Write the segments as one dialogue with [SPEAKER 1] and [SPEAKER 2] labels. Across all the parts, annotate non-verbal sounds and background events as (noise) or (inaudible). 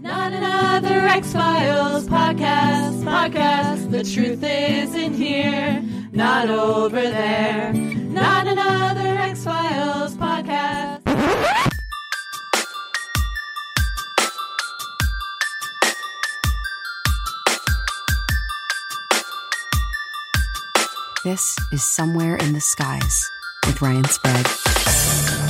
[SPEAKER 1] Not another X Files podcast, podcast. The truth is in here, not over there. Not another X Files podcast.
[SPEAKER 2] This is Somewhere in the Skies with Ryan Sprague.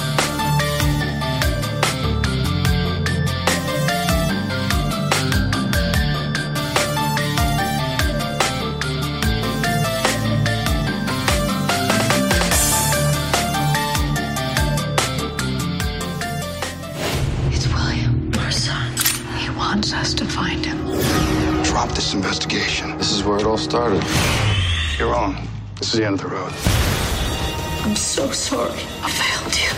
[SPEAKER 3] It's William, our son. He wants us to find him.
[SPEAKER 4] Drop this investigation. This is where it all started. You're on. This is the end of the road.
[SPEAKER 3] I'm so sorry. I failed you.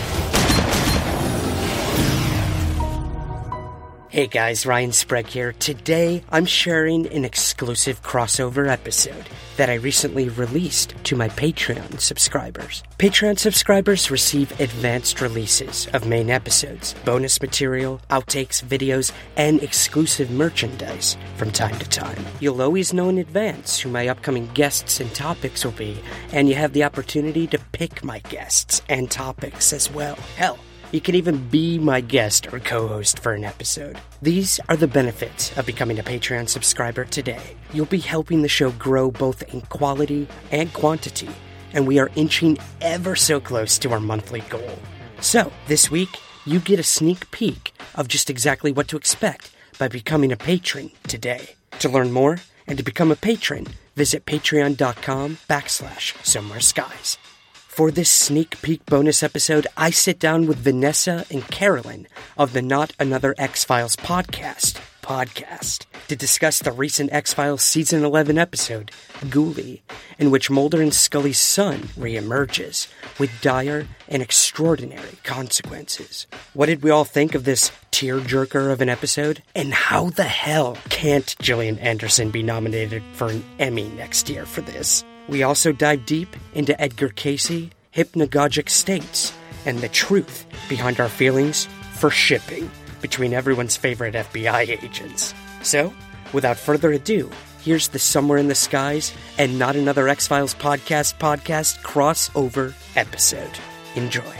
[SPEAKER 5] Hey guys, Ryan Sprague here. Today, I'm sharing an exclusive crossover episode that I recently released to my Patreon subscribers. Patreon subscribers receive advanced releases of main episodes, bonus material, outtakes, videos, and exclusive merchandise from time to time. You'll always know in advance who my upcoming guests and topics will be, and you have the opportunity to pick my guests and topics as well. Hell, you can even be my guest or co host for an episode. These are the benefits of becoming a Patreon subscriber today. You'll be helping the show grow both in quality and quantity, and we are inching ever so close to our monthly goal. So, this week, you get a sneak peek of just exactly what to expect by becoming a patron today. To learn more and to become a patron, visit patreon.com backslash somewhere skies. For this sneak peek bonus episode, I sit down with Vanessa and Carolyn of the Not Another X Files podcast podcast to discuss the recent X Files season 11 episode, Ghoulie, in which Mulder and Scully's son reemerges with dire and extraordinary consequences. What did we all think of this tearjerker of an episode? And how the hell can't Gillian Anderson be nominated for an Emmy next year for this? We also dive deep into Edgar Casey, hypnagogic states, and the truth behind our feelings for shipping between everyone's favorite FBI agents. So, without further ado, here's the Somewhere in the Skies and Not Another X Files podcast podcast crossover episode. Enjoy.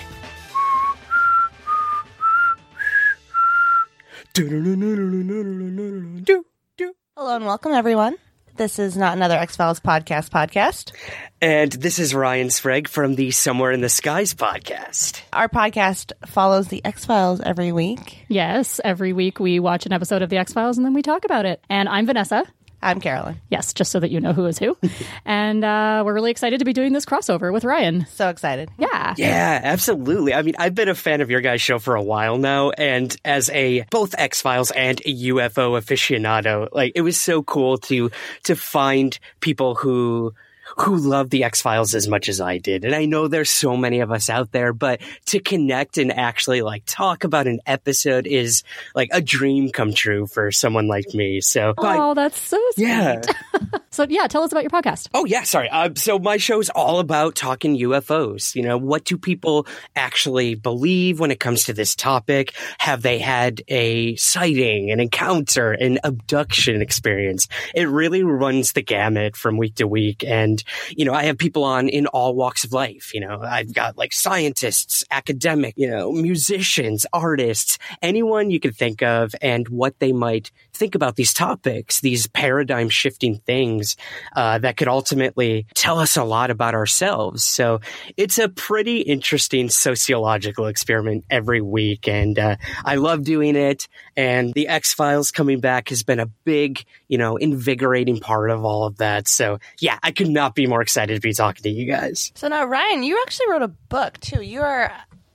[SPEAKER 6] Hello and welcome, everyone. This is not another X Files podcast podcast.
[SPEAKER 5] And this is Ryan Sprague from the Somewhere in the Skies podcast.
[SPEAKER 6] Our podcast follows the X Files every week.
[SPEAKER 7] Yes, every week we watch an episode of The X Files and then we talk about it. And I'm Vanessa.
[SPEAKER 6] I'm Carolyn.
[SPEAKER 7] Yes, just so that you know who
[SPEAKER 5] (laughs)
[SPEAKER 7] is who. and uh, we're really excited to be doing this crossover with Ryan.
[SPEAKER 6] So excited.
[SPEAKER 7] Yeah.
[SPEAKER 5] Yeah, absolutely. I mean, I've been a fan of your guys' show for a while now, and as a both X Files and a UFO aficionado, like it was so cool to to find people who who love the X Files as much as I did. And I know there's so many of us out there, but to connect and actually like talk about an episode is like a dream come true for someone like me. So,
[SPEAKER 7] Oh, that's so sweet.
[SPEAKER 5] yeah.
[SPEAKER 7] So, yeah, tell us about your podcast.
[SPEAKER 5] Oh yeah, sorry. Uh, so my show's all about talking UFOs. You know, what do people actually believe when it comes to this topic? Have they had a sighting, an encounter, an abduction experience? It really runs the gamut from week to week, and you know, I have people on in all walks of life. You know, I've got like scientists, academic, you know, musicians, artists, anyone you can think of, and what they might think about these topics, these paradigm shifting things uh, that could ultimately tell us a lot about ourselves. So it's a pretty interesting sociological experiment every week. And uh, I love doing it. And the X Files coming back has been a big, you know, invigorating part of all of that. So yeah, I could not be more excited to be talking to you guys.
[SPEAKER 6] So now, Ryan, you actually wrote a book too. You are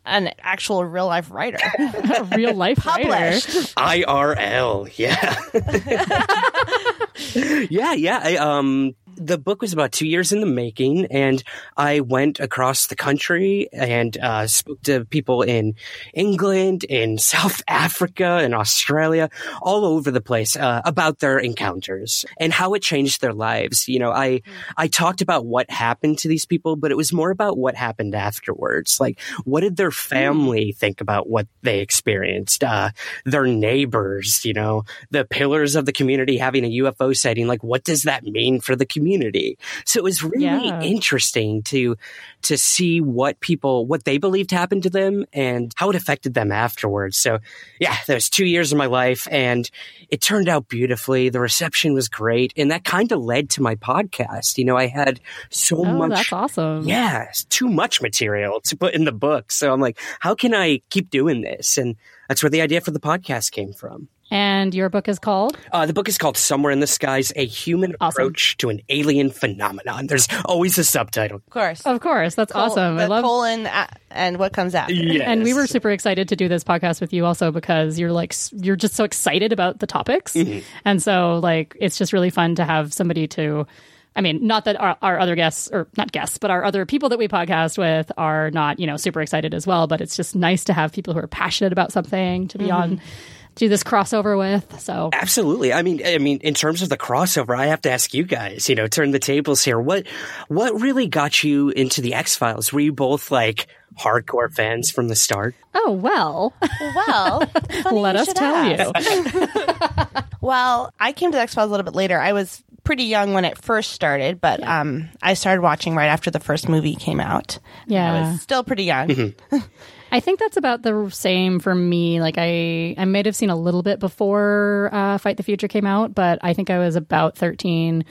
[SPEAKER 6] an actual real life
[SPEAKER 7] (laughs)
[SPEAKER 6] writer.
[SPEAKER 7] A
[SPEAKER 5] (laughs)
[SPEAKER 7] real life writer.
[SPEAKER 6] Published.
[SPEAKER 5] IRL, yeah. (laughs) yeah, yeah. I, um, the book was about two years in the making, and I went across the country and uh, spoke to people in England, in (laughs) South Africa, in Australia, all over the place uh, about their encounters and how it changed their lives. You know, I I talked about what happened to these people, but it was more about what happened afterwards. Like, what did their family think about what they experienced? Uh, their neighbors, you know, the pillars of the community having a UFO sighting. Like, what does that mean for the community? So it was really
[SPEAKER 7] Yeah.
[SPEAKER 5] interesting to to see what people what they believed happened to them and how it affected them afterwards. So yeah, that was two years of my life and it turned out beautifully. The reception was great. And that kind of led to my podcast. You know, I had so
[SPEAKER 7] Oh,
[SPEAKER 5] much
[SPEAKER 7] that's awesome.
[SPEAKER 5] yeah, it's too much material to put in the book. So I'm like, how can I keep doing this? And that's where the idea for the podcast came from.
[SPEAKER 7] And your book is called?
[SPEAKER 5] Uh, the book is called Somewhere in the Skies A Human
[SPEAKER 7] Awesome.
[SPEAKER 5] Approach to an Alien Phenomenon. There's always a subtitle.
[SPEAKER 6] Of course.
[SPEAKER 7] Of course. That's
[SPEAKER 6] Col-
[SPEAKER 7] awesome.
[SPEAKER 6] The
[SPEAKER 7] I love
[SPEAKER 6] colon a- and what comes after.
[SPEAKER 7] And we were super excited to do this podcast with you also because you're like s- you're just so excited about the topics.
[SPEAKER 6] Mm-hmm.
[SPEAKER 7] And so like it's just really fun to have somebody to I mean, not that our, our other guests or not guests, but our other people that we podcast with are not, you know, super excited as well, but it's just nice to have people who are passionate about something to be on
[SPEAKER 6] Mm-hmm.
[SPEAKER 7] do this crossover with. So
[SPEAKER 5] Absolutely. I mean, I mean, in terms of the crossover, I have to ask you guys. You know, turn the tables here. What, what really got you into the X Files? Were you both like hardcore fans from the start?
[SPEAKER 7] Oh (laughs) well.
[SPEAKER 6] Well,
[SPEAKER 7] (laughs)
[SPEAKER 6] funny
[SPEAKER 7] Let
[SPEAKER 6] you
[SPEAKER 7] us
[SPEAKER 6] should
[SPEAKER 7] tell
[SPEAKER 6] ask.
[SPEAKER 7] you.
[SPEAKER 6] Well, I came to the X Files a little bit later. I was pretty young when it first started, but um, I started watching right after the first movie came out. (laughs) I
[SPEAKER 7] Yeah.
[SPEAKER 6] was still pretty young.
[SPEAKER 7] I think that's about the same for me. Like I, I might have seen a little bit before uh, Fight the Future came out, but I think I was about thirteen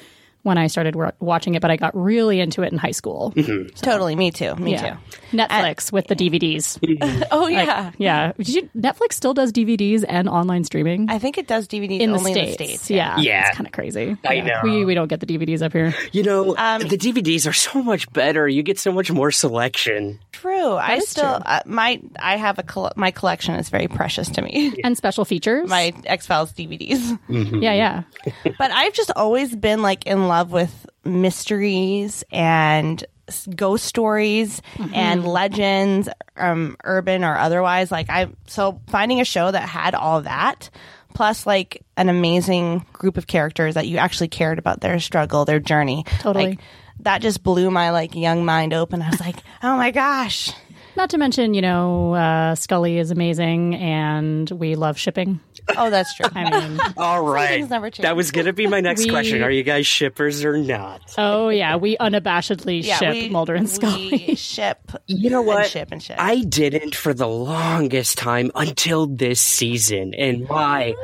[SPEAKER 7] when I started wa- watching it. But I got really into it in high school.
[SPEAKER 5] Mm-hmm.
[SPEAKER 6] Totally, me too. Me
[SPEAKER 7] Yeah,
[SPEAKER 6] too.
[SPEAKER 7] Netflix with
[SPEAKER 5] (laughs)
[SPEAKER 7] the DVDs.
[SPEAKER 5] Mm-hmm.
[SPEAKER 6] (laughs) Oh yeah,
[SPEAKER 7] yeah, Did you, Netflix still does DVDs and online streaming
[SPEAKER 6] I think it does DVDs
[SPEAKER 7] in the
[SPEAKER 6] only
[SPEAKER 7] states.
[SPEAKER 6] in the states.
[SPEAKER 7] Yeah,
[SPEAKER 5] Yeah.
[SPEAKER 7] it's kind of crazy.
[SPEAKER 5] I
[SPEAKER 7] Yeah.
[SPEAKER 5] know.
[SPEAKER 7] we we don't get the DVDs up here.
[SPEAKER 5] You know,
[SPEAKER 6] Um,
[SPEAKER 5] the DVDs are so much better. You get so much more selection.
[SPEAKER 6] True. I
[SPEAKER 7] is
[SPEAKER 6] still
[SPEAKER 7] true.
[SPEAKER 6] Uh, my I have a col- my collection is very precious to me. (laughs)
[SPEAKER 7] And special features.
[SPEAKER 6] my X Files DVDs.
[SPEAKER 5] Mm-hmm.
[SPEAKER 7] yeah, yeah.
[SPEAKER 6] but I've just always been like in love with mysteries and s- ghost stories
[SPEAKER 7] Mm-hmm.
[SPEAKER 6] and legends, um, urban or otherwise. Like I, so finding a show that had all that, plus like an amazing group of characters that you actually cared about their struggle, their journey.
[SPEAKER 7] Totally.
[SPEAKER 6] Like, that just blew my like young mind open. I was like, oh my gosh.
[SPEAKER 7] Not to mention, you know, uh, Scully is amazing, and we love shipping.
[SPEAKER 6] Oh, that's (laughs) true.
[SPEAKER 7] I mean.
[SPEAKER 5] All right.
[SPEAKER 6] things never change.
[SPEAKER 5] That was going to be my next
[SPEAKER 7] We-
[SPEAKER 5] question. Are you guys shippers or not?
[SPEAKER 7] Oh yeah, we unabashedly ship Mulder and Scully.
[SPEAKER 6] We (laughs) ship.
[SPEAKER 5] You know what?
[SPEAKER 6] And ship and ship.
[SPEAKER 5] I didn't for the longest time until this season. And my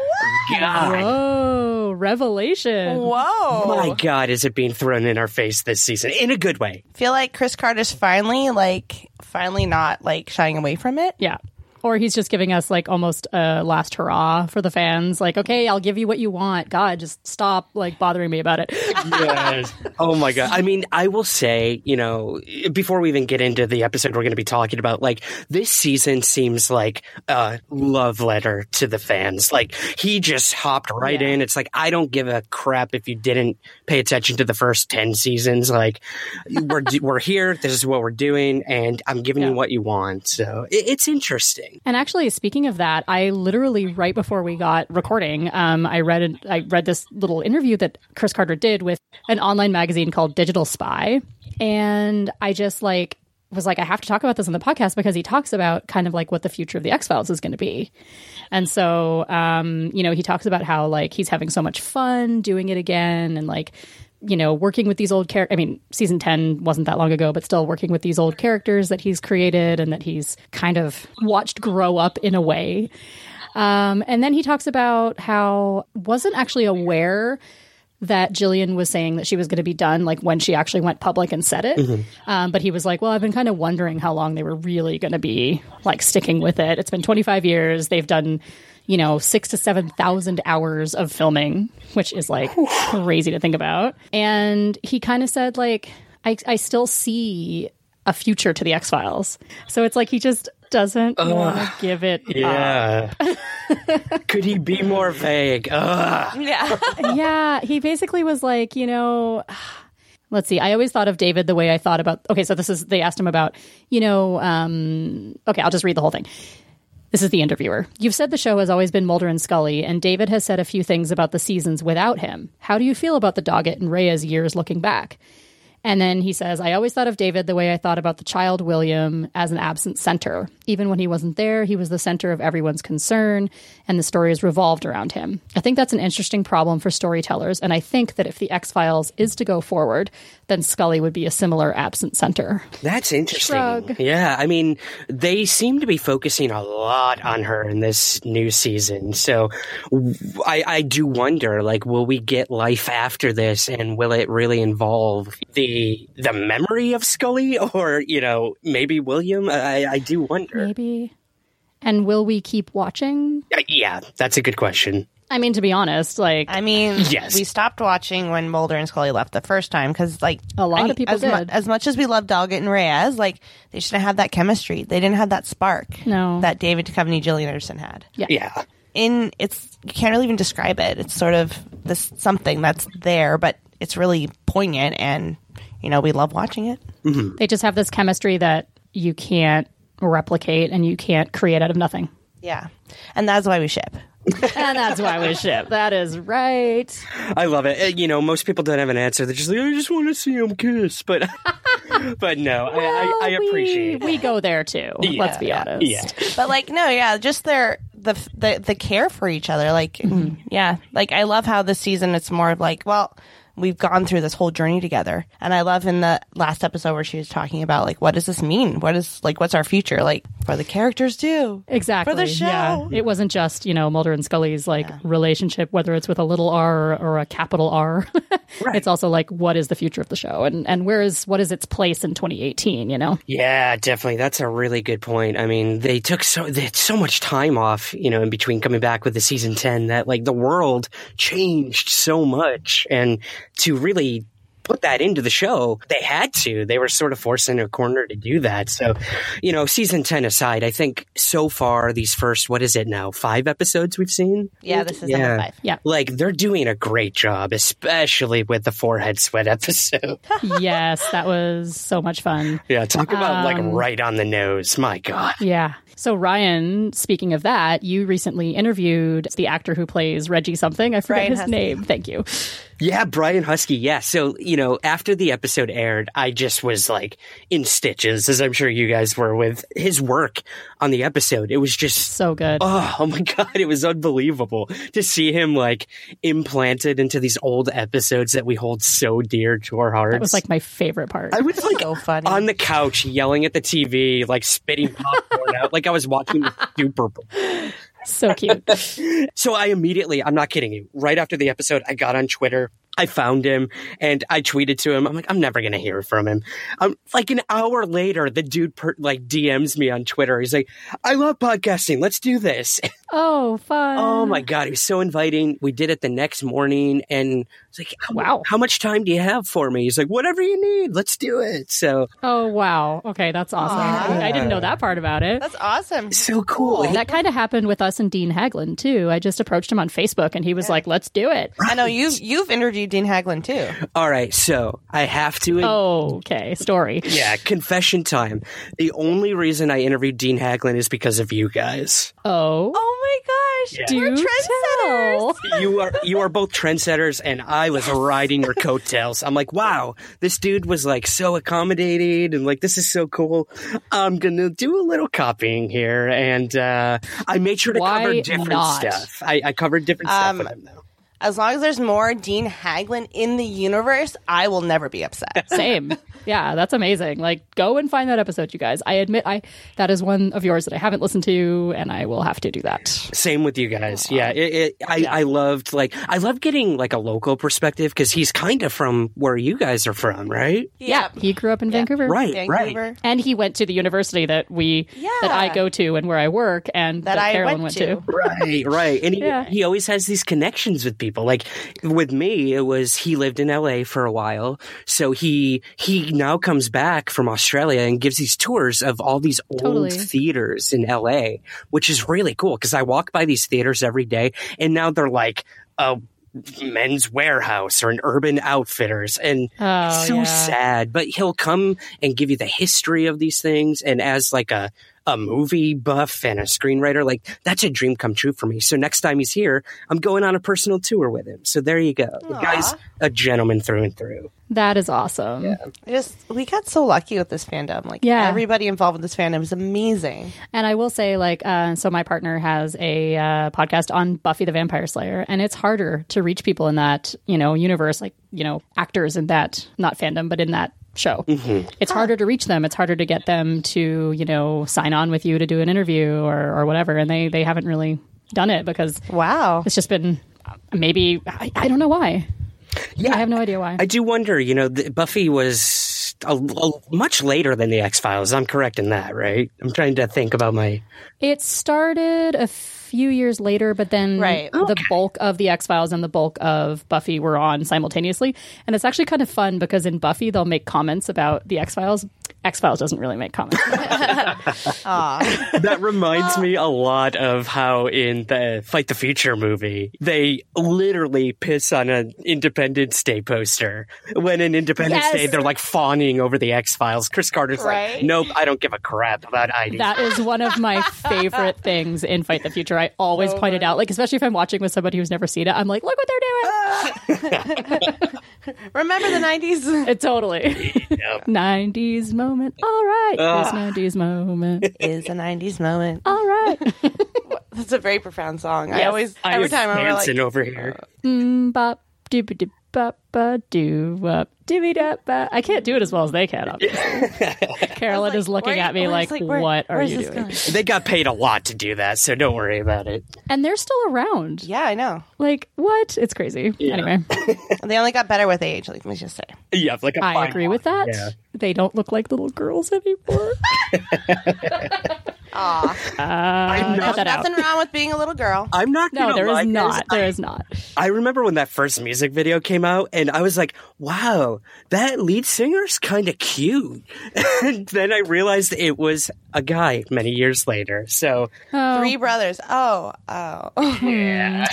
[SPEAKER 5] God.
[SPEAKER 7] Oh, revelation!
[SPEAKER 6] Whoa.
[SPEAKER 5] My God, is it being thrown in our face this season in a good way?
[SPEAKER 6] feel like Chris Carter's finally like finally not like shying away from it.
[SPEAKER 7] Yeah, or he's just giving us like almost a last hurrah for the fans. Like, okay, I'll give you what you want. God, just stop like bothering me about it.
[SPEAKER 5] yes. Oh my god. I mean, I will say, you know, before we even get into the episode we're going to be talking about, like this season seems like a love letter to the fans. Like he just hopped right in. It's like I don't give a crap if you didn't pay attention to the first 10 seasons. Like we're we're here. This is what we're doing and I'm giving you what you want. So it, it's interesting.
[SPEAKER 7] And actually, speaking of that, I literally right before we got recording, um, I read I read this little interview that Chris Carter did with an online magazine called Digital Spy, and I just like was like I have to talk about this on the podcast because he talks about kind of like what the future of the X Files is going to be, and so um, you know he talks about how like he's having so much fun doing it again and like you know, working with these old characters. I mean, season 10 wasn't that long ago, but still working with these old characters that he's created and that he's kind of watched grow up in a way. Um, and then he talks about how wasn't actually aware that Jillian was saying that she was going to be done, like when she actually went public and said it. Um, but he was like, "Well, I've been kind of wondering how long they were really going to be like sticking with it. It's been 25 years. They've done, you know, six to seven thousand hours of filming, which is like crazy to think about." And he kind of said, "Like, I, I still see." A future to the X Files. So it's like he just doesn't want to give it
[SPEAKER 5] Yeah. Uh, (laughs) Could he be more vague? Oh, Ugh.
[SPEAKER 6] Yeah.
[SPEAKER 7] up. Yeah, he basically was like, you know, let's see. I always thought of David the way I thought about. Okay, so this is they asked him about, you know, um, okay, I'll just read the whole thing. This is the interviewer. You've said the show has always been Mulder and Scully, and David has said a few things about the seasons without him. How do you feel about the Doggett and Reyes years looking back? And then he says, I always thought of David the way I thought about the child William as an absent center. Even when he wasn't there, he was the center of everyone's concern, and the stories revolved around him. I think that's an interesting problem for storytellers, and I think that if The X Files is to go forward, then Scully would be a similar absent center.
[SPEAKER 5] That's interesting.
[SPEAKER 7] Shrug.
[SPEAKER 5] Yeah, I mean, they seem to be focusing a lot on her in this new season. So w- I, I do wonder, like, will we get life after this, and will it really involve the the memory of Scully, (laughs) or you know, maybe William? I, I do wonder.
[SPEAKER 7] Maybe. And will we keep watching?
[SPEAKER 5] Uh, Yeah, that's a good question.
[SPEAKER 7] I mean, to be honest, like,
[SPEAKER 6] I mean,
[SPEAKER 5] Yes.
[SPEAKER 6] we stopped watching when Mulder and Scully left the first time because, like,
[SPEAKER 7] A lot
[SPEAKER 6] I-
[SPEAKER 7] of people
[SPEAKER 6] as, mu-
[SPEAKER 7] did.
[SPEAKER 6] as much as we love Doggett and Reyes, like, they shouldn't have that chemistry. They didn't have that spark
[SPEAKER 7] No.
[SPEAKER 6] that David Duchovny, Gillian Anderson had.
[SPEAKER 5] Yeah.
[SPEAKER 6] In it's you can't really even describe it. It's sort of this something that's there, but it's really poignant, and you know we love watching it.
[SPEAKER 7] they just have this chemistry that you can't replicate and you can't create out of nothing.
[SPEAKER 6] Yeah, and that's why we ship.
[SPEAKER 7] And that's why we ship. That is right.
[SPEAKER 5] I love it. Uh, You know, most people don't have an answer. They're just like, I just want to see him kiss. But, (laughs) but no, I, I, I
[SPEAKER 7] Well, we-
[SPEAKER 5] appreciate
[SPEAKER 7] We, go there too. let's be honest.
[SPEAKER 5] it. Yeah.
[SPEAKER 6] but like no yeah just their the the, the care for each other like
[SPEAKER 7] Mm-hmm.
[SPEAKER 6] yeah like i love how this season it's more of like well we've gone through this whole journey together and i love in the last episode where she was talking about like what does this mean what is like what's our future like what do the characters do
[SPEAKER 7] Exactly.
[SPEAKER 6] for the
[SPEAKER 7] Yeah.
[SPEAKER 6] show
[SPEAKER 7] It wasn't just, you know, Mulder and Scully's like relationship, whether it's with a little R or, or a capital R. (laughs) It's also like what is the future of the show and, and where is what is its place in twenty eighteen, you know?
[SPEAKER 5] Yeah, definitely. That's a really good point. I mean, they took so they had so much time off, you know, in between coming back with the season ten that like the world changed so much, and to really put that into the show, they had to. They were sort of forced into a corner to do that. So, you know, season ten aside, I think so far these first what is it now five episodes we've seen.
[SPEAKER 6] yeah this is
[SPEAKER 5] Yeah.
[SPEAKER 6] number five
[SPEAKER 5] (laughs)
[SPEAKER 7] Yeah.
[SPEAKER 5] Like they're doing a great job, especially with the forehead sweat (laughs) episode.
[SPEAKER 7] yes, that was so much fun.
[SPEAKER 5] yeah, talk about like right on the nose. My God.
[SPEAKER 7] Yeah. So Ryan, speaking of that, you recently interviewed the actor who plays Reggie something. I forget
[SPEAKER 6] Brian
[SPEAKER 7] his
[SPEAKER 6] Husky.
[SPEAKER 7] name. Thank you.
[SPEAKER 5] Yeah, Brian Husky. Yeah. So, you know, after the episode aired, I just was like in stitches, as I'm sure you guys were with his work on the episode. It was just,
[SPEAKER 7] So good.
[SPEAKER 5] oh, oh my (laughs) God, it was unbelievable to see him like implanted into these old episodes that we hold so dear to our hearts.
[SPEAKER 7] that was like my favorite part.
[SPEAKER 5] I was like
[SPEAKER 6] so funny
[SPEAKER 5] on the couch yelling at the TV, like spitting
[SPEAKER 7] (laughs)
[SPEAKER 5] popcorn out, like I was watching the Super Bowl.
[SPEAKER 7] so cute.
[SPEAKER 5] So I immediately, I'm not kidding you, right after the episode, I got on Twitter. I found him and I tweeted to him. I'm like, I'm never going to hear from him. Um, like an hour later, the dude per- like DMs me on Twitter. He's like, I love podcasting. Let's do this. (laughs)
[SPEAKER 7] Oh, fun.
[SPEAKER 5] oh my God. He was so inviting. We did it the next morning and it's like, how-
[SPEAKER 7] Wow.
[SPEAKER 5] how much time do you have for me? He's like, whatever you need. Let's do it. So,
[SPEAKER 7] Oh, wow. Okay, that's awesome. I, I didn't know that part about it.
[SPEAKER 6] that's awesome
[SPEAKER 5] so cool.
[SPEAKER 7] that kind of happened with us and Dean Haglund, too. I just approached him on Facebook and he was like, let's do it.
[SPEAKER 6] i know you've you've interviewed dean haglund too
[SPEAKER 5] All right. So I have to
[SPEAKER 7] Okay, story.
[SPEAKER 5] Yeah, confession time. The only reason I interviewed Dean Haglund is because of you guys.
[SPEAKER 7] Oh,
[SPEAKER 6] oh my gosh
[SPEAKER 5] Yeah.
[SPEAKER 7] do tell.
[SPEAKER 5] You are you are both trendsetters, and I was riding your coattails. I'm like, wow, this dude was like so accommodating, and like this is so cool. I'm gonna do a little copying here, and uh, I made sure to
[SPEAKER 7] Why
[SPEAKER 5] cover different
[SPEAKER 7] not?
[SPEAKER 5] stuff. I, I covered different stuff with him though.
[SPEAKER 6] as long as there's more dean haglund in the universe i will never be upset
[SPEAKER 7] Same. Yeah, that's amazing. Like, go and find that episode, you guys. I admit, I that is one of yours that I haven't listened to, and I will have to do that.
[SPEAKER 5] Same with you guys. Yeah, it, it, I, I loved like I love getting like a local perspective because he's kind of from where you guys are from, right?
[SPEAKER 7] Yeah, he grew up in Vancouver,
[SPEAKER 5] Right, right.
[SPEAKER 6] vancouver
[SPEAKER 7] And he went to the university that we that I go to and where I work, and that,
[SPEAKER 6] I
[SPEAKER 7] Carolyn
[SPEAKER 6] went
[SPEAKER 7] went,
[SPEAKER 6] to.
[SPEAKER 7] to.
[SPEAKER 5] Right, right. And he,
[SPEAKER 7] Yeah.
[SPEAKER 5] he always has these connections with people. Like with me, it was he lived in LA for a while. So he he now comes back from Australia and gives these tours of all these old
[SPEAKER 7] Totally.
[SPEAKER 5] theaters in LA, which is really cool because I walk by these theaters every day and now they're like a men's warehouse or an urban outfitters and
[SPEAKER 7] Oh,
[SPEAKER 5] it's so
[SPEAKER 7] yeah.
[SPEAKER 5] sad. But he'll come and give you the history of these things and as like a a movie buff and a screenwriter, like that's a dream come true for me. So next time he's here, I'm going on a personal tour with him. So there you go. The guy's a gentleman through and through.
[SPEAKER 7] That is awesome.
[SPEAKER 6] I just we got so lucky with this fandom. Like
[SPEAKER 7] Yeah.
[SPEAKER 6] everybody involved with this fandom is amazing.
[SPEAKER 7] And I will say, like, uh, so my partner has a uh, podcast on Buffy the Vampire Slayer, and it's harder to reach people in that, you know, universe, like, you know, actors in that, not fandom, but in that show. It's harder to reach them. It's harder to get them to, you know, sign on with you to do an interview or, or whatever. And they, they haven't really done it because
[SPEAKER 6] Wow.
[SPEAKER 7] it's just been uh, maybe, I, I don't know why.
[SPEAKER 5] Yeah.
[SPEAKER 7] I have no idea why.
[SPEAKER 5] I do wonder, you know, the, Buffy was a, a, much later than the X Files. I'm correct in that, right? I'm trying to think about my.
[SPEAKER 7] It started a few years later, but then
[SPEAKER 6] Right.
[SPEAKER 7] the bulk of the X Files and the bulk of Buffy were on simultaneously. And it's actually kind of fun because in Buffy, they'll make comments about the X Files. X Files doesn't really make comments. (laughs)
[SPEAKER 5] That reminds me a lot of how in the Fight the Future movie, they literally piss on an Independence Day poster. When in Independence
[SPEAKER 7] Yes.
[SPEAKER 5] Day, they're like fawning over the X Files. Chris Carter's like,
[SPEAKER 6] Right.
[SPEAKER 5] nope, I don't give a crap about ID.
[SPEAKER 7] that is one of my favorite things in Fight the Future. I always point it out, like, especially if I'm watching with somebody who's never seen it, I'm like, look what they're doing.
[SPEAKER 6] Remember the (laughs) nineties?
[SPEAKER 7] It totally. (laughs) 90s moment. All right. This 90s moment.
[SPEAKER 6] is a nineties moment.
[SPEAKER 7] All right.
[SPEAKER 6] That's a very profound song. I
[SPEAKER 7] Yes.
[SPEAKER 6] always
[SPEAKER 5] I
[SPEAKER 6] every
[SPEAKER 5] was
[SPEAKER 6] time I'm like
[SPEAKER 5] dancing over here.
[SPEAKER 7] bop doop doop bop ba doo wop dibby dap ba. I can't do it as well as they can. Obviously.
[SPEAKER 5] (laughs)
[SPEAKER 7] Carolyn is looking
[SPEAKER 6] where-
[SPEAKER 7] at me
[SPEAKER 6] I was
[SPEAKER 7] like,
[SPEAKER 6] where-
[SPEAKER 7] "What are
[SPEAKER 6] where's
[SPEAKER 7] you
[SPEAKER 6] this
[SPEAKER 7] doing?"
[SPEAKER 6] going?
[SPEAKER 5] They got paid a lot to do that, so don't worry about it.
[SPEAKER 7] And they're still around.
[SPEAKER 6] Yeah, I know.
[SPEAKER 7] Like what? It's crazy. Anyway,
[SPEAKER 6] They only got better with age, like let me just say.
[SPEAKER 5] Yeah, like a
[SPEAKER 7] I
[SPEAKER 5] fine
[SPEAKER 7] agree
[SPEAKER 5] wine.
[SPEAKER 7] with that.
[SPEAKER 5] Yeah.
[SPEAKER 7] They don't look like little
[SPEAKER 5] (laughs)
[SPEAKER 7] girls anymore. Uh,
[SPEAKER 5] I'm
[SPEAKER 7] cut
[SPEAKER 5] not
[SPEAKER 7] that out.
[SPEAKER 6] Nothing wrong with being a little girl.
[SPEAKER 5] I'm not
[SPEAKER 7] No,
[SPEAKER 5] gonna
[SPEAKER 7] there
[SPEAKER 5] lie,
[SPEAKER 7] is
[SPEAKER 5] guys.
[SPEAKER 7] not.
[SPEAKER 5] I-
[SPEAKER 7] There is not.
[SPEAKER 5] I remember when that first music video came out, and I was like, "Wow, that lead singer's kind of cute." (laughs) and then I realized it was a guy many years later. So
[SPEAKER 6] Three brothers. Oh, oh.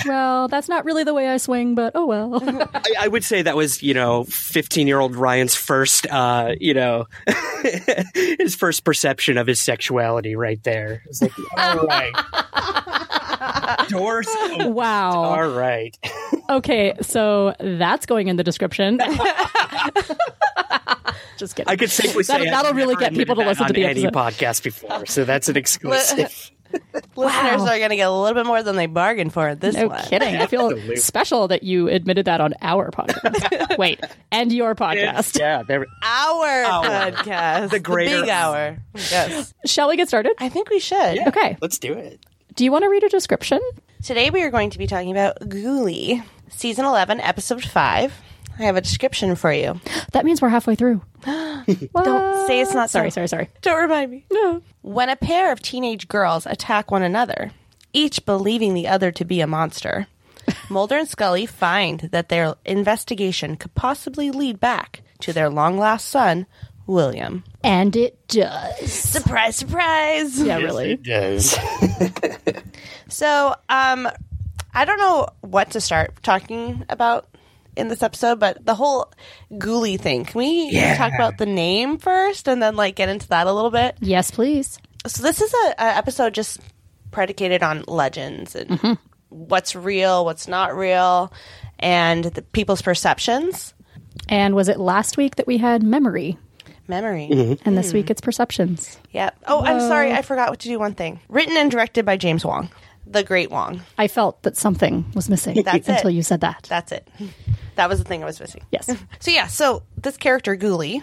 [SPEAKER 7] Well, that's not really the way I swing, but oh well. (laughs)
[SPEAKER 5] I, I would say that was, you know, fifteen-year-old Ryan's first, uh, you know, (laughs) his first perception of his sexuality. Right there, it's like, all right, (laughs) doors. open.
[SPEAKER 7] wow.
[SPEAKER 5] All right.
[SPEAKER 7] Okay, so that's going in the
[SPEAKER 6] (laughs)
[SPEAKER 7] description. Just kidding.
[SPEAKER 5] I could safely say
[SPEAKER 7] That'll-
[SPEAKER 5] I've
[SPEAKER 7] that'll really
[SPEAKER 5] never
[SPEAKER 7] get people to
[SPEAKER 5] admitted that
[SPEAKER 7] listen to the
[SPEAKER 5] on any
[SPEAKER 7] episode.
[SPEAKER 5] podcast before, so that's
[SPEAKER 7] (laughs)
[SPEAKER 5] an exclusive.
[SPEAKER 6] Listeners are gonna get a little bit more than they bargained for at this
[SPEAKER 7] No
[SPEAKER 6] one.
[SPEAKER 7] kidding. I feel special that you admitted that on our
[SPEAKER 6] (laughs)
[SPEAKER 7] podcast. Wait, and your podcast.
[SPEAKER 5] yeah, there.
[SPEAKER 6] Our podcast.
[SPEAKER 5] (laughs)
[SPEAKER 6] The
[SPEAKER 5] greater-
[SPEAKER 6] big hour. Yes.
[SPEAKER 7] Shall we get started?
[SPEAKER 6] I think we should.
[SPEAKER 7] Okay.
[SPEAKER 5] Let's do it.
[SPEAKER 7] Do you want to read a description?
[SPEAKER 6] Today we are going to be talking about Ghoulie, season 11, episode 5. I have a description for you.
[SPEAKER 7] That means we're halfway through.
[SPEAKER 6] (gasps) Don't say it's not
[SPEAKER 7] Sorry,
[SPEAKER 6] so.
[SPEAKER 7] sorry, sorry.
[SPEAKER 6] Don't remind me.
[SPEAKER 7] No.
[SPEAKER 6] When a pair of teenage girls attack one another, each believing the other to be a (laughs) monster, Mulder and Scully find that their investigation could possibly lead back to their long lost son, William.
[SPEAKER 7] And it does.
[SPEAKER 6] Surprise, surprise!
[SPEAKER 7] Yeah, really.
[SPEAKER 5] It does.
[SPEAKER 6] So, um, I don't know what to start talking about in this episode, but the whole ghoulie thing. Can we talk about the name first and then like get into that a little bit?
[SPEAKER 7] Yes, please.
[SPEAKER 6] So this is a, a episode just predicated on legends and what's real, what's not real, and the people's perceptions,
[SPEAKER 7] And was it last week that we had memory?
[SPEAKER 6] memory.
[SPEAKER 7] And
[SPEAKER 6] Hmm.
[SPEAKER 7] this week it's perceptions.
[SPEAKER 6] Yep. Oh, I'm sorry, I forgot to do one thing. Written and directed by James Wong, the Great Wong.
[SPEAKER 7] I felt that something was missing
[SPEAKER 6] That's it.
[SPEAKER 7] until you said that.
[SPEAKER 6] That's it. (laughs) That was the thing I was missing.
[SPEAKER 7] yes.
[SPEAKER 6] So yeah, so this character Ghoulie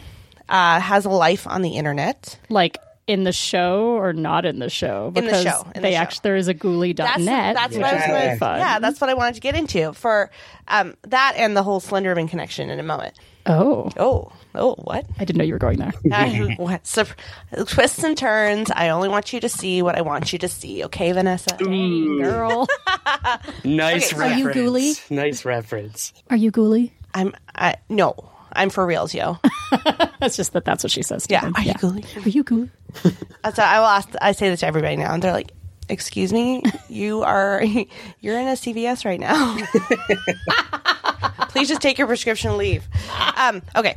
[SPEAKER 6] uh, has a life on the internet.
[SPEAKER 7] Like in the show or not in the show
[SPEAKER 6] In the
[SPEAKER 7] because
[SPEAKER 6] show, in the
[SPEAKER 7] they
[SPEAKER 6] show.
[SPEAKER 7] actually there is a
[SPEAKER 6] That's
[SPEAKER 7] ghoulie.net
[SPEAKER 6] that's
[SPEAKER 7] which
[SPEAKER 6] what I
[SPEAKER 7] is
[SPEAKER 6] was
[SPEAKER 7] really
[SPEAKER 6] gonna,
[SPEAKER 7] fun.
[SPEAKER 6] Yeah, that's what I wanted to get into for um, that and the whole Slenderman connection in a moment.
[SPEAKER 7] oh,
[SPEAKER 6] Oh, oh,
[SPEAKER 7] (laughs)
[SPEAKER 6] what?
[SPEAKER 7] I didn't know you were
[SPEAKER 6] (laughs)
[SPEAKER 7] going there.
[SPEAKER 6] I- what? Sup- twists and turns. I only want you to see what I want you to see. Okay, Vanessa.
[SPEAKER 7] Girl,
[SPEAKER 5] Nice
[SPEAKER 6] Mm. Okay, so- Are
[SPEAKER 5] reference.
[SPEAKER 7] you
[SPEAKER 5] Nice reference.
[SPEAKER 7] are you ghoulie?
[SPEAKER 6] I'm I, no. I'm for reals, yo.
[SPEAKER 7] (laughs) That's just that. That's what she says. To
[SPEAKER 6] Yeah.
[SPEAKER 7] him.
[SPEAKER 6] Are you ghoulie?
[SPEAKER 7] Are you ghoulie?
[SPEAKER 6] Uh, So I will ask. I say this to everybody now, and they're like, "Excuse me, you are (laughs) you're in a CVS right now. (laughs) Please just take your prescription, and leave." Um, okay.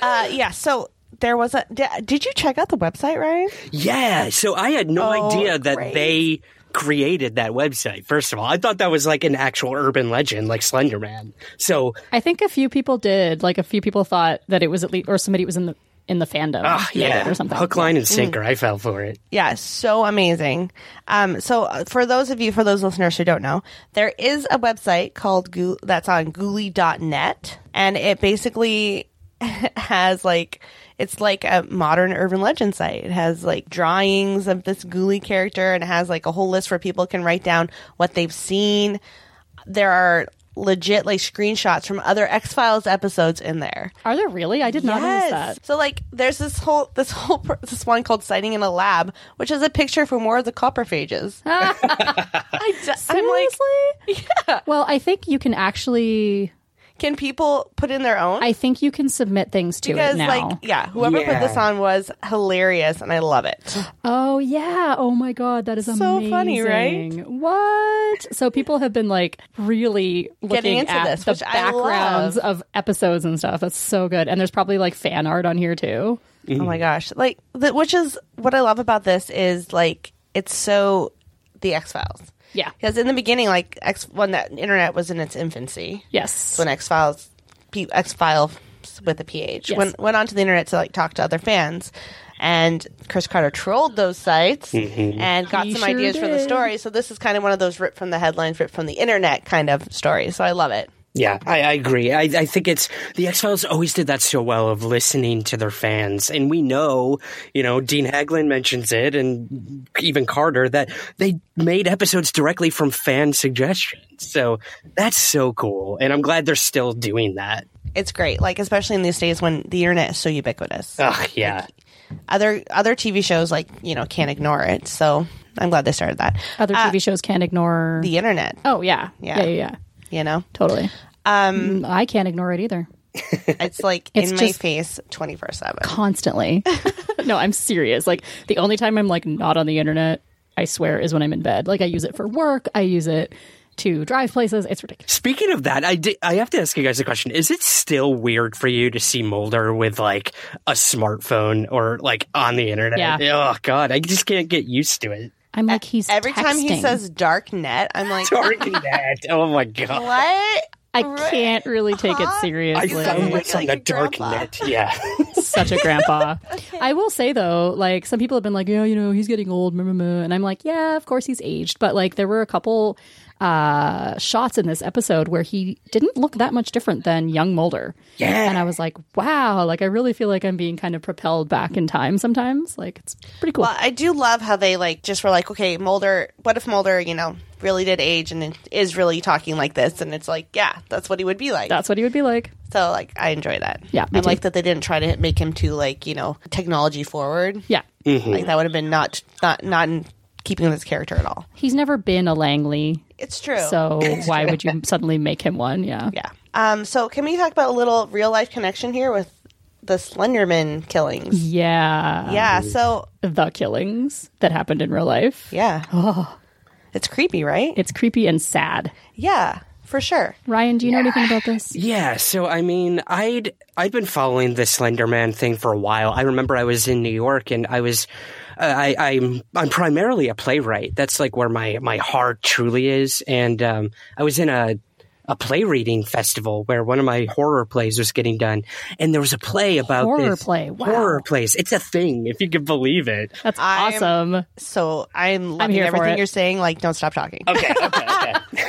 [SPEAKER 6] Uh, yeah. So there was a. di- Did you check out the website, Ryan?
[SPEAKER 5] Yeah. So I had no
[SPEAKER 6] Oh,
[SPEAKER 5] idea that
[SPEAKER 6] great.
[SPEAKER 5] they created that website. First of all, I thought that was like an actual urban legend, like Slender Man. So
[SPEAKER 7] I think a few people did. Like a few people thought that it was at least, or somebody was in the in the fandom.
[SPEAKER 5] ah,
[SPEAKER 7] made
[SPEAKER 5] yeah,
[SPEAKER 7] it or something.
[SPEAKER 5] Hook, line, and sinker. I fell for it.
[SPEAKER 6] Yeah, so amazing. Um, so uh, for those of you, for those listeners who don't know, there is a website called Goo- that's on Ghoulie.net, and it basically (laughs) has like it's like a modern urban legend site. It has like drawings of this Ghoulie character, and it has like a whole list where people can write down what they've seen. There are legit like screenshots from other X Files episodes in there.
[SPEAKER 7] Are there really? I did not notice that.
[SPEAKER 6] So like, there's this whole this whole pr- this one called "Sighting in a Lab," which is a picture from War of the
[SPEAKER 7] (laughs)
[SPEAKER 6] Copperphages. (laughs) I d- I'm like,
[SPEAKER 7] Well, I think you can actually.
[SPEAKER 6] can people put in their own?
[SPEAKER 7] I think you can submit things to
[SPEAKER 6] because
[SPEAKER 7] it now.
[SPEAKER 6] like, yeah, whoever
[SPEAKER 5] Yeah.
[SPEAKER 6] put this on was hilarious, and I love it.
[SPEAKER 7] Oh yeah! Oh my god, that is
[SPEAKER 6] So funny,
[SPEAKER 7] amazing. What? So people have been like really looking
[SPEAKER 6] into
[SPEAKER 7] at
[SPEAKER 6] this,
[SPEAKER 7] the
[SPEAKER 6] which I
[SPEAKER 7] backgrounds
[SPEAKER 6] love.
[SPEAKER 7] of episodes and stuff. That's so good. And there's probably like fan art on here too.
[SPEAKER 6] Oh my gosh! Like, the, which is what I love about this is like it's so the X Files.
[SPEAKER 7] Yeah.
[SPEAKER 6] Because in the beginning, like X when that internet was in its infancy,
[SPEAKER 7] Yes.
[SPEAKER 6] when X Files, P- X File with a PH,
[SPEAKER 7] Yes.
[SPEAKER 6] went, went onto the internet to like talk to other fans. And Chris Carter trolled those sites and got
[SPEAKER 7] He
[SPEAKER 6] some
[SPEAKER 7] sure
[SPEAKER 6] ideas for the
[SPEAKER 7] did.
[SPEAKER 6] story. So this is kind of one of those ripped from the headlines, ripped from the internet kind of stories. So I love it.
[SPEAKER 5] Yeah, I, I agree. I, I think it's the X Files always did that so well of listening to their fans, and we know, you know, Dean Haglund mentions it, and even Carter that they made episodes directly from fan suggestions. So that's so cool, and I'm glad they're still doing that.
[SPEAKER 6] It's great, like especially in these days when the internet is so ubiquitous.
[SPEAKER 5] Ugh, yeah,
[SPEAKER 6] Other other TV shows like you know can't ignore it. So I'm glad they started that.
[SPEAKER 7] Other TV shows can't ignore.
[SPEAKER 6] Uh, The internet,
[SPEAKER 7] oh yeah.
[SPEAKER 6] Yeah.
[SPEAKER 7] yeah, yeah, yeah.
[SPEAKER 6] you know,
[SPEAKER 7] Totally. Um, I can't ignore it either.
[SPEAKER 6] it's like
[SPEAKER 7] (laughs) It's
[SPEAKER 6] in my
[SPEAKER 7] just-
[SPEAKER 6] face twenty four seven. (laughs)
[SPEAKER 7] Constantly. no, I'm serious. Like the only time I'm like not on the internet, I swear, is when I'm in bed. Like I use it for work. I use it to drive places. It's ridiculous.
[SPEAKER 5] Speaking of that, I, di- I have to ask you guys a question. Is it still weird for you to see Mulder with like a smartphone or like on the internet?
[SPEAKER 7] Yeah.
[SPEAKER 5] Oh God, I just can't get used to it.
[SPEAKER 7] I'm like he's
[SPEAKER 6] E- Every time he
[SPEAKER 7] texting.
[SPEAKER 6] says dark net, I'm like, (laughs)
[SPEAKER 5] Dark net. Oh my God.
[SPEAKER 6] what?
[SPEAKER 7] I
[SPEAKER 6] Right.
[SPEAKER 7] can't really take it
[SPEAKER 6] Huh?
[SPEAKER 5] I
[SPEAKER 7] seriously.
[SPEAKER 5] found
[SPEAKER 6] like-
[SPEAKER 5] this on
[SPEAKER 6] like
[SPEAKER 5] the
[SPEAKER 6] your
[SPEAKER 5] dark
[SPEAKER 6] grandpa.
[SPEAKER 5] net. Yeah. (laughs)
[SPEAKER 7] Such a
[SPEAKER 6] (laughs)
[SPEAKER 7] grandpa. I will say though, like some people have been like, yeah, you know, he's getting old, meh, meh, meh." and I'm like, yeah, of course he's aged, but like there were a couple uh shots in this episode where he didn't look that much different than young Mulder.
[SPEAKER 5] Yeah.
[SPEAKER 7] And I was like, wow, like I really feel like I'm being kind of propelled back in time sometimes. Like it's pretty cool.
[SPEAKER 6] Well, I do love how they like just were like, okay, Mulder. What if Mulder, you know, really did age and is really talking like this? And it's like, yeah, that's what he would be like.
[SPEAKER 7] That's what he would be like.
[SPEAKER 6] so like, I enjoy that.
[SPEAKER 7] Yeah,
[SPEAKER 6] I
[SPEAKER 7] me too.
[SPEAKER 6] like that they didn't try to make him too like you know technology forward.
[SPEAKER 7] Yeah.
[SPEAKER 5] Mm.
[SPEAKER 6] like that would have been not not not in keeping with his character at all.
[SPEAKER 7] He's never been a Langley.
[SPEAKER 6] It's true.
[SPEAKER 7] So why would you suddenly make him one? Yeah.
[SPEAKER 6] yeah. Um. So can we talk about a little real life connection here with the Slenderman killings?
[SPEAKER 7] Yeah.
[SPEAKER 6] Yeah. So
[SPEAKER 7] the killings that happened in real life.
[SPEAKER 6] yeah. Oh. It's creepy, right?
[SPEAKER 7] It's creepy and sad.
[SPEAKER 6] Yeah, for sure.
[SPEAKER 7] Ryan, do you know anything about this?
[SPEAKER 5] yeah. So I mean, I'd I'd been following the Slender Man thing for a while. I remember I was in New York and I was uh, I, I'm I'm primarily a playwright. That's like where my my heart truly is. And um, I was in a a play reading festival where one of my horror plays was getting done, and there was a play about
[SPEAKER 7] Horror
[SPEAKER 5] this-
[SPEAKER 7] play. Wow.
[SPEAKER 5] horror plays. It's a thing, if you can believe it.
[SPEAKER 7] That's
[SPEAKER 6] I'm-
[SPEAKER 7] awesome.
[SPEAKER 6] So I'm loving
[SPEAKER 7] here for
[SPEAKER 6] everything
[SPEAKER 7] it.
[SPEAKER 6] you're saying. Like, don't stop talking.
[SPEAKER 5] okay, okay,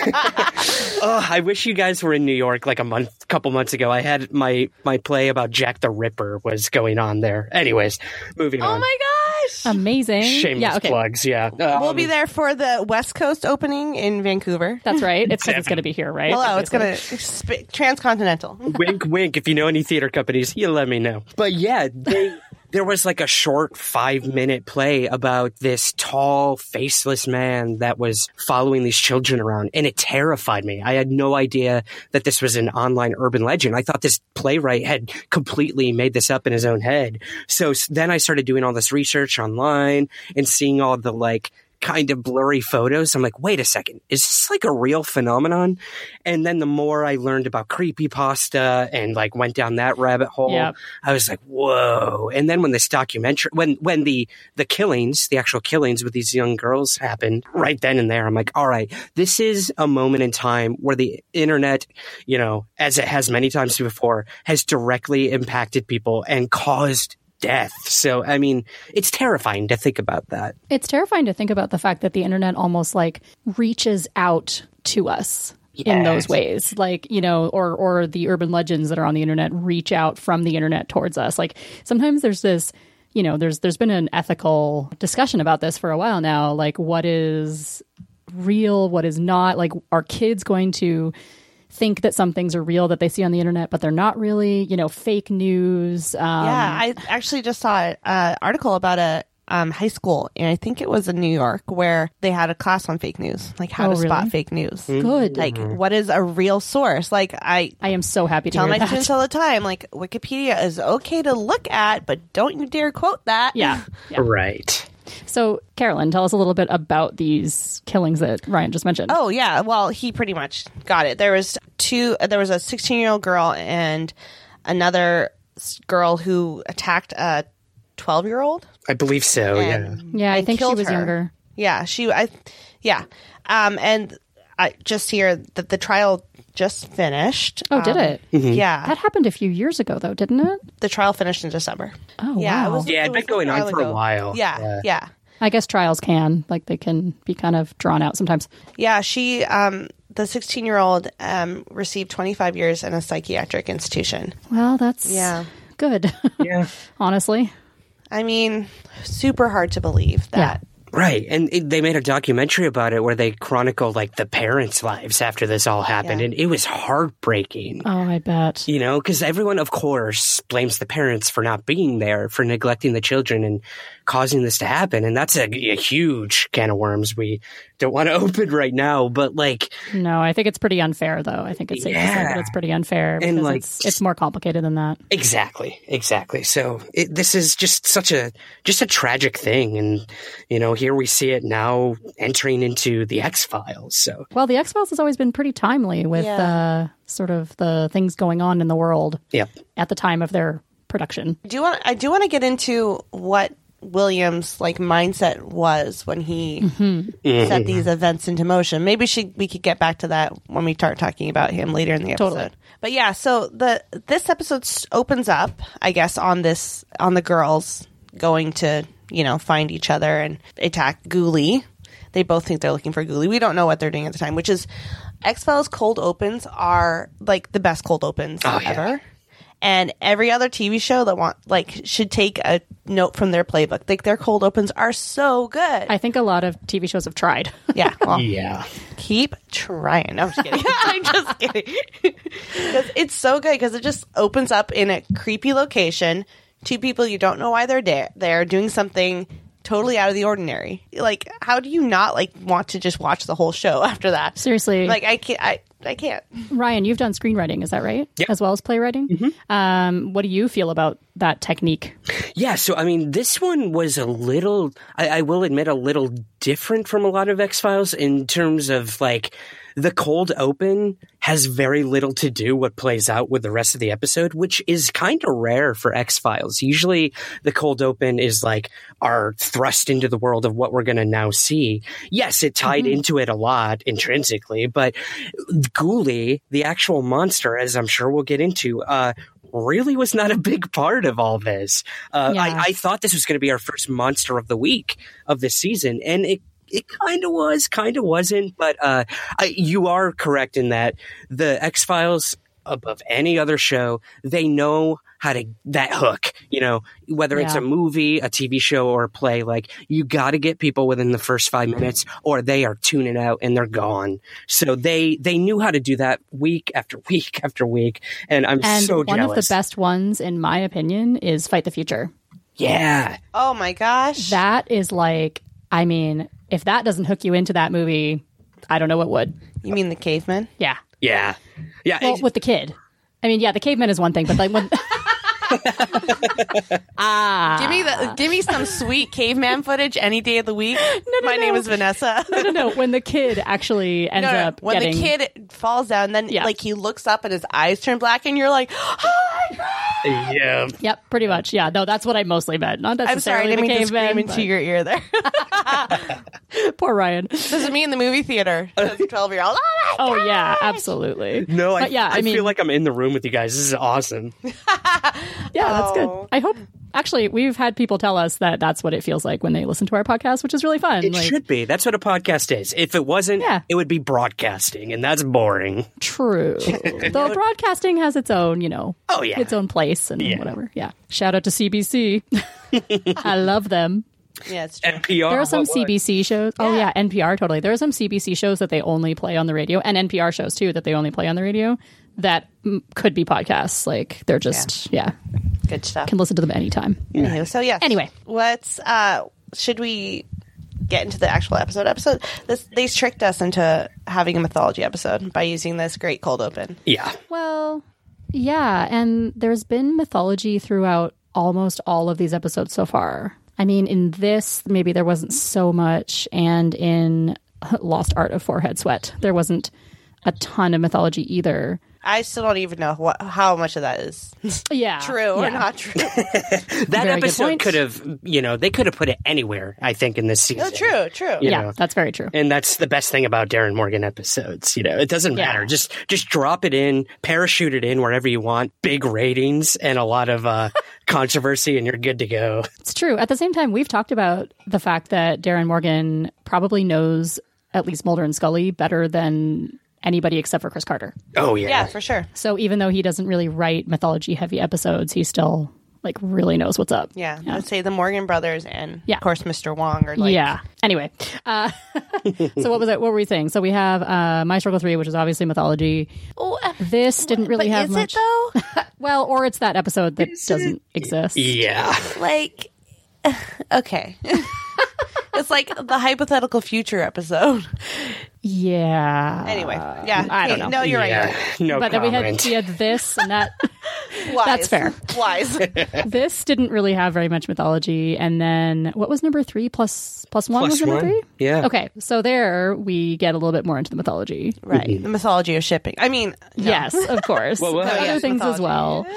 [SPEAKER 5] okay. oh, I wish you guys were in New York like a month, couple months ago. I had my my play about Jack the Ripper was going on there. Anyways, moving on.
[SPEAKER 6] my gosh.
[SPEAKER 7] Amazing.
[SPEAKER 5] Shameless
[SPEAKER 7] yeah, okay.
[SPEAKER 5] plugs, yeah. Uh,
[SPEAKER 6] we'll be there for the West Coast opening in Vancouver.
[SPEAKER 7] That's right. It's 'cause it's going to be here, right?
[SPEAKER 6] Hello, it's
[SPEAKER 7] Obviously.
[SPEAKER 6] gonna sp- transcontinental.
[SPEAKER 7] Um,
[SPEAKER 5] (laughs) wink, wink. If you know any theater companies, you let me know. But yeah, they, there was like a short five minute play about this tall, faceless man that was following these children around, and it terrified me. I had no idea that this was an online urban legend. I thought this playwright had completely made this up in his own head. So s- then I started doing all this research online and seeing all the like kind of blurry photos. I'm like, wait a second, is this like a real phenomenon? And then the more I learned about creepypasta and like went down that rabbit hole,
[SPEAKER 7] Yep.
[SPEAKER 5] I was like, whoa. And then when this documentary when when the the killings, the actual killings with these young girls happened, right then and there, I'm like, all right, this is a moment in time where the internet, you know, as it has many times before, has directly impacted people and caused death. So I mean, it's terrifying to think about that.
[SPEAKER 7] It's terrifying to think about the fact that the internet almost like reaches out to us in those ways. Like, you know, or or the urban legends that are on the internet reach out from the internet towards us. Like sometimes there's this you know, there's there's been an ethical discussion about this for a while now. Like what is real, what is not? Like are kids going to think that some things are real that they see on the internet, but they're not really, you know, fake news. Um,
[SPEAKER 6] yeah, I actually just saw an article about a um, high school, and I think it was in New York, where they had a class on fake news, like how
[SPEAKER 7] Oh,
[SPEAKER 6] to spot
[SPEAKER 7] really? Hmm.
[SPEAKER 6] fake news.
[SPEAKER 7] Good.
[SPEAKER 6] Like, what is a real source? Like, I
[SPEAKER 7] I am so happy to
[SPEAKER 6] tell
[SPEAKER 7] hear
[SPEAKER 6] my
[SPEAKER 7] that.
[SPEAKER 6] students all the time, like, Wikipedia is okay to look at, but don't you dare quote that.
[SPEAKER 7] (laughs) yeah. Yeah.
[SPEAKER 5] Right.
[SPEAKER 7] So, Carolyn, tell us a little bit about these killings that Ryan just mentioned.
[SPEAKER 6] Oh yeah, well he pretty much got it. There was two. uh, There was a 16 year old girl and another s- girl who attacked a 12 year old.
[SPEAKER 5] I believe so. yeah.
[SPEAKER 7] yeah, I
[SPEAKER 6] and
[SPEAKER 7] think she
[SPEAKER 6] killed
[SPEAKER 7] was
[SPEAKER 6] her.
[SPEAKER 7] younger.
[SPEAKER 6] Yeah, she. I. Yeah, um, and I just hear that the trial just finished.
[SPEAKER 7] Oh, did
[SPEAKER 6] Um,
[SPEAKER 7] it?
[SPEAKER 6] Yeah,
[SPEAKER 7] That happened a few years ago, though, didn't it?
[SPEAKER 6] the trial finished in December.
[SPEAKER 7] Oh,
[SPEAKER 6] yeah,
[SPEAKER 7] wow.
[SPEAKER 6] it was,
[SPEAKER 5] Yeah, it'd
[SPEAKER 6] was
[SPEAKER 5] been going on
[SPEAKER 6] while
[SPEAKER 5] for a
[SPEAKER 6] ago.
[SPEAKER 5] while.
[SPEAKER 6] Yeah,
[SPEAKER 5] Yeah.
[SPEAKER 6] yeah, yeah.
[SPEAKER 7] I guess trials can like they can be kind of drawn out sometimes.
[SPEAKER 6] she. Um, the 16 year old um, received 25 years in a psychiatric institution.
[SPEAKER 7] Well, that's
[SPEAKER 6] Yeah.
[SPEAKER 7] good. (laughs) Yeah, honestly,
[SPEAKER 6] I mean, super hard to believe that.
[SPEAKER 5] Right. And it, they made a documentary about it where they chronicle like the parents' lives after this all happened.
[SPEAKER 6] Yeah.
[SPEAKER 5] And it was heartbreaking.
[SPEAKER 7] Oh, I bet.
[SPEAKER 5] You know, because everyone, of course, blames the parents for not being there, for neglecting the children and causing this to happen. And that's a, a huge can of worms we don't want to (laughs) open right now. But like,
[SPEAKER 7] No, I think it's pretty unfair, though. I think it's safe to say
[SPEAKER 5] Yeah.
[SPEAKER 7] that it's pretty unfair because
[SPEAKER 5] like,
[SPEAKER 7] it's, it's more complicated than that.
[SPEAKER 5] Exactly, exactly. So it, this is just such a just a tragic thing, and you know here we see it now entering into the X Files. So
[SPEAKER 7] Well, the X Files has always been pretty timely with uh, sort of the things going on in the world
[SPEAKER 5] yep,
[SPEAKER 7] at the time of their production.
[SPEAKER 6] do want I do want to get into what Williams like mindset was when he set these events into motion. Maybe she we could get back to that when we start talking about him later in the episode. But yeah, so the this episode s- opens up, I guess, on this on the girls going to you know find each other and attack Ghoulie. They both think they're looking for Ghoulie. We don't know what they're doing at the time, which is X Files cold opens are like the best cold opens ever and every other TV show that want like should take a note from their playbook. Like their cold opens are so good.
[SPEAKER 7] I think a lot of TV shows have tried.
[SPEAKER 6] yeah, well,
[SPEAKER 5] yeah,
[SPEAKER 6] keep trying. No, I'm just
[SPEAKER 7] (laughs)
[SPEAKER 6] kidding. (laughs) I'm just kidding. 'Cause it's so good because it just opens up in a creepy location. Two people you don't know why they're there. They're doing something totally out of the ordinary. Like, how do you not like want to just watch the whole show (laughs) after that?
[SPEAKER 7] Seriously,
[SPEAKER 6] Like, I can't. I, I can't.
[SPEAKER 7] Ryan, you've done screenwriting, is that right? As well as playwriting.
[SPEAKER 5] Mm-hmm.
[SPEAKER 7] Um, what do you feel about that technique?
[SPEAKER 5] yeah. So I mean, this one was a little, I, I will admit, a little different from a lot of X Files in terms of like the cold open has very little to do what plays out with the rest of the episode, which is kind of rare for X Files. Usually, the cold open is like our thrust into the world of what we're going to now see. Yes, it tied into it a lot intrinsically, but Ghoulie, the actual monster, as I'm sure we'll get into, uh, really was not a big part of all this. Uh,
[SPEAKER 7] Yeah.
[SPEAKER 5] I, I thought this was going to be our first monster of the week of this season, and it it kind of was, kind of wasn't. But uh, I, you are correct in that the X Files above any other show, they know how to that hook. you know, whether it's
[SPEAKER 7] Yeah.
[SPEAKER 5] a movie, a TV show, or a play, like you got to get people within the first five minutes, or they are tuning out and they're gone. So they they knew how to do that week after (laughs) week after week, and I'm
[SPEAKER 7] And
[SPEAKER 5] so
[SPEAKER 7] one
[SPEAKER 5] jealous.
[SPEAKER 7] of the best ones, in my opinion, is Fight the Future.
[SPEAKER 5] yeah,
[SPEAKER 6] Oh my gosh.
[SPEAKER 7] That is like, I mean, if that doesn't hook you into that movie, I don't know what would.
[SPEAKER 6] you mean the caveman?
[SPEAKER 7] Yeah.
[SPEAKER 5] yeah, yeah.
[SPEAKER 7] Well,
[SPEAKER 5] it-
[SPEAKER 7] with the kid. I mean, yeah, the caveman is one thing, but like when (laughs)
[SPEAKER 6] Give me the, give me some sweet caveman footage any day of the
[SPEAKER 7] (laughs)
[SPEAKER 6] week. my name is Vanessa.
[SPEAKER 7] Ah. no, no, when the kid actually ends
[SPEAKER 6] No, no, no.
[SPEAKER 7] up
[SPEAKER 6] when
[SPEAKER 7] getting
[SPEAKER 6] the kid falls down, then
[SPEAKER 7] Yeah.
[SPEAKER 6] like he looks up and his eyes turn black, and you're like,
[SPEAKER 5] yeah.
[SPEAKER 7] Yep, pretty much. Yeah, no, that's what I mostly meant. Not
[SPEAKER 6] "I'm sorry, I
[SPEAKER 7] necessarily
[SPEAKER 6] didn't
[SPEAKER 7] the
[SPEAKER 6] mean to
[SPEAKER 7] caveman.
[SPEAKER 6] scream into
[SPEAKER 7] but-
[SPEAKER 6] your ear." There,
[SPEAKER 7] (laughs) Poor Ryan.
[SPEAKER 6] (laughs) this is me in the movie theater. Twelve year old. (laughs)
[SPEAKER 7] Oh yeah, absolutely.
[SPEAKER 5] No, I,
[SPEAKER 7] But yeah, I
[SPEAKER 5] I
[SPEAKER 7] mean-
[SPEAKER 5] feel like I'm in the room with you guys. This is awesome.
[SPEAKER 7] Yeah, that's good. I hope. Actually, we've had people tell us that that's what it feels like when they listen to our podcast, which is really fun.
[SPEAKER 5] It
[SPEAKER 7] like,
[SPEAKER 5] should be. That's what a podcast is. If it wasn't,
[SPEAKER 7] Yeah.
[SPEAKER 5] it would be broadcasting, and that's boring. (laughs)
[SPEAKER 7] True. Though broadcasting has its own, you know,
[SPEAKER 5] Oh, yeah.
[SPEAKER 7] its own place and whatever. Yeah. Shout out to CBC. (laughs) I love them.
[SPEAKER 6] Yeah, it's true.
[SPEAKER 5] NPR.
[SPEAKER 7] There are some
[SPEAKER 5] Oh, what would?
[SPEAKER 7] CBC shows. Oh yeah, NPR totally. There are some CBC shows that they only play on the radio, and NPR shows too that they only play on the radio. That mm, could be podcasts. Like they're just yeah,
[SPEAKER 6] Good stuff.
[SPEAKER 7] can listen to them anytime.
[SPEAKER 6] Anywho, so yeah.
[SPEAKER 7] Anyway.
[SPEAKER 6] let's. Uh, should we get into the actual episode? Episode. This they tricked us into having a mythology episode by using this great cold open.
[SPEAKER 5] Yeah.
[SPEAKER 7] Well, yeah, and there's been mythology throughout almost all of these episodes so far. I mean, in this, maybe there wasn't so much, and in (laughs) Lost Art of Forehead Sweat, there wasn't a ton of mythology either.
[SPEAKER 6] I still don't even know what how much of that is
[SPEAKER 7] Yeah.
[SPEAKER 6] true
[SPEAKER 7] yeah.
[SPEAKER 6] or not true. (laughs)
[SPEAKER 5] That
[SPEAKER 7] Very good
[SPEAKER 5] episode
[SPEAKER 7] point.
[SPEAKER 5] could have, you know, they could have put it anywhere, I think, in this season.
[SPEAKER 6] no, true, true.
[SPEAKER 5] You
[SPEAKER 7] Yeah,
[SPEAKER 5] know.
[SPEAKER 7] that's very true.
[SPEAKER 5] And that's the best thing about Darren Morgan episodes. You know, it doesn't
[SPEAKER 7] Yeah.
[SPEAKER 5] matter. Just just drop it in, parachute it in wherever you want, big ratings and a lot of
[SPEAKER 7] (laughs)
[SPEAKER 5] uh, controversy, and you're good to go.
[SPEAKER 7] It's true. At the same time, we've talked about the fact that Darren Morgan probably knows at least Mulder and Scully better than anybody except for Chris Carter.
[SPEAKER 5] Oh, yeah.
[SPEAKER 6] Yeah, for sure.
[SPEAKER 7] So even though he doesn't really write mythology heavy episodes, he still like really knows what's up.
[SPEAKER 6] Yeah, I would say the Morgan brothers and
[SPEAKER 7] Yeah.
[SPEAKER 6] of course Mr. Wong are like
[SPEAKER 7] yeah. Anyway, uh, (laughs) so what was it? What were we saying? So we have uh, My Struggle Three, which is obviously mythology. this didn't really
[SPEAKER 6] Oh, uh, but
[SPEAKER 7] have
[SPEAKER 6] is
[SPEAKER 7] much.
[SPEAKER 6] it though?
[SPEAKER 7] Well, or it's that episode that doesn't exist.
[SPEAKER 5] E- Yeah.
[SPEAKER 6] like, (laughs) okay, (laughs) it's like the hypothetical future episode. (laughs)
[SPEAKER 7] Yeah.
[SPEAKER 6] Anyway, yeah,
[SPEAKER 7] I don't
[SPEAKER 6] hey,
[SPEAKER 7] know.
[SPEAKER 6] No, you're
[SPEAKER 5] yeah.
[SPEAKER 6] right.
[SPEAKER 5] No
[SPEAKER 7] but then we
[SPEAKER 5] comment.
[SPEAKER 7] had we had this
[SPEAKER 5] (laughs)
[SPEAKER 7] and that.
[SPEAKER 6] You're right.
[SPEAKER 7] That's fair.
[SPEAKER 6] Wise.
[SPEAKER 7] this didn't really have very much mythology. And then what was number three plus plus one
[SPEAKER 5] Plus
[SPEAKER 7] was number
[SPEAKER 5] one.
[SPEAKER 7] three?
[SPEAKER 5] Yeah.
[SPEAKER 7] Okay, so there we get a little bit more into the mythology.
[SPEAKER 6] right. The mythology of shipping. I mean,
[SPEAKER 7] Yes, of
[SPEAKER 5] (laughs)
[SPEAKER 7] course.
[SPEAKER 5] what?
[SPEAKER 7] There are
[SPEAKER 5] Oh,
[SPEAKER 7] other
[SPEAKER 6] yes,
[SPEAKER 7] things as
[SPEAKER 6] mythology.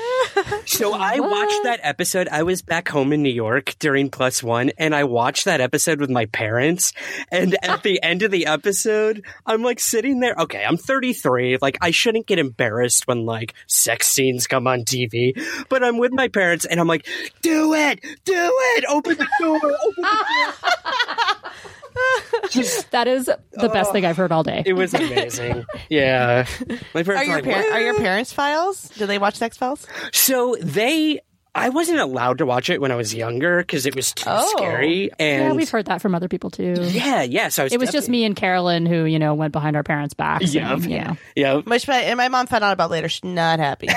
[SPEAKER 7] well.
[SPEAKER 5] So I watched that episode. I was back home in New York during Plus One, and I watched that episode with my parents. And at the end of the episode, I'm like sitting there. Okay, I'm 33. Like I shouldn't get embarrassed when like sex scenes come on TV, but I'm with my parents, and I'm like, "Do it, do it! Open the door! Open the door!"
[SPEAKER 7] That is the best thing I've heard all day.
[SPEAKER 5] It was amazing. Yeah, my parents
[SPEAKER 6] are
[SPEAKER 5] were
[SPEAKER 6] your
[SPEAKER 5] like,
[SPEAKER 6] par-
[SPEAKER 5] "What?"
[SPEAKER 6] are your parents files? Do they watch Sex Files?
[SPEAKER 5] So they. I wasn't allowed to watch it when I was younger because it was too
[SPEAKER 6] Oh.
[SPEAKER 5] scary. And
[SPEAKER 7] yeah, we've heard that from other people too.
[SPEAKER 5] Yeah, yeah. So I was
[SPEAKER 7] It was just me and Carolyn who, you know, went behind our parents' backs.
[SPEAKER 5] Yeah.
[SPEAKER 7] and, you
[SPEAKER 5] Yeah.
[SPEAKER 7] know.
[SPEAKER 5] Yeah,
[SPEAKER 6] Which my and my mom found out about later. She's not
[SPEAKER 7] (laughs)
[SPEAKER 6] happy.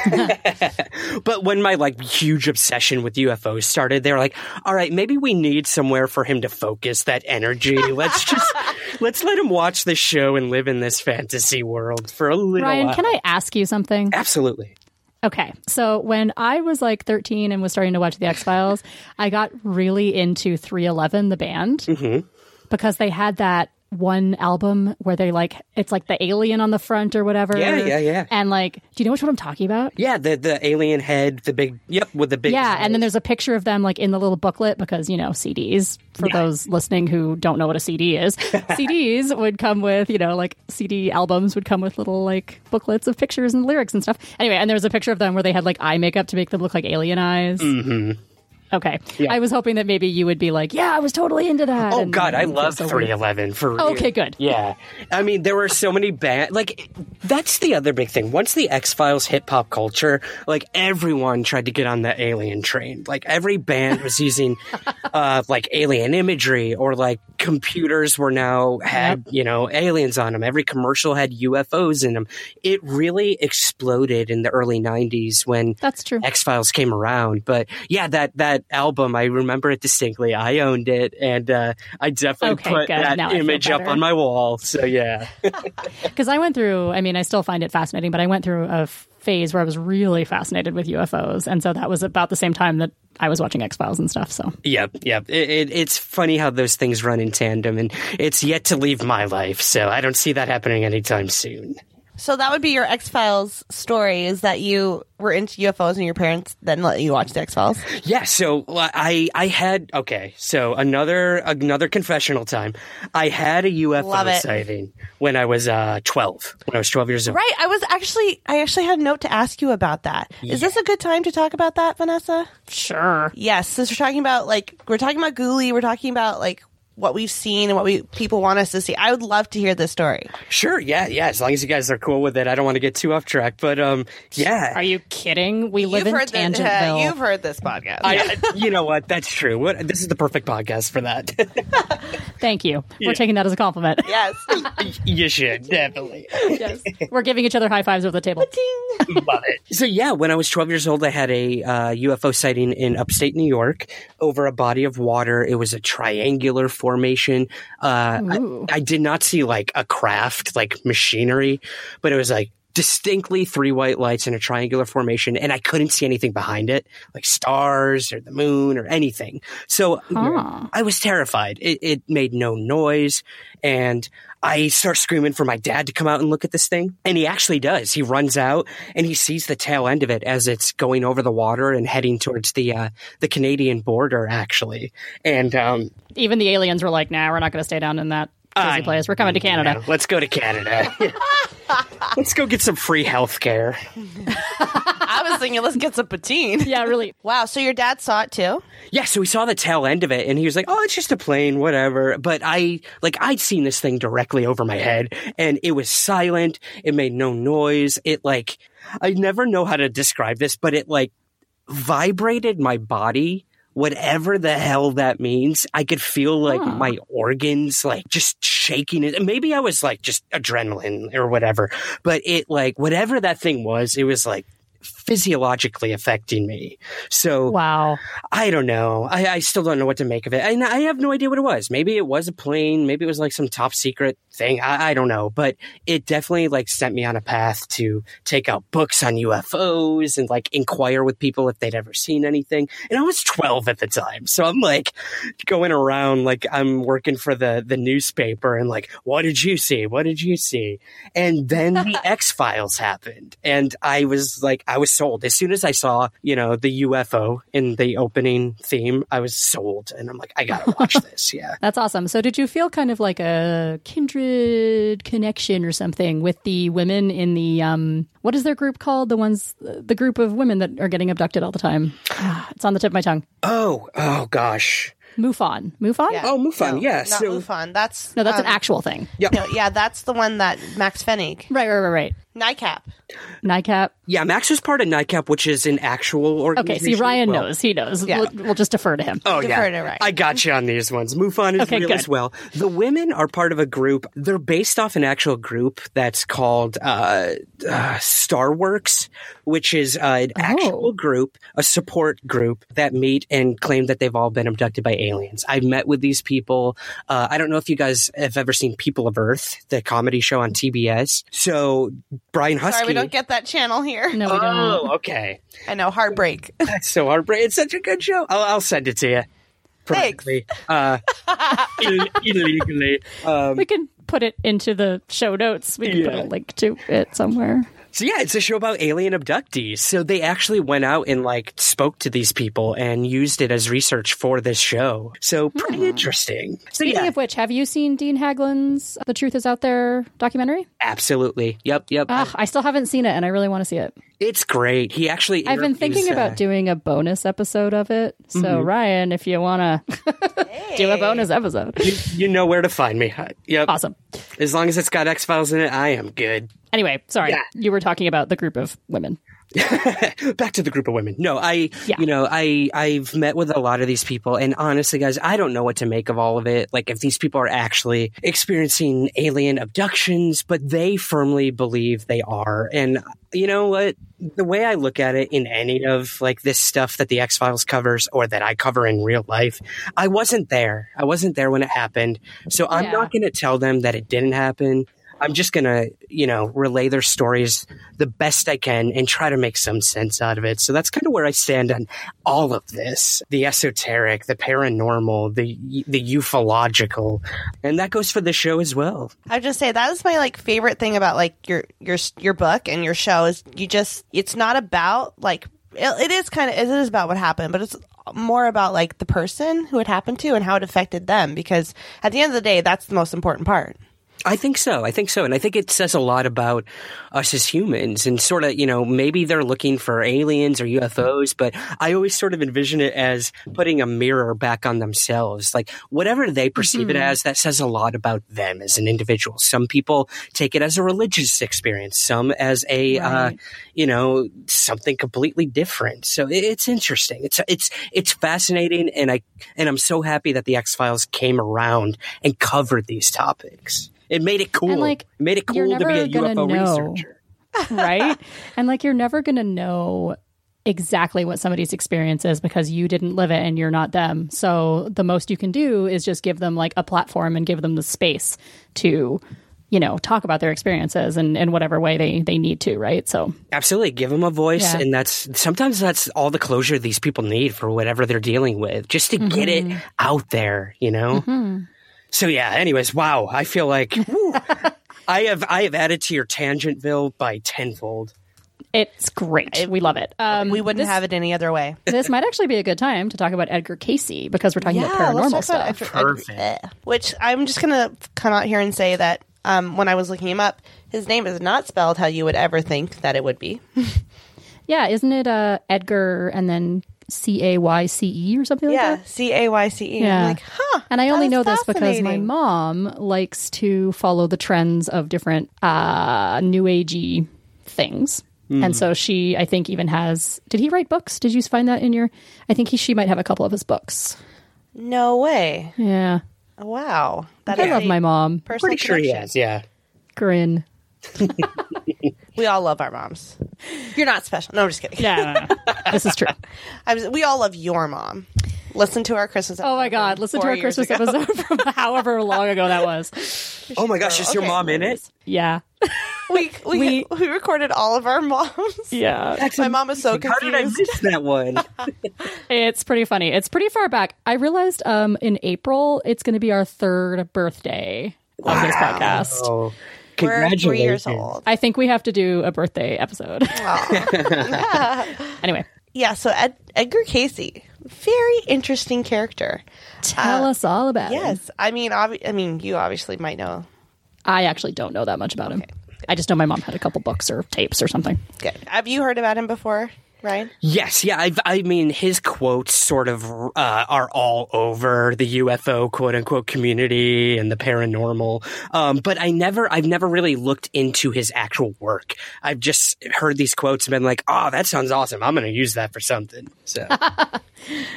[SPEAKER 5] but when my like huge obsession with UFOs started, they were like, "All right, maybe we need somewhere for him to focus that energy. Let's
[SPEAKER 7] (laughs)
[SPEAKER 5] just let's let him watch this show and live in this fantasy world for a little
[SPEAKER 7] Ryan,
[SPEAKER 5] while."
[SPEAKER 7] can I ask you something?
[SPEAKER 5] Absolutely.
[SPEAKER 7] Okay. So when I was like 13 and was starting to watch The X Files, I got really into 311, the band,
[SPEAKER 5] Mm-hmm.
[SPEAKER 7] because they had that one album where they like, it's like the alien on the front or whatever.
[SPEAKER 5] Yeah, yeah, yeah.
[SPEAKER 7] And like, do you know which one I'm talking about?
[SPEAKER 5] Yeah, the the alien head, the big yep with the big
[SPEAKER 7] Yeah, and then there's a picture of them like in the little booklet because you know CDs for those listening who don't know what a CD
[SPEAKER 5] (laughs)
[SPEAKER 7] is. CDs would come with you know like CD albums would come with little like booklets of pictures
[SPEAKER 5] Mm-hmm.
[SPEAKER 7] and lyrics and stuff. Anyway, and there was a picture of them where they had like eye makeup to make them look like alien eyes. Okay. I was hoping that maybe you would be like, yeah, I was totally into that.
[SPEAKER 5] Oh
[SPEAKER 7] and
[SPEAKER 5] God, I
[SPEAKER 7] feel
[SPEAKER 5] love
[SPEAKER 7] so
[SPEAKER 5] three
[SPEAKER 7] weird. Oh,
[SPEAKER 5] eleven for real.
[SPEAKER 7] Okay, good.
[SPEAKER 5] Yeah, I mean there were so many bands. Like that's the other big thing. Once the X Files hit pop culture, like everyone tried to get on the alien train. Like every band
[SPEAKER 7] (laughs)
[SPEAKER 5] was using uh, like alien imagery or like computers were now had you know aliens on them. Every commercial had UFOs in them. It really exploded in the early '90s when
[SPEAKER 7] That's true.
[SPEAKER 5] X Files came around. But yeah, that that album, I remember it distinctly. I owned it, and uh, I definitely
[SPEAKER 7] Okay,
[SPEAKER 5] put
[SPEAKER 7] good.
[SPEAKER 5] that
[SPEAKER 7] Now I feel
[SPEAKER 5] image up
[SPEAKER 7] better.
[SPEAKER 5] on my wall. So yeah,
[SPEAKER 7] Because I went through, I mean, I still find it fascinating, but I went through a f- phase where I was really fascinated with UFOs. And so that was about the same time that I was watching X Files and stuff. So
[SPEAKER 5] yep, yep. It, it, it's funny how those things run in tandem, and it's yet to leave my life. So I don't see that happening anytime soon.
[SPEAKER 6] So that would be your X Files story is that you were into UFOs and your parents then let you watch the X Files.
[SPEAKER 5] Yeah, so well, I I had okay, so another another confessional time. I had a
[SPEAKER 6] Love
[SPEAKER 5] UFO
[SPEAKER 6] it.
[SPEAKER 5] sighting when I was uh, twelve. When I was twelve years old.
[SPEAKER 6] Right. I was actually I actually had a note to ask you about that. Is this a good time to talk about that, Vanessa?
[SPEAKER 7] sure.
[SPEAKER 6] Yes, since we're talking about like we're talking about Ghoulie, we're talking about like what we've seen and what we people want us to see. I would love to hear this story.
[SPEAKER 5] Sure, yeah, yeah. As long as you guys are cool with it, I don't want to get too off track. But um, yeah,
[SPEAKER 7] Are you kidding? We live in Tangentville.
[SPEAKER 6] uh, you've heard this podcast. (laughs)
[SPEAKER 5] I, you know what? That's true. What, this is the perfect podcast for that. (laughs)
[SPEAKER 7] Thank you. We're taking that as a compliment.
[SPEAKER 6] yes.
[SPEAKER 5] you should definitely
[SPEAKER 7] yes. (laughs) We're giving each other high fives over the table.
[SPEAKER 5] (laughs) love it. So yeah, when I was 12 years old, I had a uh, UFO sighting in upstate New York over a body of water. It was a triangular formation. Uh, I, I did not see like a craft, like machinery, but it was like distinctly three white lights in a triangular formation and i couldn't see anything behind it like stars or the moon or anything so i was terrified it, it made no noise and i start screaming for my dad to come out and look at this thing and he actually does he runs out and he sees the tail end of it as it's going over the water and heading towards the uh, the canadian border actually and um
[SPEAKER 7] Even the aliens were like, nah, we're not going to stay down in that crazy
[SPEAKER 5] I-
[SPEAKER 7] place. We're coming to Canada.
[SPEAKER 5] yeah, let's go to canada (laughs) let's go get some free health care
[SPEAKER 6] (laughs) I was thinking let's get some patine.
[SPEAKER 7] Yeah, really.
[SPEAKER 6] (laughs) Wow, so your dad saw it too?
[SPEAKER 5] Yeah, so we saw the tail end of it and he was like, Oh, it's just a plane, whatever. But I like I'd seen this thing directly over my head and it was silent, it made no noise. It like I never know how to describe this, but it like vibrated my body. Whatever the hell that means, I could feel like my organs like just shaking. It maybe I was like just adrenaline or whatever, but it like whatever that thing was, it was like physiologically affecting me. So
[SPEAKER 7] Wow.
[SPEAKER 5] I don't know. I, I still don't know what to make of it. And I have no idea what it was. Maybe it was a plane. Maybe it was like some top secret thing. I, I don't know. But it definitely like sent me on a path to take out books on UFOs and like inquire with people if they'd ever seen anything. And I was 12 at the time. So I'm like (laughs) going around like I'm working for the, the newspaper and like, what did you see? What did you see? And then
[SPEAKER 7] (laughs)
[SPEAKER 5] the X Files happened. And I was like, I was sold. As soon as I saw, you know, the UFO in the opening theme, I was sold. And I'm like, I gotta
[SPEAKER 7] (laughs)
[SPEAKER 5] watch this. Yeah.
[SPEAKER 7] That's awesome. So, did you feel kind of like a kindred connection or something with the women in the um, what is their group called? The ones, the group of women that are getting abducted all the time. (sighs) Ah, it's on the tip of my tongue.
[SPEAKER 5] Oh, oh gosh.
[SPEAKER 7] MUFON. MUFON.
[SPEAKER 5] Oh, MUFON. yeah.
[SPEAKER 6] Not
[SPEAKER 5] So,
[SPEAKER 6] MUFON. That's
[SPEAKER 7] No, that's
[SPEAKER 6] um,
[SPEAKER 7] an actual thing.
[SPEAKER 6] no, yeah, that's the one that Max Fennig.
[SPEAKER 7] Right, right, right,
[SPEAKER 6] NICAP.
[SPEAKER 7] right. NICAP.
[SPEAKER 5] yeah, Max was part of NICAP, which is an actual organization.
[SPEAKER 7] Okay, see, Ryan
[SPEAKER 5] Well,
[SPEAKER 7] knows. He knows.
[SPEAKER 6] Yeah.
[SPEAKER 7] We'll, we'll just defer to him.
[SPEAKER 5] Oh
[SPEAKER 6] Defer
[SPEAKER 5] yeah,
[SPEAKER 6] to Ryan.
[SPEAKER 5] I got you on these ones. MUFON is
[SPEAKER 7] Okay,
[SPEAKER 5] real
[SPEAKER 7] good.
[SPEAKER 5] as well. The women are part of a group. They're based off an actual group that's called uh, uh, Starworks, which is uh, an
[SPEAKER 6] Oh.
[SPEAKER 5] actual group, a support group that meet and claim that they've all been abducted by aliens. I've met with these people. Uh, I don't know if you guys have ever seen People of Earth, the comedy show on TBS. So Brian Husky.
[SPEAKER 6] Sorry, we don't get that channel here.
[SPEAKER 7] No, we don't.
[SPEAKER 5] Oh, okay.
[SPEAKER 6] (laughs) I know, heartbreak.
[SPEAKER 5] That's so heartbreaking. It's such a good show. I'll, I'll send it to you.
[SPEAKER 6] Thanks.
[SPEAKER 5] Privately.
[SPEAKER 7] (laughs)
[SPEAKER 5] Uh, ill- illegally. Um,
[SPEAKER 7] We can put it into the show notes. We can put
[SPEAKER 5] Yeah.
[SPEAKER 7] a link to it somewhere.
[SPEAKER 5] so yeah, it's a show about alien abductees. So they actually went out and like spoke to these people and used it as research for this show. So pretty interesting. So
[SPEAKER 7] Hmm. Speaking
[SPEAKER 5] yeah,
[SPEAKER 7] of which, have you seen Dean Haglund's "The Truth Is Out There" documentary?
[SPEAKER 5] absolutely. Yep, yep.
[SPEAKER 7] uh, Ah, I still haven't seen it, and I really want to see it.
[SPEAKER 5] It's great. He actually.
[SPEAKER 7] I've been
[SPEAKER 5] interviews,
[SPEAKER 7] thinking
[SPEAKER 5] uh,
[SPEAKER 7] about doing a bonus episode of it. So
[SPEAKER 5] Mm-hmm.
[SPEAKER 7] Ryan, if you want to (laughs) do a bonus episode,
[SPEAKER 5] You, you know where to find me. I- Yep.
[SPEAKER 7] awesome.
[SPEAKER 5] As long as it's got X Files in it, I am good.
[SPEAKER 7] Anyway, sorry,
[SPEAKER 5] Yeah.
[SPEAKER 7] you were talking about the group of women.
[SPEAKER 5] (laughs) back to the group of women. No, I,
[SPEAKER 7] Yeah.
[SPEAKER 5] you know, I, I've met with a lot of these people, and honestly, guys, I don't know what to make of all of it. Like, if these people are actually experiencing alien abductions, but they firmly believe they are, and you know what? The way I look at it in any of like this stuff that the X Files covers or that I cover in real life, I wasn't there. I wasn't there when it happened, so I'm
[SPEAKER 7] Yeah.
[SPEAKER 5] not going to tell them that it didn't happen. I'm just gonna, you know, relay their stories the best I can and try to make some sense out of it. So that's kind of where I stand on all of this: the esoteric, the paranormal, the the ufological, and that goes for the show as well.
[SPEAKER 6] I just say that is my like favorite thing about like your your your book and your show is you just it's not about like it, it is kind of it is about what happened, but it's more about like the person who it happened to and how it affected them because at the end of the day that's the most important part.
[SPEAKER 5] I think so. I think so. And I think it says a lot about us as humans and sort of, you know, maybe they're looking for aliens or UFOs, but I always sort of envision it as putting a mirror back on themselves. Like whatever they perceive it as, that says a lot about them as an individual. Some people take it as a religious experience, some as a, uh, you know, something completely different. So it, it's interesting. It's, it's, it's fascinating. And I, and I'm so happy that the X Files came around and covered these topics. It made it cool.
[SPEAKER 7] And, like,
[SPEAKER 5] It made it
[SPEAKER 7] you're
[SPEAKER 5] cool to be
[SPEAKER 7] never
[SPEAKER 5] a
[SPEAKER 7] gonna
[SPEAKER 5] UFO
[SPEAKER 7] know.
[SPEAKER 5] researcher.
[SPEAKER 7] right?
[SPEAKER 6] (laughs)
[SPEAKER 7] and like you're never going to know exactly what somebody's experience is because you didn't live it and you're not them. So the most you can do is just give them like a platform and give them the space to, you know, talk about their experiences and in whatever way they they need to, right? So
[SPEAKER 5] Absolutely, give them a voice,
[SPEAKER 7] Yeah.
[SPEAKER 5] and that's sometimes that's all the closure these people need for whatever they're dealing with, just to get
[SPEAKER 7] Mm-hmm.
[SPEAKER 5] it out there, you know. So yeah. Anyways, wow, I feel
[SPEAKER 7] (laughs)
[SPEAKER 5] like whew, I have I have added to your tangentville by tenfold.
[SPEAKER 7] it's great. We love it. Um,
[SPEAKER 6] we wouldn't
[SPEAKER 7] this,
[SPEAKER 6] have it any other way.
[SPEAKER 7] this might actually be a good time to talk about Edgar Casey because we're talking about
[SPEAKER 6] let's
[SPEAKER 7] paranormal
[SPEAKER 6] talk about
[SPEAKER 7] stuff.
[SPEAKER 6] extra- extra- eh. which I'm just gonna come out here and say that um, when I was looking him up, his name is not spelled how you would ever think that it would be.
[SPEAKER 7] yeah, isn't it uh, Edgar and then C A Y C E or something like that?
[SPEAKER 6] Yeah, C A Y C E.
[SPEAKER 7] Yeah.
[SPEAKER 6] I'm like, huh.
[SPEAKER 7] And I
[SPEAKER 6] that
[SPEAKER 7] only
[SPEAKER 6] is
[SPEAKER 7] know this because my
[SPEAKER 6] fascinating.
[SPEAKER 7] mom likes to follow the trends of different uh, new agey things.
[SPEAKER 6] Mm-hmm.
[SPEAKER 7] And so she, I think, even has. Did he write books? Did you find that in your? I think he, she might have a couple of his books.
[SPEAKER 6] No way.
[SPEAKER 7] Yeah,
[SPEAKER 6] Wow. That
[SPEAKER 7] I
[SPEAKER 6] is
[SPEAKER 7] love
[SPEAKER 6] a
[SPEAKER 7] my mom.
[SPEAKER 6] Personal
[SPEAKER 5] Pretty sure he
[SPEAKER 6] connection.
[SPEAKER 5] has. Yeah.
[SPEAKER 7] Grin.
[SPEAKER 6] We all love our moms. You're not special. No, I'm just kidding.
[SPEAKER 7] Yeah, (laughs)
[SPEAKER 6] (laughs)
[SPEAKER 7] this is true.
[SPEAKER 6] I was, we all love your mom. Listen to our Christmas episode.
[SPEAKER 7] Oh my God! Listen to
[SPEAKER 6] four
[SPEAKER 7] our
[SPEAKER 6] years
[SPEAKER 7] Christmas
[SPEAKER 6] ago.
[SPEAKER 7] episode (laughs) from however long ago that was.
[SPEAKER 5] Oh my gosh, is your mom in it?
[SPEAKER 7] Yeah,
[SPEAKER 6] (laughs) We, we, we,
[SPEAKER 7] We-
[SPEAKER 6] recorded all of our moms.
[SPEAKER 7] yeah.
[SPEAKER 6] my mom is so
[SPEAKER 5] How did I
[SPEAKER 6] confused.
[SPEAKER 5] miss that
[SPEAKER 6] (laughs)
[SPEAKER 5] one?
[SPEAKER 7] It's pretty funny. It's pretty far back. I realized um in April it's going to be our third birthday of this podcast.
[SPEAKER 5] Oh,
[SPEAKER 6] We're
[SPEAKER 5] congratulations!
[SPEAKER 6] three years old.
[SPEAKER 7] I think we have to do a birthday
[SPEAKER 6] (laughs)
[SPEAKER 7] episode. (laughs) anyway,
[SPEAKER 6] Yeah, so Ed, Edgar Casey, very interesting character.
[SPEAKER 7] tell us all about him.
[SPEAKER 6] Uh, Yes, I mean, obvi- I mean, you obviously might know.
[SPEAKER 7] I actually don't know that much about him. I just know my mom had a couple books or tapes or something.
[SPEAKER 6] Good. Have you heard about him before, Ryan?
[SPEAKER 5] Yes, yeah. I've, I mean, his quotes sort of uh, are all over the UFO quote unquote community and the paranormal. Um, but I never, I've never really looked into his actual work. I've just heard these quotes and been like, "Oh, that sounds awesome! I'm going to use that for something." (laughs) So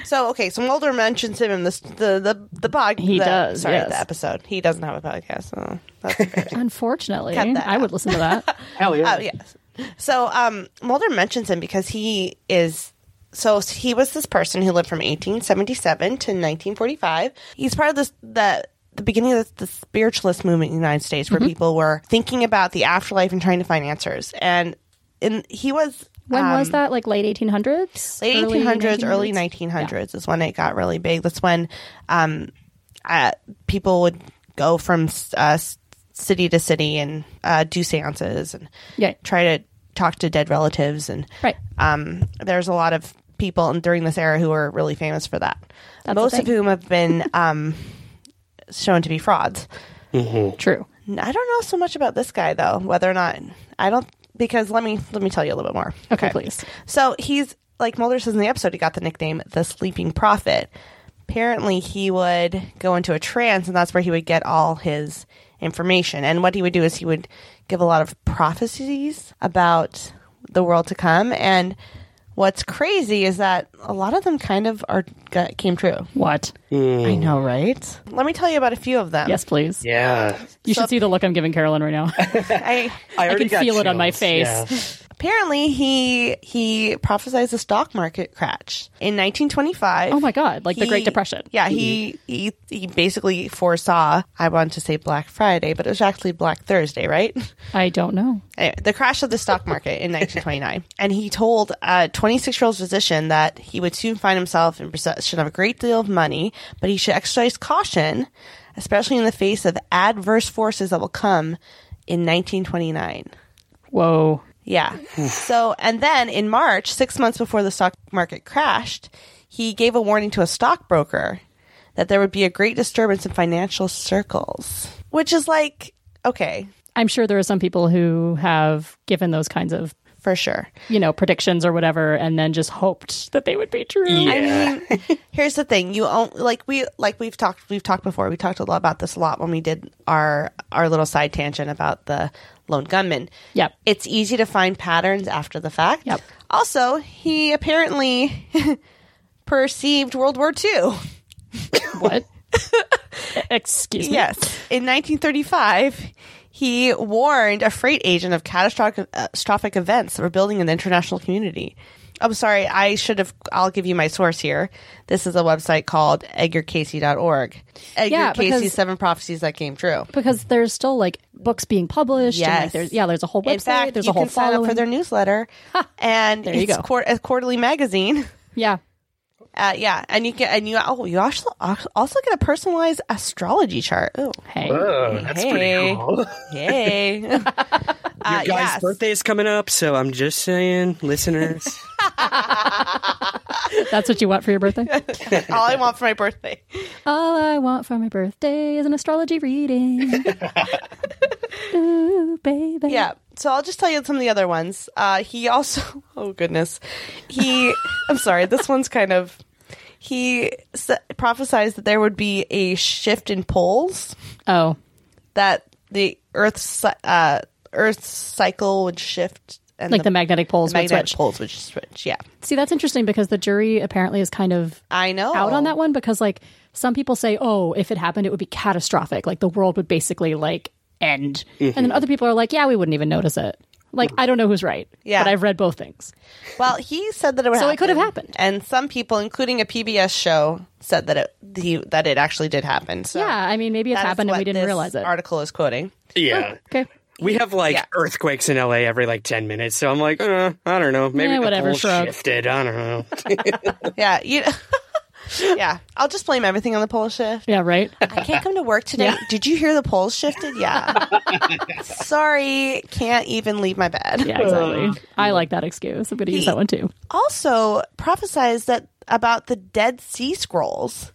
[SPEAKER 6] So okay, so Mulder mentions him in this the the the podcast.
[SPEAKER 7] He
[SPEAKER 6] the,
[SPEAKER 7] does,
[SPEAKER 6] Sorry,
[SPEAKER 7] yes.
[SPEAKER 6] the episode. He doesn't have a podcast. So that's embarrassing.
[SPEAKER 7] Unfortunately,
[SPEAKER 6] Cut that
[SPEAKER 7] I
[SPEAKER 6] out.
[SPEAKER 7] would listen
[SPEAKER 6] (laughs)
[SPEAKER 7] to that.
[SPEAKER 5] hell yeah,
[SPEAKER 6] Oh, yes. So um, Mulder mentions him because he is. So he was this person who lived from 1877 to 1945. He's part of this the the beginning of the, the spiritualist movement in the United States,
[SPEAKER 7] Mm-hmm.
[SPEAKER 6] where people were thinking about the afterlife and trying to find answers. And in he was
[SPEAKER 7] When
[SPEAKER 6] um,
[SPEAKER 7] was that? Like late 1800s?
[SPEAKER 6] late
[SPEAKER 7] Early
[SPEAKER 6] 1800s, early
[SPEAKER 7] 1900s?
[SPEAKER 6] 1900s is when it got really big. That's when um, uh, people would go from uh, s- city to city and uh, do seances and
[SPEAKER 7] Yeah.
[SPEAKER 6] try to talk to dead relatives. And
[SPEAKER 7] Right.
[SPEAKER 6] um, there's a lot of people in, during this era who are really famous for that.
[SPEAKER 7] That's
[SPEAKER 6] Most
[SPEAKER 7] a
[SPEAKER 6] of
[SPEAKER 7] thing.
[SPEAKER 6] whom have been um, shown to be frauds.
[SPEAKER 7] True.
[SPEAKER 6] Oh. I don't know so much about this guy though. Whether or not I don't, because let me let me tell you a little bit more.
[SPEAKER 7] Okay, please.
[SPEAKER 6] So he's like Mulder says in the episode, he got the nickname the Sleeping Prophet. Apparently, he would go into a trance, and that's where he would get all his information. And what he would do is he would give a lot of prophecies about the world to come. And what's crazy is that a lot of them kind of are got- came true.
[SPEAKER 7] What?
[SPEAKER 6] I know, right? Let me tell you about a few of them.
[SPEAKER 7] Yes, please.
[SPEAKER 5] Yeah.
[SPEAKER 7] You should see the look I'm giving Carolyn right now.
[SPEAKER 6] I,
[SPEAKER 5] I,
[SPEAKER 7] I
[SPEAKER 5] already
[SPEAKER 7] can
[SPEAKER 5] got
[SPEAKER 7] feel it on my
[SPEAKER 5] chills.
[SPEAKER 7] face.
[SPEAKER 5] Yeah.
[SPEAKER 6] apparently, he he prophesized the stock market crash in 1925.
[SPEAKER 7] Oh my god, like the Great
[SPEAKER 6] he-
[SPEAKER 7] Depression.
[SPEAKER 6] Yeah, he he he basically foresaw. I wanted to say Black Friday, but it was actually Black Thursday, right? (laughs)
[SPEAKER 7] I don't know.
[SPEAKER 6] Anyway, the crash of the stock market in
[SPEAKER 7] (laughs)
[SPEAKER 6] 1929, and he told a 26 year old physician that he would soon find himself in possession of a great deal of money, but he should exercise caution, especially in the face of adverse forces that will come in 1929.
[SPEAKER 7] Whoa.
[SPEAKER 6] Yeah. so, and then in March, six months before the stock market crashed, he gave a warning to a stockbroker that there would be a great disturbance in financial circles, which is like, okay,
[SPEAKER 7] I'm sure there are some people who have given those kinds of,
[SPEAKER 6] for sure.
[SPEAKER 7] you know, predictions or whatever and then just hoped that they would be true.
[SPEAKER 6] I mean, here's the thing. You own like we like we've talked we've talked before. We talked a lot about this a lot when we did our our little side tangent about the lone gunman.
[SPEAKER 7] Yep.
[SPEAKER 6] It's easy to find patterns after the fact.
[SPEAKER 7] Yep.
[SPEAKER 6] Also, he apparently (laughs) perceived World War II.
[SPEAKER 7] (laughs)
[SPEAKER 6] (laughs)
[SPEAKER 7] What? Excuse me.
[SPEAKER 6] Yes. In 1935, he warned a freight agent of catastrophic, uh, catastrophic events that were building in the international community. I'm sorry, I should have. I'll give you my source here. This is a website called edgarcasey.org. Edgar
[SPEAKER 7] Yeah, because-
[SPEAKER 6] Casey's Seven Prophecies That Came True.
[SPEAKER 7] Because there's still like books being published. And,
[SPEAKER 6] Yes.
[SPEAKER 7] like, there's, yeah, there's a whole website.
[SPEAKER 6] In fact,
[SPEAKER 7] there's
[SPEAKER 6] you
[SPEAKER 7] a whole
[SPEAKER 6] can sign up for
[SPEAKER 7] following.
[SPEAKER 6] their newsletter, and
[SPEAKER 7] you
[SPEAKER 6] it's
[SPEAKER 7] go.
[SPEAKER 6] quar- a quarterly magazine.
[SPEAKER 7] Yeah.
[SPEAKER 6] Uh, yeah, and you get and you oh you also also get a personalized astrology chart.
[SPEAKER 7] (laughs)
[SPEAKER 6] Ooh,
[SPEAKER 7] Hey.
[SPEAKER 5] Oh, that's
[SPEAKER 6] Hey.
[SPEAKER 5] pretty cool.
[SPEAKER 7] Uh,
[SPEAKER 5] Your
[SPEAKER 6] yay! (laughs) Your
[SPEAKER 5] guy's birthday is coming up, so I'm just saying, listeners.
[SPEAKER 7] (laughs) That's what you want for
[SPEAKER 6] (laughs)
[SPEAKER 7] your birthday?
[SPEAKER 6] all I want for my birthday.
[SPEAKER 7] All I want for my birthday is an
[SPEAKER 6] (laughs)
[SPEAKER 7] astrology reading. Ooh, baby.
[SPEAKER 6] Yeah. So I'll just tell you some of the other ones. Uh, he also, (laughs) oh goodness, he. I'm sorry. This one's kind of. He s- prophesized that there would be a shift in poles
[SPEAKER 7] Oh.
[SPEAKER 6] that the Earth's cy- uh, Earth's cycle would shift, and
[SPEAKER 7] Like the magnetic poles would
[SPEAKER 6] magnetic
[SPEAKER 7] switch.
[SPEAKER 6] poles would switch. Yeah,
[SPEAKER 7] See, that's interesting because the jury apparently is kind of
[SPEAKER 6] I know.
[SPEAKER 7] out on that one because like some people say, oh, if it happened, it would be catastrophic. Like the world would basically like end. And then
[SPEAKER 6] Mm-hmm.
[SPEAKER 7] other people are like, yeah, we wouldn't even notice it. Like I don't know who's right.
[SPEAKER 6] Yeah.
[SPEAKER 7] But I've read both things.
[SPEAKER 6] Well, he said that it would.
[SPEAKER 7] So
[SPEAKER 6] happen.
[SPEAKER 7] it could have happened.
[SPEAKER 6] and some people, including a PBS show, said that it the, that it actually did happen. So
[SPEAKER 7] Yeah, I mean maybe it's
[SPEAKER 6] that is
[SPEAKER 7] happened and we
[SPEAKER 6] what
[SPEAKER 7] didn't
[SPEAKER 6] this
[SPEAKER 7] realize it.
[SPEAKER 6] Article is quoting.
[SPEAKER 5] yeah.
[SPEAKER 7] Okay.
[SPEAKER 5] We have like
[SPEAKER 6] Yeah.
[SPEAKER 5] earthquakes in LA every like 10 minutes, so I'm like, uh, I don't know. Maybe
[SPEAKER 7] Eh,
[SPEAKER 5] the
[SPEAKER 7] whatever,
[SPEAKER 5] poles
[SPEAKER 7] shrug.
[SPEAKER 5] shifted. I don't know.
[SPEAKER 6] Yeah, you. (laughs) yeah, I'll just blame everything on the pole shift.
[SPEAKER 7] Yeah,
[SPEAKER 6] (laughs)
[SPEAKER 7] right?
[SPEAKER 6] I can't come to work today. Did you hear the polls shifted? Yeah. (laughs) Sorry, can't even leave my bed.
[SPEAKER 7] Yeah, exactly. I like that excuse. I'm gonna use that one too.
[SPEAKER 6] Also, prophesies that about the Dead Sea Scrolls.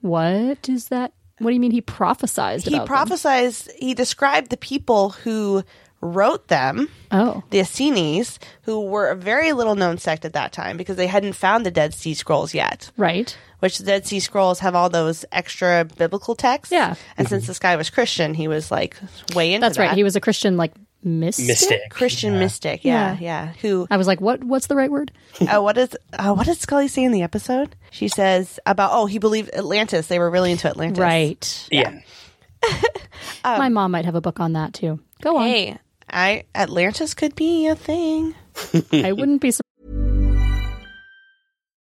[SPEAKER 7] What is that? What do you mean he prophesized
[SPEAKER 6] He
[SPEAKER 7] about them?
[SPEAKER 6] prophesized. He described the people who wrote them.
[SPEAKER 7] Oh.
[SPEAKER 6] the Essenes, who were a very little known sect at that time because they hadn't found the Dead Sea Scrolls yet,
[SPEAKER 7] Right.
[SPEAKER 6] which the Dead Sea Scrolls have all those extra biblical texts.
[SPEAKER 7] Yeah.
[SPEAKER 6] And since this guy was Christian, he was like way into
[SPEAKER 7] That's right.
[SPEAKER 6] that.
[SPEAKER 7] He was a Christian like mystic.
[SPEAKER 5] Mystic.
[SPEAKER 6] Christian mystic. Yeah, yeah. Who
[SPEAKER 7] I was like, what what's the right word?
[SPEAKER 6] uh, what is uh, what did Scully say in the episode? She says about oh, he believed Atlantis. They were really into Atlantis.
[SPEAKER 7] Right.
[SPEAKER 5] Yeah.
[SPEAKER 7] My mom might have a book on that too. Go on.
[SPEAKER 6] Um, Hey, I Atlantis could be a thing.
[SPEAKER 7] I wouldn't be surprised.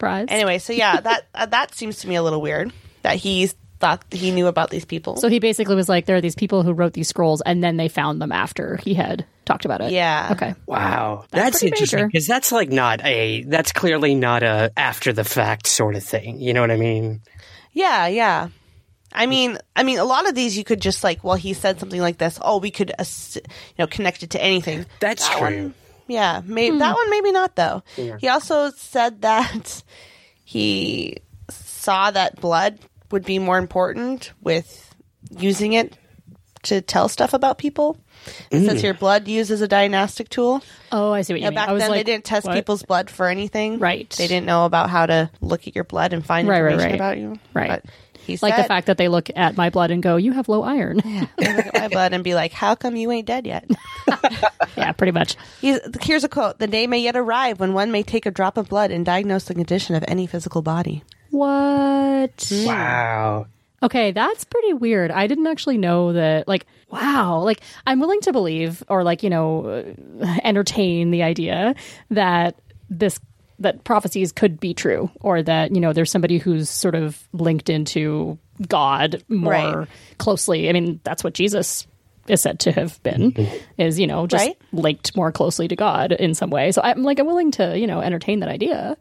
[SPEAKER 7] Prize.
[SPEAKER 6] Anyway, so yeah, that uh, that seems to me a little weird that he thought he knew about these people.
[SPEAKER 7] So he basically was like, there are these people who wrote these scrolls, and then they found them after he had talked about it.
[SPEAKER 6] Yeah.
[SPEAKER 7] Okay.
[SPEAKER 5] Wow,
[SPEAKER 7] That's
[SPEAKER 5] that's,
[SPEAKER 7] pretty
[SPEAKER 5] interesting
[SPEAKER 7] major.
[SPEAKER 5] because that's like not a that's clearly not a after the fact sort of thing. You know what I mean?
[SPEAKER 6] Yeah, yeah. I mean, I mean, a lot of these you could just like, well, he said something like this. Oh, we could, ass- you know, connect it to anything.
[SPEAKER 5] That's
[SPEAKER 6] That
[SPEAKER 5] true.
[SPEAKER 6] one- yeah,
[SPEAKER 7] Hmm.
[SPEAKER 6] maybe that one, maybe not though. He also said that he saw that blood would be more important with using it to tell stuff about people. It says here, blood used as a diagnostic tool.
[SPEAKER 7] Oh, I see what Mm. you
[SPEAKER 6] Yeah,
[SPEAKER 7] mean.
[SPEAKER 6] back
[SPEAKER 7] I was
[SPEAKER 6] then
[SPEAKER 7] like,
[SPEAKER 6] they didn't test
[SPEAKER 7] what?
[SPEAKER 6] people's blood for anything.
[SPEAKER 7] Right.
[SPEAKER 6] They didn't know about how to look at your blood and find
[SPEAKER 7] Right, right,
[SPEAKER 6] information
[SPEAKER 7] right.
[SPEAKER 6] about you.
[SPEAKER 7] Right.
[SPEAKER 6] But he
[SPEAKER 7] Like
[SPEAKER 6] said,
[SPEAKER 7] the fact that they look at my blood and go, "You have low iron." (laughs) Yeah,
[SPEAKER 6] They look at my blood and be like, "How come you ain't dead yet?"
[SPEAKER 7] pretty much.
[SPEAKER 6] He's, here's a quote: "The day may yet arrive when one may take a drop of blood and diagnose the condition of any physical body."
[SPEAKER 7] What?
[SPEAKER 6] Hmm.
[SPEAKER 5] Wow.
[SPEAKER 7] Okay, that's pretty weird. I didn't actually know that. Like, wow. Like, I'm willing to believe or like, you know, uh, entertain the idea that this that prophecies could be true or that, you know, there's somebody who's sort of linked into God more
[SPEAKER 6] Right.
[SPEAKER 7] closely. I mean, that's what Jesus is said to have been is, you know, just
[SPEAKER 6] Mm-hmm. Right.
[SPEAKER 7] linked more closely to God in some way. So I'm like I'm willing to, you know, entertain that idea.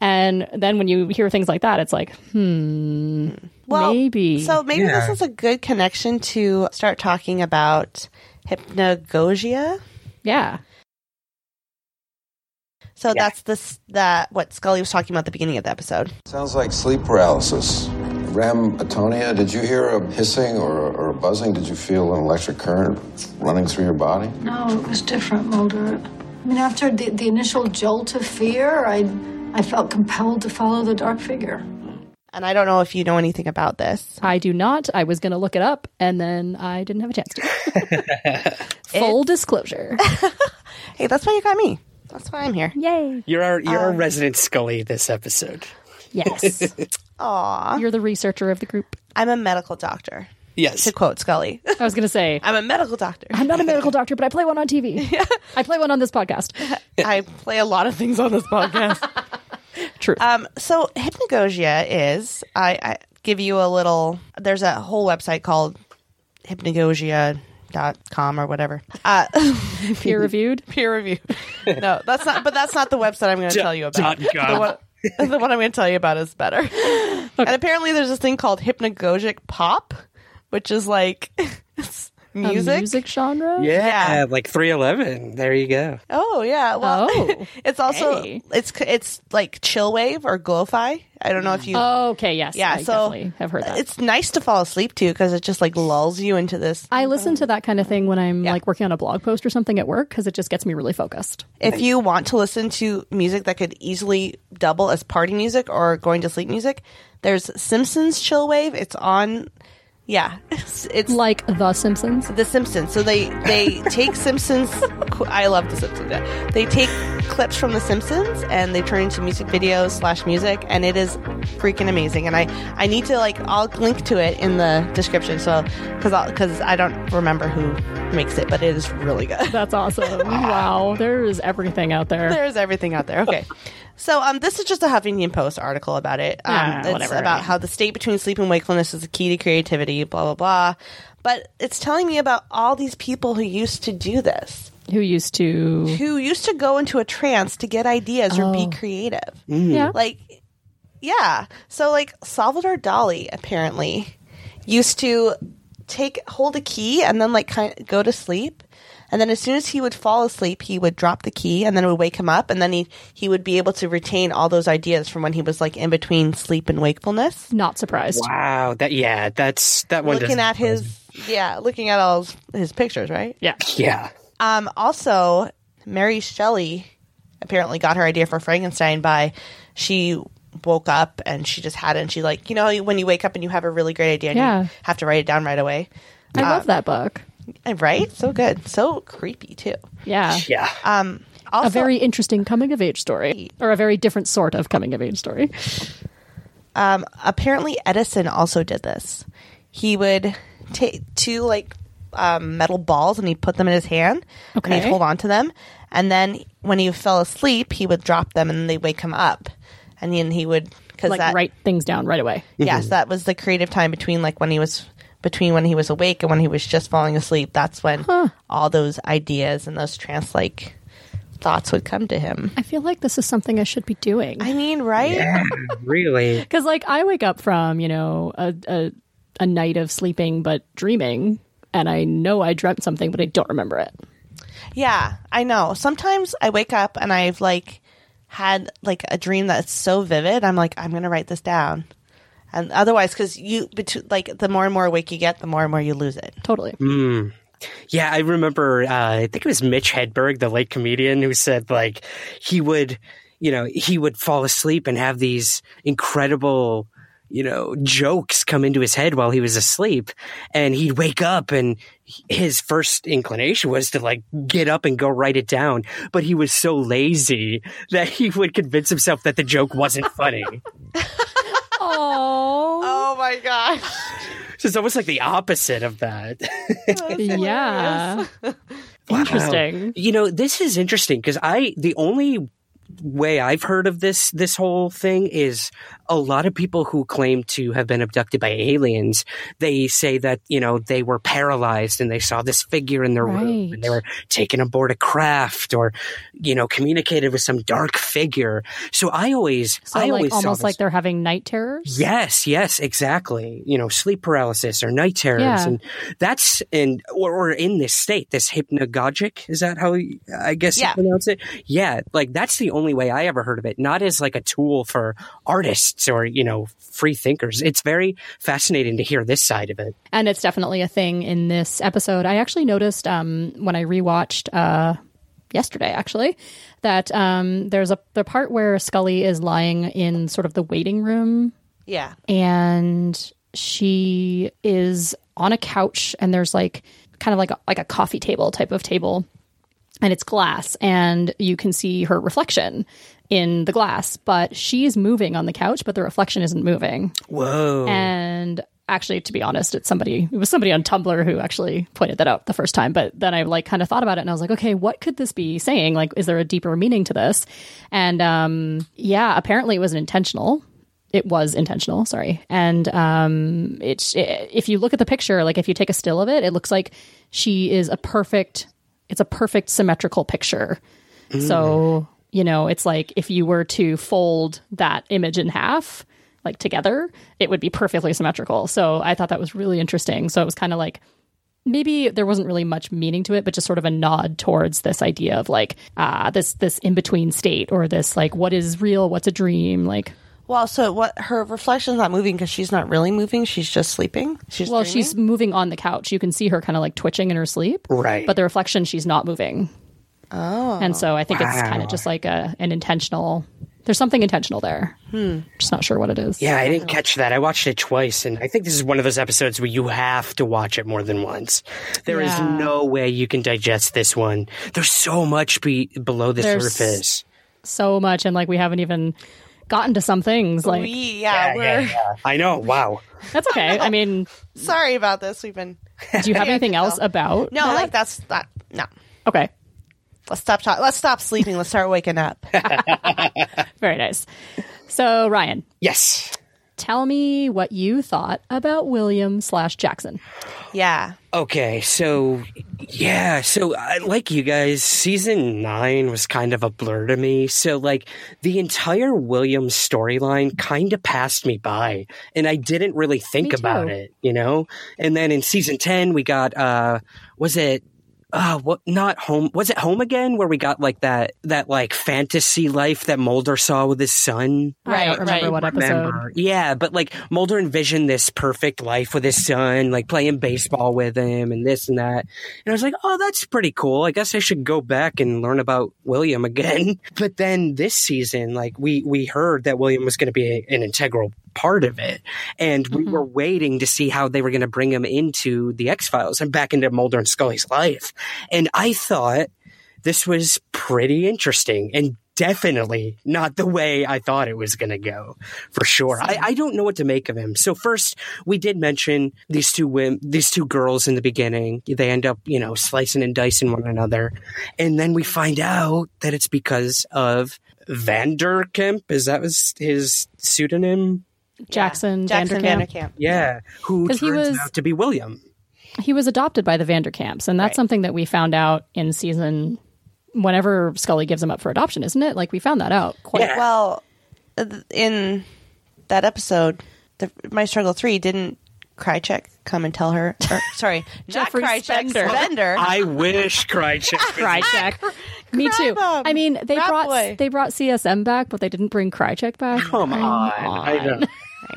[SPEAKER 7] And then when you hear things like that, it's like, hmm,
[SPEAKER 6] Well,
[SPEAKER 7] maybe.
[SPEAKER 6] So maybe this is a good connection to start talking about hypnagogia.
[SPEAKER 7] yeah.
[SPEAKER 6] So that's this that what Scully was talking about at the beginning of the episode.
[SPEAKER 4] Sounds like sleep paralysis. Ram Atonia, did you hear a hissing or, or a buzzing? Did you feel an electric current running through your body?
[SPEAKER 3] No, it was different, Mulder. I mean, after the, the initial jolt of fear, I, I felt compelled to follow the dark figure.
[SPEAKER 6] And I don't know if you know anything about this.
[SPEAKER 7] I do not. I was going to look it up and then I didn't have a chance to.
[SPEAKER 6] (laughs)
[SPEAKER 7] Full disclosure.
[SPEAKER 6] Uh-huh. Hey, that's why you got me. That's why I'm here.
[SPEAKER 7] Yay.
[SPEAKER 5] You're our you're our resident Scully this episode.
[SPEAKER 7] Yes.
[SPEAKER 6] Aw,
[SPEAKER 7] You're the researcher of the group.
[SPEAKER 6] I'm a medical doctor.
[SPEAKER 5] Yes.
[SPEAKER 6] To quote Scully,
[SPEAKER 7] I was going to say,
[SPEAKER 6] (laughs) I'm a medical doctor.
[SPEAKER 7] I'm not a medical doctor, but I play one
[SPEAKER 6] (laughs)
[SPEAKER 7] on TV. I play one on this podcast. (laughs)
[SPEAKER 6] I play a lot of things on this podcast.
[SPEAKER 7] True.
[SPEAKER 6] Um, so hypnagogia is I, I give you a little. There's a whole website called hypnagogia.com or whatever. Uh,
[SPEAKER 7] Peer reviewed.
[SPEAKER 6] peer review. (laughs) No, that's not. But that's not the website I'm going to tell you about.
[SPEAKER 5] dot com.
[SPEAKER 6] The one, (laughs) the one I'm going to tell you about is
[SPEAKER 7] (laughs)
[SPEAKER 6] better. And apparently, there's this thing called hypnagogic pop, which is like (laughs) it's
[SPEAKER 7] A
[SPEAKER 6] music.
[SPEAKER 7] music genre?
[SPEAKER 5] Yeah,
[SPEAKER 6] Yeah.
[SPEAKER 5] like 311. There you go.
[SPEAKER 6] Oh yeah. Well,
[SPEAKER 7] Oh,
[SPEAKER 6] (laughs) it's also
[SPEAKER 7] hey.
[SPEAKER 6] it's it's like chill wave or lo-fi. I don't know if you.
[SPEAKER 7] okay. Yes.
[SPEAKER 6] yeah,
[SPEAKER 7] I
[SPEAKER 6] so
[SPEAKER 7] definitely have Oh, heard that.
[SPEAKER 6] it's nice to fall asleep to because it just like lulls you into this.
[SPEAKER 7] I listen to that kind of thing when I'm
[SPEAKER 6] Yeah.
[SPEAKER 7] like working on a blog post or something at work because it just gets me really focused.
[SPEAKER 6] If you want to listen to music that could easily double as party music or going to sleep music, there's Simpsons Chill Wave. It's on, yeah, (laughs) it's, it's
[SPEAKER 7] Like The Simpsons.
[SPEAKER 6] The Simpsons. So they
[SPEAKER 7] (laughs)
[SPEAKER 6] they take Simpsons. I love The Simpsons. yeah. They take clips from The Simpsons and they turn into music videos slash music, and it is freaking amazing. And I I need to like I'll link to it in the description. So because because I don't remember who makes it, but it is really
[SPEAKER 7] (laughs)
[SPEAKER 6] good.
[SPEAKER 7] That's awesome. wow. There is everything out there.
[SPEAKER 6] There's everything out there. Okay. So um, this is just a Huffington Post article about it. Um,
[SPEAKER 7] Ah,
[SPEAKER 6] it's
[SPEAKER 7] whatever,
[SPEAKER 6] about
[SPEAKER 7] right.
[SPEAKER 6] how the state between sleep and wakefulness is the key to creativity. Blah blah blah. But it's telling me about all these people who used to do this,
[SPEAKER 7] Who used to.
[SPEAKER 6] who used to go into a trance to get ideas or be creative.
[SPEAKER 5] Hmm.
[SPEAKER 7] Yeah.
[SPEAKER 6] Like, yeah. So like Salvador Dali apparently used to take hold a key and then like kind of go to sleep. And then as soon as he would fall asleep, he would drop the key and then it would wake him up and then he he would be able to retain all those ideas from when he was like in between sleep and wakefulness.
[SPEAKER 7] Not surprised.
[SPEAKER 5] Wow. That yeah. That's that one.
[SPEAKER 6] Looking
[SPEAKER 5] doesn't-
[SPEAKER 6] at his yeah, looking at all his, his pictures, right?
[SPEAKER 7] Yeah.
[SPEAKER 5] Yeah.
[SPEAKER 6] Um, also, Mary Shelley apparently got her idea for Frankenstein by she woke up and she just had it. And she like you know when you wake up and you have a really great idea, and
[SPEAKER 7] Yeah.
[SPEAKER 6] you have to write it down right away.
[SPEAKER 7] I love that book.
[SPEAKER 6] Right? So good, so creepy too.
[SPEAKER 7] Yeah.
[SPEAKER 5] Yeah.
[SPEAKER 6] Um,
[SPEAKER 7] a very interesting coming of age story, or a very different sort of coming of age story.
[SPEAKER 6] um, apparently Edison also did this. He would take two like um, metal balls and he put them in his hand and
[SPEAKER 7] Okay.
[SPEAKER 6] he'd hold on to them. And then when he fell asleep, he would drop them and they wake him up. And then he would because
[SPEAKER 7] Like
[SPEAKER 6] that
[SPEAKER 7] write things down right away.
[SPEAKER 6] yes, that was the creative time between like when he was between when he was awake and when he was just falling asleep. That's when all those ideas and those trance like thoughts would come to him.
[SPEAKER 7] I feel like this is something I should be doing.
[SPEAKER 6] I mean, right?
[SPEAKER 5] (laughs) really.
[SPEAKER 7] Because like I wake up from you know a, a a night of sleeping but dreaming, and I know I dreamt something but I don't remember it.
[SPEAKER 6] Yeah, I know. Sometimes I wake up and I've like had like a dream that's so vivid. I'm like, I'm gonna write this down, and otherwise, because you bet- like the more and more awake you get, the more and more you lose it.
[SPEAKER 7] Totally.
[SPEAKER 5] Mm. Yeah, I remember. Uh, I think it was Mitch Hedberg, the late comedian, who said like he would, you know, he would fall asleep and have these incredible, you know, jokes come into his head while he was asleep, and he'd wake up and his first inclination was to like get up and go write it down, but he was so lazy that he would convince himself that the joke wasn't funny.
[SPEAKER 7] Oh.
[SPEAKER 6] Oh my gosh!
[SPEAKER 5] so it's almost like the opposite of that.
[SPEAKER 7] yeah.
[SPEAKER 5] Wow.
[SPEAKER 7] Interesting.
[SPEAKER 5] You know, this is interesting because I the only way I've heard of this this whole thing is a lot of people who claim to have been abducted by aliens, they say that, you know, they were paralyzed and they saw this figure in their room
[SPEAKER 7] Right.
[SPEAKER 5] and they were taken aboard a craft or, you know, communicated with some dark figure. So I always
[SPEAKER 7] So
[SPEAKER 5] I
[SPEAKER 7] like
[SPEAKER 5] always saw
[SPEAKER 7] almost
[SPEAKER 5] this-
[SPEAKER 7] like they're having night terrors.
[SPEAKER 5] Yes, yes, exactly. You know, sleep paralysis or night terrors,
[SPEAKER 7] Yeah.
[SPEAKER 5] and that's in or, or in this state, this hypnagogic. Is that how you- I guess
[SPEAKER 6] Yeah.
[SPEAKER 5] you pronounce it? Yeah, like that's the only way I ever heard of it. Not as like a tool for artists or you know free thinkers. It's very fascinating to hear this side of it.
[SPEAKER 7] and it's definitely a thing in this episode. I actually noticed um, when I rewatched uh, yesterday, actually, that um, there's a the part where Scully is lying in sort of the waiting room,
[SPEAKER 6] Yeah,
[SPEAKER 7] and she is on a couch, and there's like kind of like a, like a coffee table type of table, and it's glass, and you can see her reflection in the glass, but she's moving on the couch, but the reflection isn't moving
[SPEAKER 5] Whoa!
[SPEAKER 7] and actually to be honest it's somebody it was somebody on tumblr who actually pointed that out the first time but then i like kind of thought about it and i was like okay what could this be saying like is there a deeper meaning to this and um yeah apparently it was not intentional it was intentional sorry and um it's i if you look at the picture like if you take a still of it it looks like she is a perfect it's a perfect symmetrical picture so, you know, it's like if you were to fold that image in half, like together, it would be perfectly symmetrical. So I thought that was really interesting. So it was kind of like maybe there wasn't really much meaning to it, but just sort of a nod towards this idea of like uh, this this in between state or this like what is real, what's a dream, like.
[SPEAKER 6] Well, so what? Her reflection's not moving because she's not really moving. She's just sleeping. She's
[SPEAKER 7] Well,
[SPEAKER 6] dreaming?
[SPEAKER 7] she's moving on the couch. You can see her kind of like twitching in her sleep.
[SPEAKER 5] Right.
[SPEAKER 7] But the reflection, she's not moving. Oh. And so I think it's kind of just like a, an intentional, there's something intentional there. Hmm. Just not sure what it is.
[SPEAKER 5] yeah, I didn't catch that. I watched it twice, and I think this is one of those episodes where you have to watch it more than once. There is
[SPEAKER 7] Yeah.
[SPEAKER 5] no way you can digest this one. There's so much be- below the
[SPEAKER 7] There's-
[SPEAKER 5] surface.
[SPEAKER 7] So much. And like we haven't even gotten to some things. Like,
[SPEAKER 6] we yeah, we're
[SPEAKER 5] I know. Wow.
[SPEAKER 7] that's okay. I mean,
[SPEAKER 6] sorry about this. We've (laughs) been
[SPEAKER 7] do you have anything else about?
[SPEAKER 6] no like that's that no.
[SPEAKER 7] Okay.
[SPEAKER 6] Let's stop talking. Let's stop sleeping. (laughs) Let's start waking up.
[SPEAKER 7] Very nice. So, Ryan,
[SPEAKER 5] Yes.
[SPEAKER 7] Tell me what you thought about William slash Jackson.
[SPEAKER 6] Yeah.
[SPEAKER 5] Okay, so yeah, so I, like you guys, season nine was kind of a blur to me. So like the entire Williams storyline kind of passed me by, and I didn't really think about it, you know. And then in season ten, we got uh, was it uh what not home was it home again where we got like that that like fantasy life that Mulder saw with his son
[SPEAKER 7] I don't remember what episode.
[SPEAKER 5] remember. Yeah, but like Mulder envisioned this perfect life with his son, like playing baseball with him and this and that. And I was like, oh, that's pretty cool. I guess I should go back and learn about William again. (laughs) But then this season, like we we heard that William was going to be a- an integral part of it, and we
[SPEAKER 7] Mm-hmm.
[SPEAKER 5] were waiting to see how they were going to bring him into the X Files and back into Mulder and Scully's life. And I thought this was pretty interesting and definitely not the way I thought it was going to go for sure. I, I don't know what to make of him. So first, we did mention these two women, these two girls in the beginning. They end up, you know, slicing and dicing one another, and then we find out that it's because of Vanderkemp. Is that was his pseudonym?
[SPEAKER 7] Jackson,
[SPEAKER 6] Jackson
[SPEAKER 7] Vanderkamp.
[SPEAKER 5] Yeah, who
[SPEAKER 7] 'Cause
[SPEAKER 5] turns
[SPEAKER 7] he was-
[SPEAKER 5] out to be William.
[SPEAKER 7] He was adopted by the Vanderkamps, and that's something that we found out in season whenever Scully gives him up for adoption, isn't it? Like we found that out quite
[SPEAKER 6] Well, th- in that episode, the, My Struggle 3, didn't Krychek come and tell her? (laughs) Or, sorry, not
[SPEAKER 7] Jeffrey
[SPEAKER 6] Krychek,
[SPEAKER 7] Spender.
[SPEAKER 6] Spender. (laughs)
[SPEAKER 5] I wish
[SPEAKER 7] (laughs)
[SPEAKER 5] Krychek. was-
[SPEAKER 7] Krychek. Me too. I mean, they
[SPEAKER 6] Crab
[SPEAKER 7] brought
[SPEAKER 6] boy.
[SPEAKER 7] they brought CSM back, but they didn't bring Krychek back.
[SPEAKER 5] Come on, I know.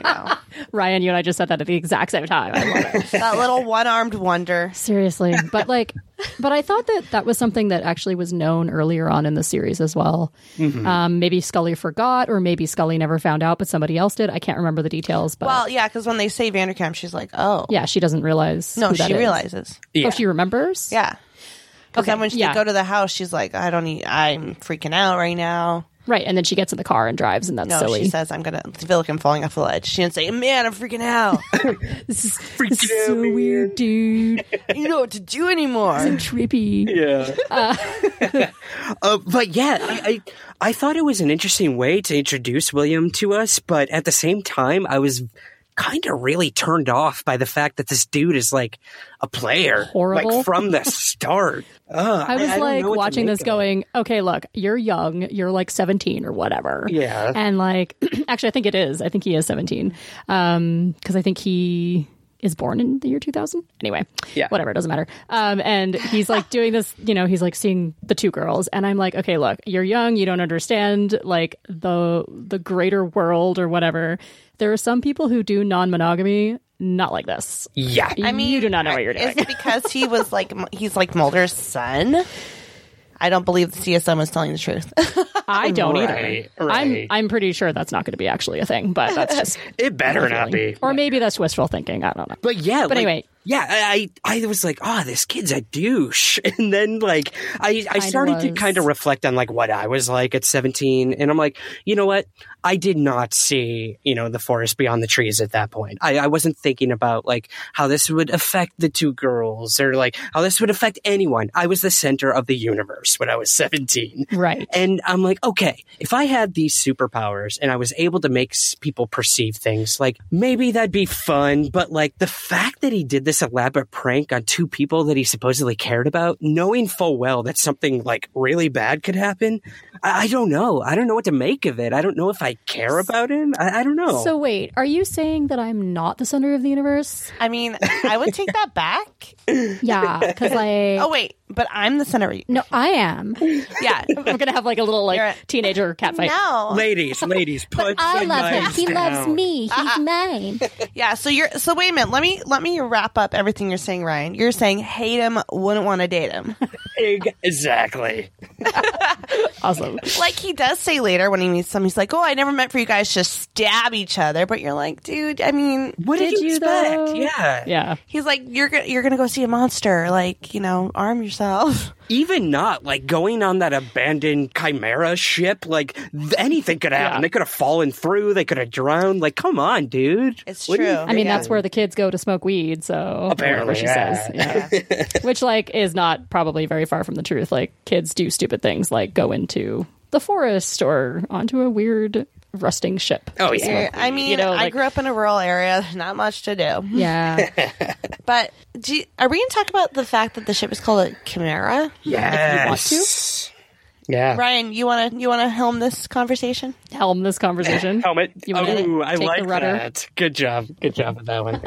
[SPEAKER 7] Oh, Ryan, you and I just said that at the exact same time. I love it.
[SPEAKER 6] that little one armed wonder.
[SPEAKER 7] (laughs) Seriously, but like, but I thought that that was something that actually was known earlier on in the series as well.
[SPEAKER 6] Mm-hmm.
[SPEAKER 7] Um, maybe Scully forgot, or maybe Scully never found out, but somebody else did. I can't remember the details, but
[SPEAKER 6] Well, yeah, because when they say Vanderkamp, she's like, oh.
[SPEAKER 7] yeah, she doesn't realize.
[SPEAKER 6] No,
[SPEAKER 7] who that
[SPEAKER 6] she
[SPEAKER 7] is.
[SPEAKER 6] realizes.
[SPEAKER 5] Yeah.
[SPEAKER 7] Oh, she remembers.
[SPEAKER 6] Yeah. Because then when she,
[SPEAKER 7] yeah.
[SPEAKER 6] they go to the house, she's like, I don't need, I'm freaking out right now.
[SPEAKER 7] right. And then she gets in the car and drives, and that's
[SPEAKER 6] No,
[SPEAKER 7] silly.
[SPEAKER 6] she says, I'm going to feel like I'm falling off a ledge. She didn't say, man, I'm freaking
[SPEAKER 7] (laughs)
[SPEAKER 6] out.
[SPEAKER 7] this is,
[SPEAKER 5] Freaking
[SPEAKER 7] this is so
[SPEAKER 5] out, man.
[SPEAKER 6] (laughs)
[SPEAKER 7] weird, dude.
[SPEAKER 6] you know what to do anymore.
[SPEAKER 7] Trippy.
[SPEAKER 5] Yeah. uh, but yeah, I, I I thought it was an interesting way to introduce William to us, but at the same time, I was kind of really turned off by the fact that this dude is like a player,
[SPEAKER 7] Horrible.
[SPEAKER 5] like from
[SPEAKER 7] (laughs)
[SPEAKER 5] the start. Ugh,
[SPEAKER 7] I was
[SPEAKER 5] don't
[SPEAKER 7] like
[SPEAKER 5] know what to
[SPEAKER 7] watching
[SPEAKER 5] make
[SPEAKER 7] this
[SPEAKER 5] of it.
[SPEAKER 7] going, okay, look, you're young. You're like 17 or whatever.
[SPEAKER 5] Yeah.
[SPEAKER 7] And like, (clears throat) actually, I think it is. I think he is 17. Um, cause I think he is born in the year 2000. Anyway,
[SPEAKER 5] Yeah.
[SPEAKER 7] whatever. It doesn't matter. Um, and he's like doing this, you know, he's like seeing the two girls and I'm like, okay, look, you're young. You don't understand like the, the greater world or whatever. There are some people who do non-monogamy, not like this.
[SPEAKER 5] Yeah.
[SPEAKER 7] I mean, you do not know what you're doing.
[SPEAKER 6] Is it because he was
[SPEAKER 7] (laughs)
[SPEAKER 6] like, he's like Mulder's son? I don't believe the CSM was telling the truth. (laughs)
[SPEAKER 7] I don't
[SPEAKER 5] Right,
[SPEAKER 7] either.
[SPEAKER 5] right.
[SPEAKER 7] I'm I'm pretty sure that's not going to be actually a thing, but
[SPEAKER 5] (laughs)
[SPEAKER 7] that's just
[SPEAKER 5] It better not be.
[SPEAKER 7] or maybe that's wistful thinking. I don't know.
[SPEAKER 5] But yeah,
[SPEAKER 7] But
[SPEAKER 5] like-
[SPEAKER 7] anyway.
[SPEAKER 5] yeah, I, I I was like, oh, this kid's a douche, (laughs) and then like I I started to
[SPEAKER 7] was.
[SPEAKER 5] kind of reflect on like what I was like at seventeen, and I'm like, you know what, I did not see you know the forest beyond the trees at that point. I, I wasn't thinking about like how this would affect the two girls or like how this would affect anyone. I was the center of the universe when I was seventeen,
[SPEAKER 7] Right.
[SPEAKER 5] and I'm like, okay, if I had these superpowers and I was able to make s- people perceive things, like maybe that'd be fun. But like the fact that he did this elaborate prank on two people that he supposedly cared about, knowing full well that something like really bad could happen, I, I don't know. I don't know what to make of it. I don't know if I care about him. I, I don't know.
[SPEAKER 7] So wait, are you saying that I'm not the center of the (laughs) universe?
[SPEAKER 6] I mean, I would take that back.
[SPEAKER 7] Yeah, because like
[SPEAKER 6] Oh, wait, but I'm the center. of-
[SPEAKER 7] no, I (laughs) am.
[SPEAKER 6] Yeah.
[SPEAKER 7] We're gonna have like a little
[SPEAKER 6] You're
[SPEAKER 7] like
[SPEAKER 6] a-
[SPEAKER 7] teenager catfight.
[SPEAKER 6] No.
[SPEAKER 5] (laughs) ladies, ladies, put the knives down.
[SPEAKER 7] me.
[SPEAKER 5] (laughs)
[SPEAKER 7] He's mine.
[SPEAKER 6] Yeah, so you're so wait a minute. Let me let me wrap up everything you're saying, Ryan. You're saying hate him, wouldn't want to date
[SPEAKER 7] (laughs)
[SPEAKER 6] him.
[SPEAKER 5] Exactly.
[SPEAKER 7] Awesome.
[SPEAKER 6] like he does say later when he meets them, he's like, "Oh, I never meant for you guys to stab each other." But you're like, "Dude, I mean,
[SPEAKER 5] What did,
[SPEAKER 7] Did
[SPEAKER 5] you
[SPEAKER 7] you,
[SPEAKER 5] expect?
[SPEAKER 7] though?
[SPEAKER 5] Yeah.
[SPEAKER 7] Yeah.
[SPEAKER 6] He's like, "You're go- you're going to go see a monster, like, you know, arm (laughs) yourself."
[SPEAKER 5] even not like going on that abandoned chimera ship like th- anything could happen
[SPEAKER 7] Yeah.
[SPEAKER 5] they could have fallen through they could have drowned like come on dude
[SPEAKER 6] It's
[SPEAKER 5] What do you
[SPEAKER 6] true.
[SPEAKER 7] I mean,
[SPEAKER 6] Yeah.
[SPEAKER 7] that's where the kids go to smoke weed. So
[SPEAKER 5] Apparently,
[SPEAKER 7] whatever she
[SPEAKER 5] yeah.
[SPEAKER 7] says,
[SPEAKER 5] (laughs)
[SPEAKER 7] Yeah. which like is not probably very far from the truth. Like kids do stupid things, like go into the forest or onto a weird rusting ship.
[SPEAKER 5] Oh,
[SPEAKER 7] yeah.
[SPEAKER 6] I mean,
[SPEAKER 7] You know,
[SPEAKER 6] I
[SPEAKER 7] like-
[SPEAKER 6] grew up in a rural area. There's Not much to do.
[SPEAKER 7] Yeah.
[SPEAKER 6] but do you, are we going to talk about the fact that the ship is called a Chimera?
[SPEAKER 5] Yes. Yeah.
[SPEAKER 6] Ryan, you want to you want to helm this conversation?
[SPEAKER 7] (laughs) Helm this conversation.
[SPEAKER 5] Helmet.
[SPEAKER 7] You wanna
[SPEAKER 5] Oh, I
[SPEAKER 7] take the
[SPEAKER 5] like
[SPEAKER 7] rudder?
[SPEAKER 5] that. Good job. Good job with that
[SPEAKER 6] (laughs)
[SPEAKER 5] one.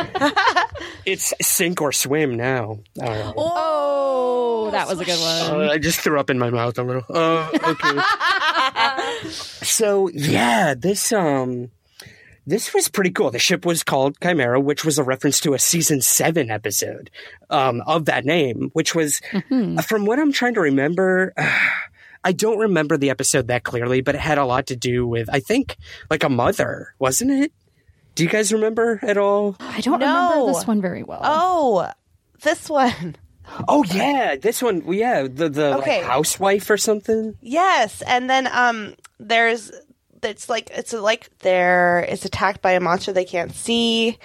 [SPEAKER 5] it's sink or swim now. I don't know.
[SPEAKER 7] Oh, that was a good
[SPEAKER 5] Uh, I just threw up in my mouth a little. Uh, okay.
[SPEAKER 6] (laughs)
[SPEAKER 5] so yeah, this um, this was pretty cool. The ship was called Chimera, which was a reference to a season seven episode um, of that name, which was,
[SPEAKER 6] Mm-hmm.
[SPEAKER 5] uh, from what I'm trying to remember. (sighs) I don't remember the episode that clearly, but it had a lot to do with, I think, like a mother, wasn't it? Do you guys remember at all?
[SPEAKER 7] I don't
[SPEAKER 6] No.
[SPEAKER 7] remember this one very well.
[SPEAKER 6] Oh, this one.
[SPEAKER 5] Oh yeah, this one. Yeah, the the
[SPEAKER 6] Okay.
[SPEAKER 5] like, housewife or something.
[SPEAKER 6] Yes, and then um, there's it's like it's like they're it's attacked by a monster they can't see.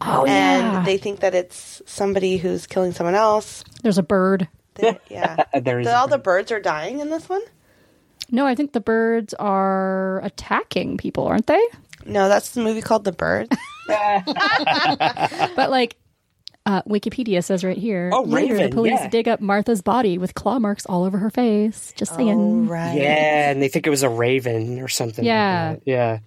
[SPEAKER 7] Oh,
[SPEAKER 6] and
[SPEAKER 7] yeah.
[SPEAKER 6] they think that it's somebody who's killing someone else.
[SPEAKER 7] There's a bird. (laughs)
[SPEAKER 6] They- yeah,
[SPEAKER 5] Uh, There is
[SPEAKER 6] That all the birds are dying in this one.
[SPEAKER 7] No, I think the birds are attacking people, aren't they?
[SPEAKER 6] No, that's the movie called The
[SPEAKER 5] (laughs)
[SPEAKER 6] Bird.
[SPEAKER 7] But like uh, Wikipedia says right here.
[SPEAKER 5] Oh,
[SPEAKER 7] later,
[SPEAKER 5] Raven,
[SPEAKER 7] The police
[SPEAKER 5] yeah.
[SPEAKER 7] dig up Martha's body with claw marks all over her face.
[SPEAKER 5] Oh,
[SPEAKER 7] Just saying.
[SPEAKER 6] right.
[SPEAKER 5] Yeah, and they think it was a raven or something. like
[SPEAKER 7] Yeah.
[SPEAKER 5] that. yeah.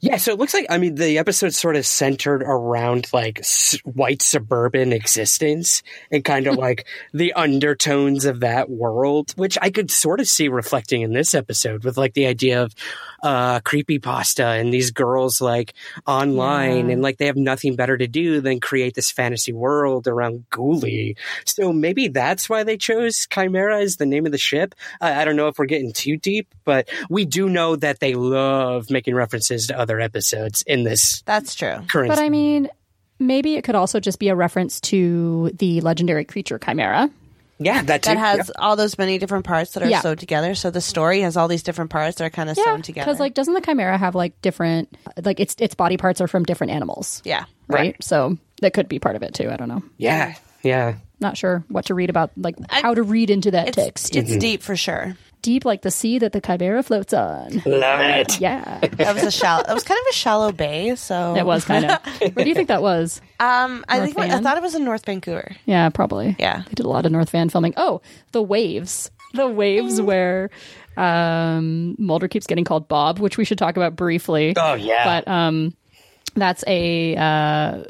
[SPEAKER 5] Yeah, so it looks like, I mean, the episode sort of centered around like s- white suburban existence and kind of like the undertones of that world, which I could sort of see reflecting in this episode with like the idea of uh, creepypasta and these girls like online and like they have nothing better to do than create this fantasy world around Ghoulie. So maybe that's why they chose Chimera as the name of the ship. I, I don't know if we're getting too deep, but we do know that they love making references to other episodes in this
[SPEAKER 6] That's true.
[SPEAKER 5] current.
[SPEAKER 7] But I mean, maybe it could also just be a reference to the legendary creature Chimera.
[SPEAKER 5] yeah, that,
[SPEAKER 6] That
[SPEAKER 5] too.
[SPEAKER 6] has
[SPEAKER 5] Yep.
[SPEAKER 6] all those many different parts that are
[SPEAKER 7] Yeah.
[SPEAKER 6] sewed together. So the story has all these different parts that are kind of sewn together.
[SPEAKER 7] because like, doesn't the Chimera have like different, like its its body parts are from different animals,
[SPEAKER 6] yeah,
[SPEAKER 7] right? So that could be part of it too. I don't know.
[SPEAKER 5] yeah, yeah.
[SPEAKER 7] Not sure what to read about, like how to read into that
[SPEAKER 6] it's
[SPEAKER 7] text.
[SPEAKER 6] it's
[SPEAKER 5] Mm-hmm.
[SPEAKER 6] deep
[SPEAKER 5] (laughs)
[SPEAKER 6] for sure.
[SPEAKER 7] deep like the sea that the Chimera floats on.
[SPEAKER 5] Love it.
[SPEAKER 7] Yeah,
[SPEAKER 6] That was a shallow. That was kind of a shallow bay. So
[SPEAKER 7] it was kind
[SPEAKER 6] (laughs)
[SPEAKER 7] of. Where do you think that was?
[SPEAKER 6] Um, I think
[SPEAKER 7] North
[SPEAKER 6] I
[SPEAKER 7] Van?
[SPEAKER 6] thought it was in North Vancouver.
[SPEAKER 7] Yeah, probably.
[SPEAKER 6] Yeah.
[SPEAKER 7] They did a lot of North Van filming. Oh, the waves. The waves where um, Mulder keeps getting called Bob, which we should talk about briefly.
[SPEAKER 5] Oh, yeah.
[SPEAKER 7] But um, that's a. Uh,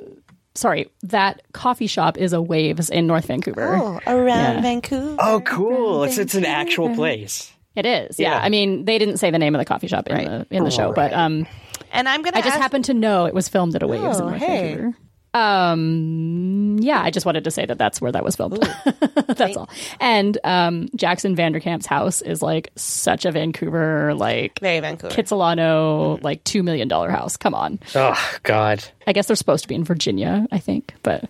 [SPEAKER 7] sorry, that coffee shop is a waves in North Vancouver.
[SPEAKER 6] Oh, around Vancouver.
[SPEAKER 5] Oh, cool. It's it's an actual place.
[SPEAKER 7] It is. Yeah.
[SPEAKER 5] Yeah.
[SPEAKER 7] I mean, they didn't say the name of the coffee shop in the in
[SPEAKER 6] Oh,
[SPEAKER 7] the show, but um,
[SPEAKER 6] And I'm gonna.
[SPEAKER 7] I just
[SPEAKER 6] ask-
[SPEAKER 7] happened to know it was filmed at a waves in
[SPEAKER 6] Oh,
[SPEAKER 7] North
[SPEAKER 6] hey.
[SPEAKER 7] Vancouver. Um, yeah, I just wanted to say that that's where that was filmed. (laughs) that's all. And um, Jackson Vanderkamp's house is like such a Vancouver, like
[SPEAKER 6] very Vancouver.
[SPEAKER 7] Kitsilano,
[SPEAKER 6] Mm-hmm.
[SPEAKER 7] like two million dollar house. Come on.
[SPEAKER 5] Oh God.
[SPEAKER 7] I guess they're supposed to be in Virginia, I think, but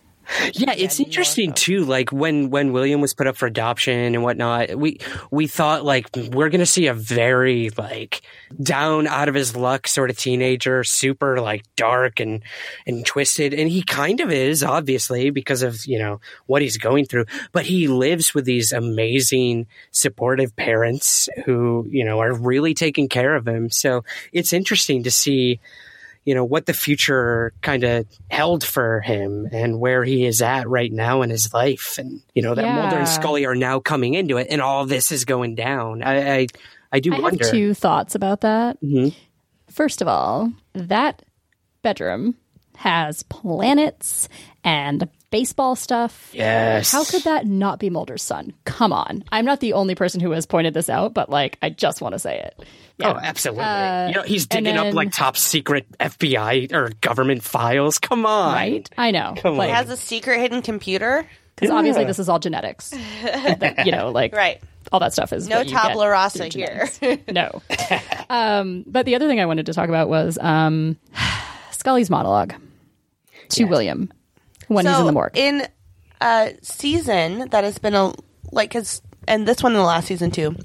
[SPEAKER 5] Yeah, it's interesting too. Like when when William was put up for adoption and whatnot, we we thought like we're gonna see a very like down out of his luck sort of teenager, super like dark and and twisted, and he kind of is obviously because of you know what he's going through. But he lives with these amazing supportive parents who you know are really taking care of him. So it's interesting to see you know what the future kind of held for him and where he is at right now in his life and you know that mulder
[SPEAKER 7] Yeah.
[SPEAKER 5] and scully are now coming into it and all this is going down i i, I do
[SPEAKER 7] I
[SPEAKER 5] wonder
[SPEAKER 7] have two thoughts about that.
[SPEAKER 5] Mhm.
[SPEAKER 7] First of all, that bedroom has planets and baseball stuff.
[SPEAKER 5] Yes.
[SPEAKER 7] How could that not be Mulder's son? Come on. I'm not the only person who has pointed this out, but like I just want to say it.
[SPEAKER 5] oh absolutely you know he's
[SPEAKER 7] uh, and
[SPEAKER 5] digging up
[SPEAKER 7] then-
[SPEAKER 5] like top secret fbi or government files come on
[SPEAKER 7] Right? I know.
[SPEAKER 5] Come
[SPEAKER 7] like,
[SPEAKER 5] on.
[SPEAKER 6] has a secret hidden computer.
[SPEAKER 7] Because obviously this is
[SPEAKER 6] (laughs)
[SPEAKER 7] all genetics. That, you know, like
[SPEAKER 6] Right.
[SPEAKER 7] all that stuff is
[SPEAKER 6] No
[SPEAKER 7] what you get
[SPEAKER 6] tabula rasa
[SPEAKER 7] through
[SPEAKER 6] here. (laughs)
[SPEAKER 7] genetics. no. um, but the other thing I wanted to talk about was um, (sighs) Scully's monologue to William when he's in the morgue.
[SPEAKER 6] in a season that has been a like has and this one in the last season too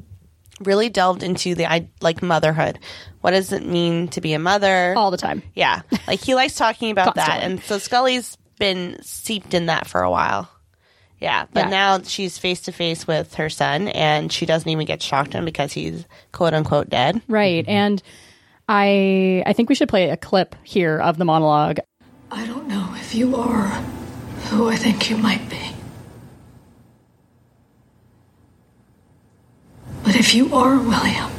[SPEAKER 6] really delved into the i like motherhood what does it mean to be a mother
[SPEAKER 7] all the time.
[SPEAKER 6] yeah like he likes talking about that
[SPEAKER 7] Constantly.
[SPEAKER 6] and so scully's been seeped in that for a while yeah but
[SPEAKER 7] Yeah.
[SPEAKER 6] now she's face to face with her son and she doesn't even get shocked at him because he's quote unquote dead
[SPEAKER 7] Right. And I I think we should play a clip here of the monologue.
[SPEAKER 3] I don't know if you are who I think you might be. But if you are, William,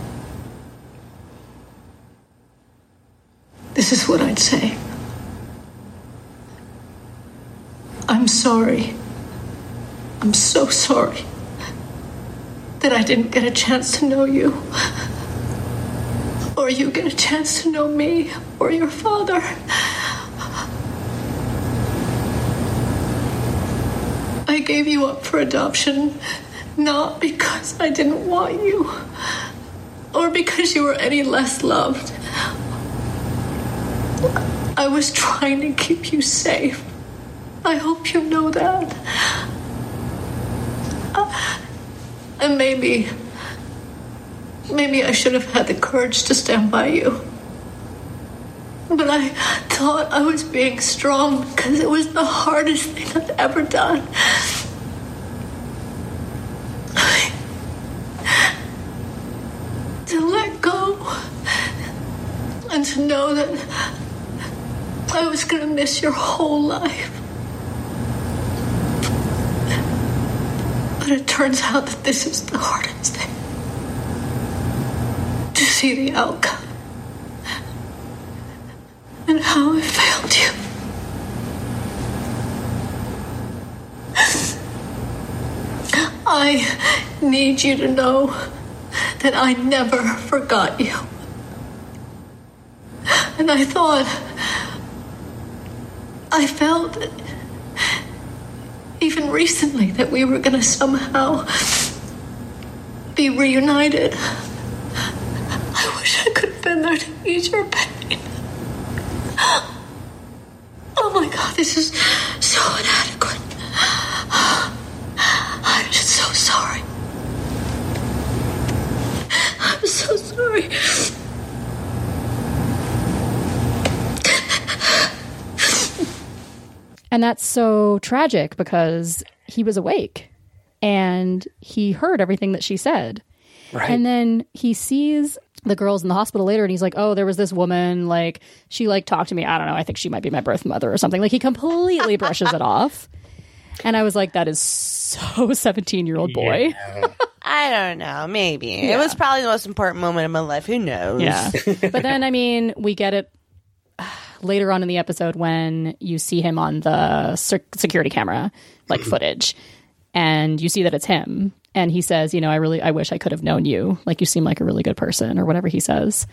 [SPEAKER 3] this is what I'd say. I'm sorry. I'm so sorry that I didn't get a chance to know you. Or you get a chance to know me or your father. I gave you up for adoption not because I didn't want you or because you were any less loved. I was trying to keep you safe. I hope you know that. Uh, And maybe, maybe I should have had the courage to stand by you. But I thought I was being strong because it was the hardest thing I've ever done. to let go and to know that I was going to miss your whole life. But it turns out that this is the hardest thing to see the outcome and how I failed you. I need you to know that I never forgot you. And I thought, I felt even recently that we were going to somehow be reunited. I wish I could have been there to ease your pain. Oh my god, this is so inadequate. I'm just so sorry. I'm so sorry.
[SPEAKER 7] And that's so tragic because he was awake and he heard everything that she said.
[SPEAKER 1] Right.
[SPEAKER 7] And then he sees the girls in the hospital later and he's like, "Oh, there was this woman like she like talked to me. I don't know. I think she might be my birth mother or something." Like he completely brushes it off. And I was like, "That is so (laughs) 17-year-old boy."
[SPEAKER 6] I don't know. Maybe
[SPEAKER 7] Yeah.
[SPEAKER 6] it was probably the most important moment of my life. Who knows?
[SPEAKER 7] Yeah. but then, I mean, we get it (sighs) later on in the episode when you see him on the sec- security camera, like footage, and you see that it's him. And he says, you know, I really, I wish I could have known you. Like, you seem like a really good person, or whatever he says.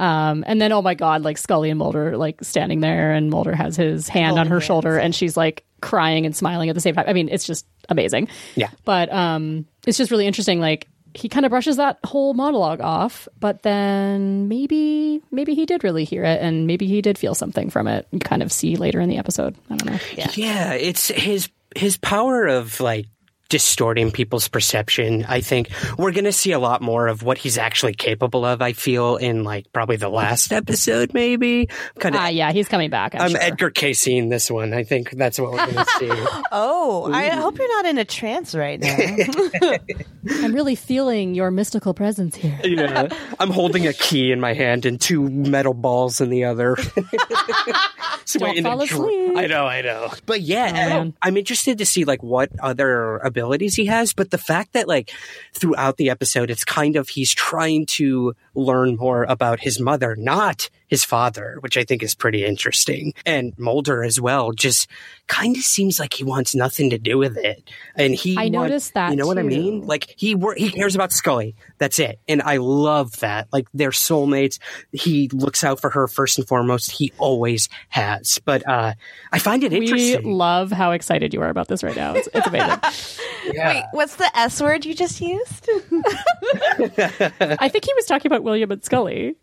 [SPEAKER 7] Um, and then, oh my God, like Scully and Mulder, like standing there, and Mulder has his hand on her shoulder, and she's like crying and smiling at the same time. I mean, it's just amazing.
[SPEAKER 5] Yeah.
[SPEAKER 7] But um, it's just really interesting. Like he kind of brushes that whole monologue off, but then maybe maybe he did really hear it, and maybe he did feel something from it. You kind of see later in the episode. I don't know.
[SPEAKER 5] Yeah. it's his his power of like distorting people's perception. I think we're going to see a lot more of what he's actually capable of. I feel in like probably the last episode, maybe. Kind of.
[SPEAKER 7] Ah, yeah, he's coming back. I'm,
[SPEAKER 5] I'm
[SPEAKER 7] sure.
[SPEAKER 5] Edgar Caseying this one. I think that's what we're going to see.
[SPEAKER 6] Oh, I hope you're not in a trance right
[SPEAKER 7] (laughs)
[SPEAKER 6] now.
[SPEAKER 7] I'm really feeling your mystical
[SPEAKER 5] (laughs)
[SPEAKER 7] presence here.
[SPEAKER 5] You know, I'm holding a key in my hand and two metal balls in the other. (laughs) Just
[SPEAKER 7] Don't
[SPEAKER 5] waiting to
[SPEAKER 7] fall
[SPEAKER 5] dr-
[SPEAKER 7] asleep. Oh,
[SPEAKER 5] I know, I know. But yeah,
[SPEAKER 7] man.
[SPEAKER 5] I'm interested to see like what other abilities he has. But the fact that like throughout the episode, it's kind of he's trying to learn more about his mother, not his father, which I think is pretty interesting. And Mulder as well, just kind of seems like he wants nothing to do with it. And he,
[SPEAKER 7] I
[SPEAKER 5] want-
[SPEAKER 7] noticed that,
[SPEAKER 5] You know what I
[SPEAKER 7] too.
[SPEAKER 5] mean? Like he wor- he cares about Scully. That's it. And I love that. Like they're soulmates. He looks out for her first and foremost. He always has. But uh I find it
[SPEAKER 7] We
[SPEAKER 5] interesting.
[SPEAKER 7] love how excited you are about this right now. It's,
[SPEAKER 5] (laughs)
[SPEAKER 7] it's amazing.
[SPEAKER 6] Wait, what's the S word you just used?
[SPEAKER 7] I think he was talking about William and Scully.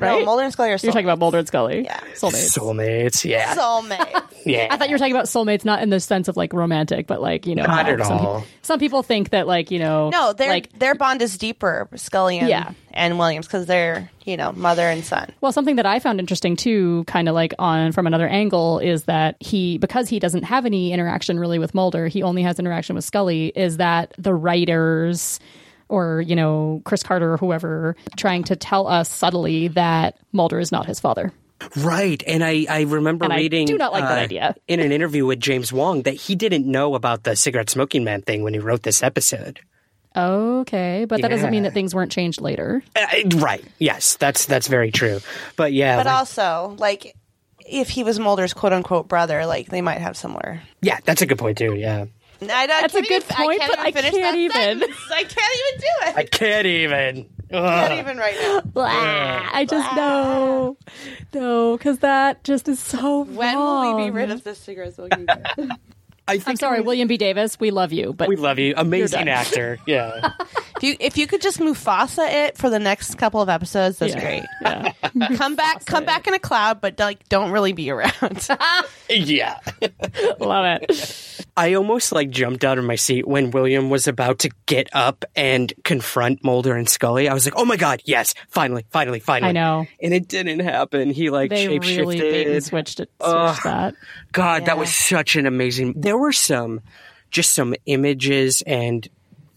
[SPEAKER 7] Right?
[SPEAKER 6] No, Mulder and Scully are
[SPEAKER 7] You're talking
[SPEAKER 6] soulmates.
[SPEAKER 7] about Mulder and Scully. Yeah. Soulmates.
[SPEAKER 5] soulmates. Yeah.
[SPEAKER 6] (laughs) soulmates.
[SPEAKER 5] yeah.
[SPEAKER 7] I thought you were talking about soulmates, not in the sense of like romantic, but like you know,
[SPEAKER 5] Not
[SPEAKER 7] how
[SPEAKER 5] at
[SPEAKER 7] some, peop-
[SPEAKER 5] all.
[SPEAKER 7] some people think that like you know,
[SPEAKER 6] No, their
[SPEAKER 7] like
[SPEAKER 6] their bond is deeper, Scully and,
[SPEAKER 7] Yeah.
[SPEAKER 6] and Williams, because they're you know mother and son.
[SPEAKER 7] well, something that I found interesting too, kind of like on from another angle, is that he because he doesn't have any interaction really with Mulder, he only has interaction with Scully. Is that the writers? or, you know, Chris Carter or whoever trying to tell us subtly that Mulder is not his father.
[SPEAKER 5] Right. And I, I remember
[SPEAKER 7] And I
[SPEAKER 5] reading uh,
[SPEAKER 7] do not like that idea.
[SPEAKER 5] in an interview with James Wong that he didn't know about the cigarette smoking man thing when he wrote this episode.
[SPEAKER 7] Okay, but that doesn't mean
[SPEAKER 5] Yeah.
[SPEAKER 7] that things weren't changed later.
[SPEAKER 5] Uh, right. Yes, that's that's very true. But yeah,
[SPEAKER 6] but
[SPEAKER 7] uh,
[SPEAKER 5] like-
[SPEAKER 6] also, like, if he was Mulder's quote unquote brother, like, they might have similar.
[SPEAKER 5] yeah, that's a good point too. Yeah.
[SPEAKER 6] I don't, That's a good point, I can't but I can't even. finish that sentence. I can't even do it.
[SPEAKER 5] I can't even.
[SPEAKER 6] Not
[SPEAKER 5] Ugh.
[SPEAKER 6] even right now.
[SPEAKER 7] (laughs) Blah. I just know. No, because that just is so
[SPEAKER 6] When will we be
[SPEAKER 7] wrong.
[SPEAKER 6] rid of this cigarette smoking? (laughs) man?
[SPEAKER 5] I
[SPEAKER 7] I'm sorry, William B. Davis, we love you, but
[SPEAKER 5] we love you. Amazing (laughs)
[SPEAKER 7] done.
[SPEAKER 5] actor. Yeah.
[SPEAKER 6] if you if you could just Mufasa it for the next couple of episodes, that's
[SPEAKER 7] Yeah.
[SPEAKER 6] great.
[SPEAKER 7] yeah.
[SPEAKER 6] (laughs) Come back, come back in a cloud, but like don't really be around. (laughs)
[SPEAKER 5] yeah.
[SPEAKER 7] love it.
[SPEAKER 5] (laughs) I almost like jumped out of my seat when William was about to get up and confront Mulder and Scully. I was like, "Oh my god, yes, finally, finally, finally!"
[SPEAKER 7] I know.
[SPEAKER 5] and it didn't happen. He like
[SPEAKER 7] They
[SPEAKER 5] shape
[SPEAKER 7] really bait and
[SPEAKER 5] shifted.
[SPEAKER 7] switched it.
[SPEAKER 5] Ugh.
[SPEAKER 7] Switched that.
[SPEAKER 5] God, that was such an amazing. There were some, just some images and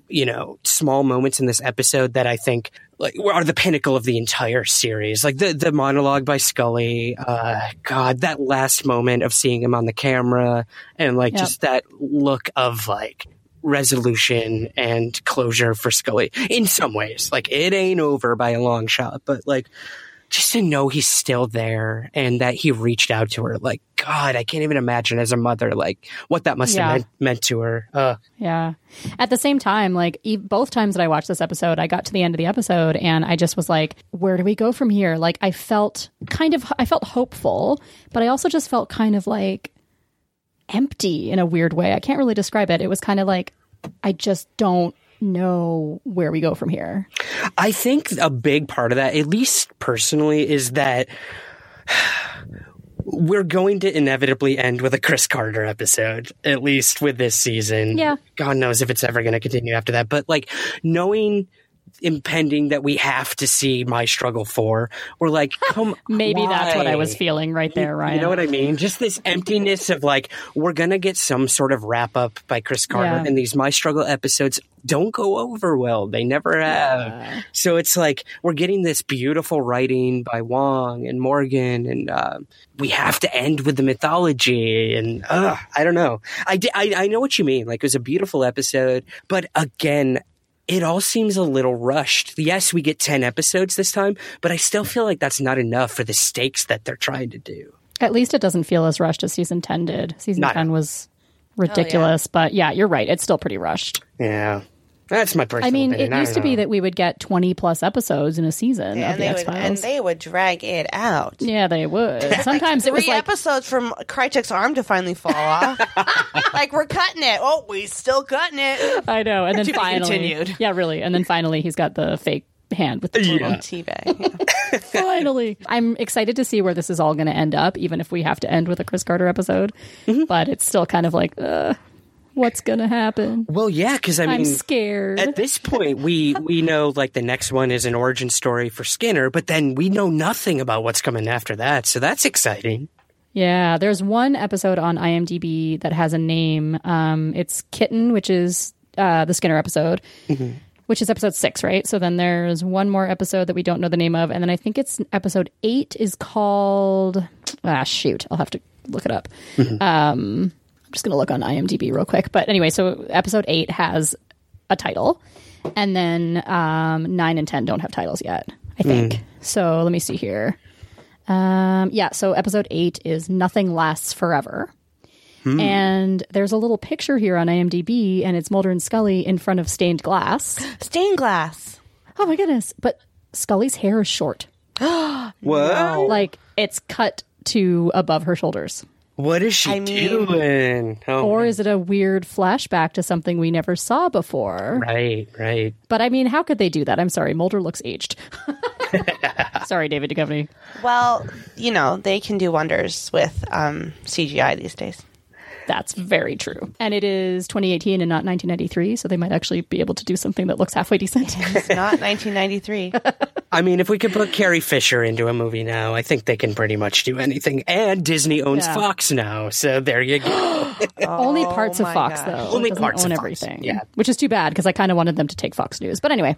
[SPEAKER 5] you know small moments in this episode that I think like are the pinnacle of the entire series. Like the the monologue by Scully. Uh, God, that last moment of seeing him on the camera and like
[SPEAKER 7] Yep.
[SPEAKER 5] just that look of like resolution and closure for Scully in some ways. Like it ain't over by a long shot, but like just to know he's still there and that he reached out to her. Like, God, I can't even imagine as a mother, like what that must
[SPEAKER 7] Yeah.
[SPEAKER 5] have meant, meant to her. Uh,
[SPEAKER 7] Yeah. At the same time, like e- both times that I watched this episode, I got to the end of the episode and I just was like, where do we go from here? Like I felt kind of I felt hopeful, but I also just felt kind of like empty in a weird way. I can't really describe it. It was kind of like I just don't know where we go from here.
[SPEAKER 5] I think a big part of that, at least personally, is that (sighs) we're going to inevitably end with a Chris Carter episode, at least with this season.
[SPEAKER 7] Yeah.
[SPEAKER 5] God knows if it's ever going to continue after that. But like knowing impending that we have to see my struggle for, we're
[SPEAKER 7] (laughs)
[SPEAKER 5] like, come
[SPEAKER 7] Maybe that's what I was
[SPEAKER 5] why?
[SPEAKER 7] feeling right there, Ryan.
[SPEAKER 5] You know what I mean? Just this emptiness of like, we're going to get some sort of wrap up by Chris Carter,
[SPEAKER 7] Yeah.
[SPEAKER 5] and these My Struggle episodes don't go over well. They never have. So it's like, we're getting this beautiful writing by Wong and Morgan, and uh, we have to end with the mythology. And uh, I don't know. I, di- I, I know what you mean. Like, it was a beautiful episode, but again, it all seems a little rushed. Yes, we get 10 episodes this time, but I still feel like that's not enough for the stakes that they're trying to do.
[SPEAKER 7] At least it doesn't feel as rushed as season 10 did. Season
[SPEAKER 5] Not-
[SPEAKER 7] 10 was
[SPEAKER 6] Oh,
[SPEAKER 7] ridiculous, but yeah, you're right. It's still pretty rushed.
[SPEAKER 5] Yeah. That's my personal
[SPEAKER 7] I mean,
[SPEAKER 5] opinion.
[SPEAKER 7] it
[SPEAKER 5] I
[SPEAKER 7] used to
[SPEAKER 5] don't
[SPEAKER 7] be
[SPEAKER 5] know.
[SPEAKER 7] that we would get 20 plus episodes in a season of
[SPEAKER 6] and
[SPEAKER 7] the
[SPEAKER 6] they
[SPEAKER 7] X
[SPEAKER 6] would and
[SPEAKER 7] Files.
[SPEAKER 6] they would drag it out.
[SPEAKER 7] yeah,
[SPEAKER 6] (laughs)
[SPEAKER 7] they would. Sometimes it was
[SPEAKER 6] Three
[SPEAKER 7] like,
[SPEAKER 6] episodes from Krychek's arm to finally fall
[SPEAKER 7] (laughs)
[SPEAKER 6] off. like we're cutting it. Oh, we still cutting it.
[SPEAKER 7] I know. And
[SPEAKER 6] (laughs)
[SPEAKER 7] then
[SPEAKER 6] To be
[SPEAKER 7] finally,
[SPEAKER 6] continued.
[SPEAKER 7] yeah, really. And then finally, he's got the fake hand with the
[SPEAKER 5] Yeah.
[SPEAKER 6] T-Bag.
[SPEAKER 7] (laughs) finally. I'm excited to see where this is all going to end up, even if we have to end with a Chris Carter episode.
[SPEAKER 5] Mm-hmm.
[SPEAKER 7] But it's still kind of like, uh, what's going to happen?
[SPEAKER 5] Well, yeah, because I mean,
[SPEAKER 7] I'm scared.
[SPEAKER 5] at this point, we we know like the next one is an origin story for Skinner, but then we know nothing about what's coming after that. So that's exciting.
[SPEAKER 7] Yeah, there's one episode on IMDb that has a name. Um, it's Kitten, which is uh, the Skinner episode, which is episode six, right? So then there's one more episode that we don't know the name of, and then I think it's episode eight is called. Ah, shoot, I'll have to look it up. Um, I'm just gonna look on IMDb real quick. But anyway, so episode eight has a title, and then um, nine and ten don't have titles yet. I think. So let me see here. Um, yeah, so episode eight is Nothing Lasts Forever. Hmm. And there's a little picture here on IMDb, and it's Mulder and Scully in front of stained glass.
[SPEAKER 6] Stained glass.
[SPEAKER 7] (gasps) Oh my goodness. But Scully's hair is short.
[SPEAKER 5] What?
[SPEAKER 7] Like, it's cut to above her shoulders.
[SPEAKER 5] What is she doing? Oh,
[SPEAKER 7] Or is it a weird flashback to something we never saw before?
[SPEAKER 5] right, right.
[SPEAKER 7] But I mean, how could they do that? I'm sorry, Mulder looks aged. (laughs) sorry, David Duchovny.
[SPEAKER 6] Well, you know they can do wonders with um, CGI these days.
[SPEAKER 7] That's very true. And it is 2018 and not (laughs) 1993, so they might actually be able to do something that looks halfway decent.
[SPEAKER 6] It's not 1993.
[SPEAKER 5] I mean, if we could put Carrie Fisher into a movie now, I think they can pretty much do anything. And Disney owns
[SPEAKER 7] Yeah.
[SPEAKER 5] Fox now, so there you
[SPEAKER 7] (gasps)
[SPEAKER 5] go.
[SPEAKER 7] Only parts of
[SPEAKER 5] Oh my
[SPEAKER 7] Fox,
[SPEAKER 5] gosh.
[SPEAKER 7] though.
[SPEAKER 5] Only
[SPEAKER 7] It doesn't
[SPEAKER 5] parts
[SPEAKER 7] own
[SPEAKER 5] of Fox,
[SPEAKER 7] everything.
[SPEAKER 5] yeah.
[SPEAKER 7] Which is too bad because I kind of wanted them to take Fox News. But anyway.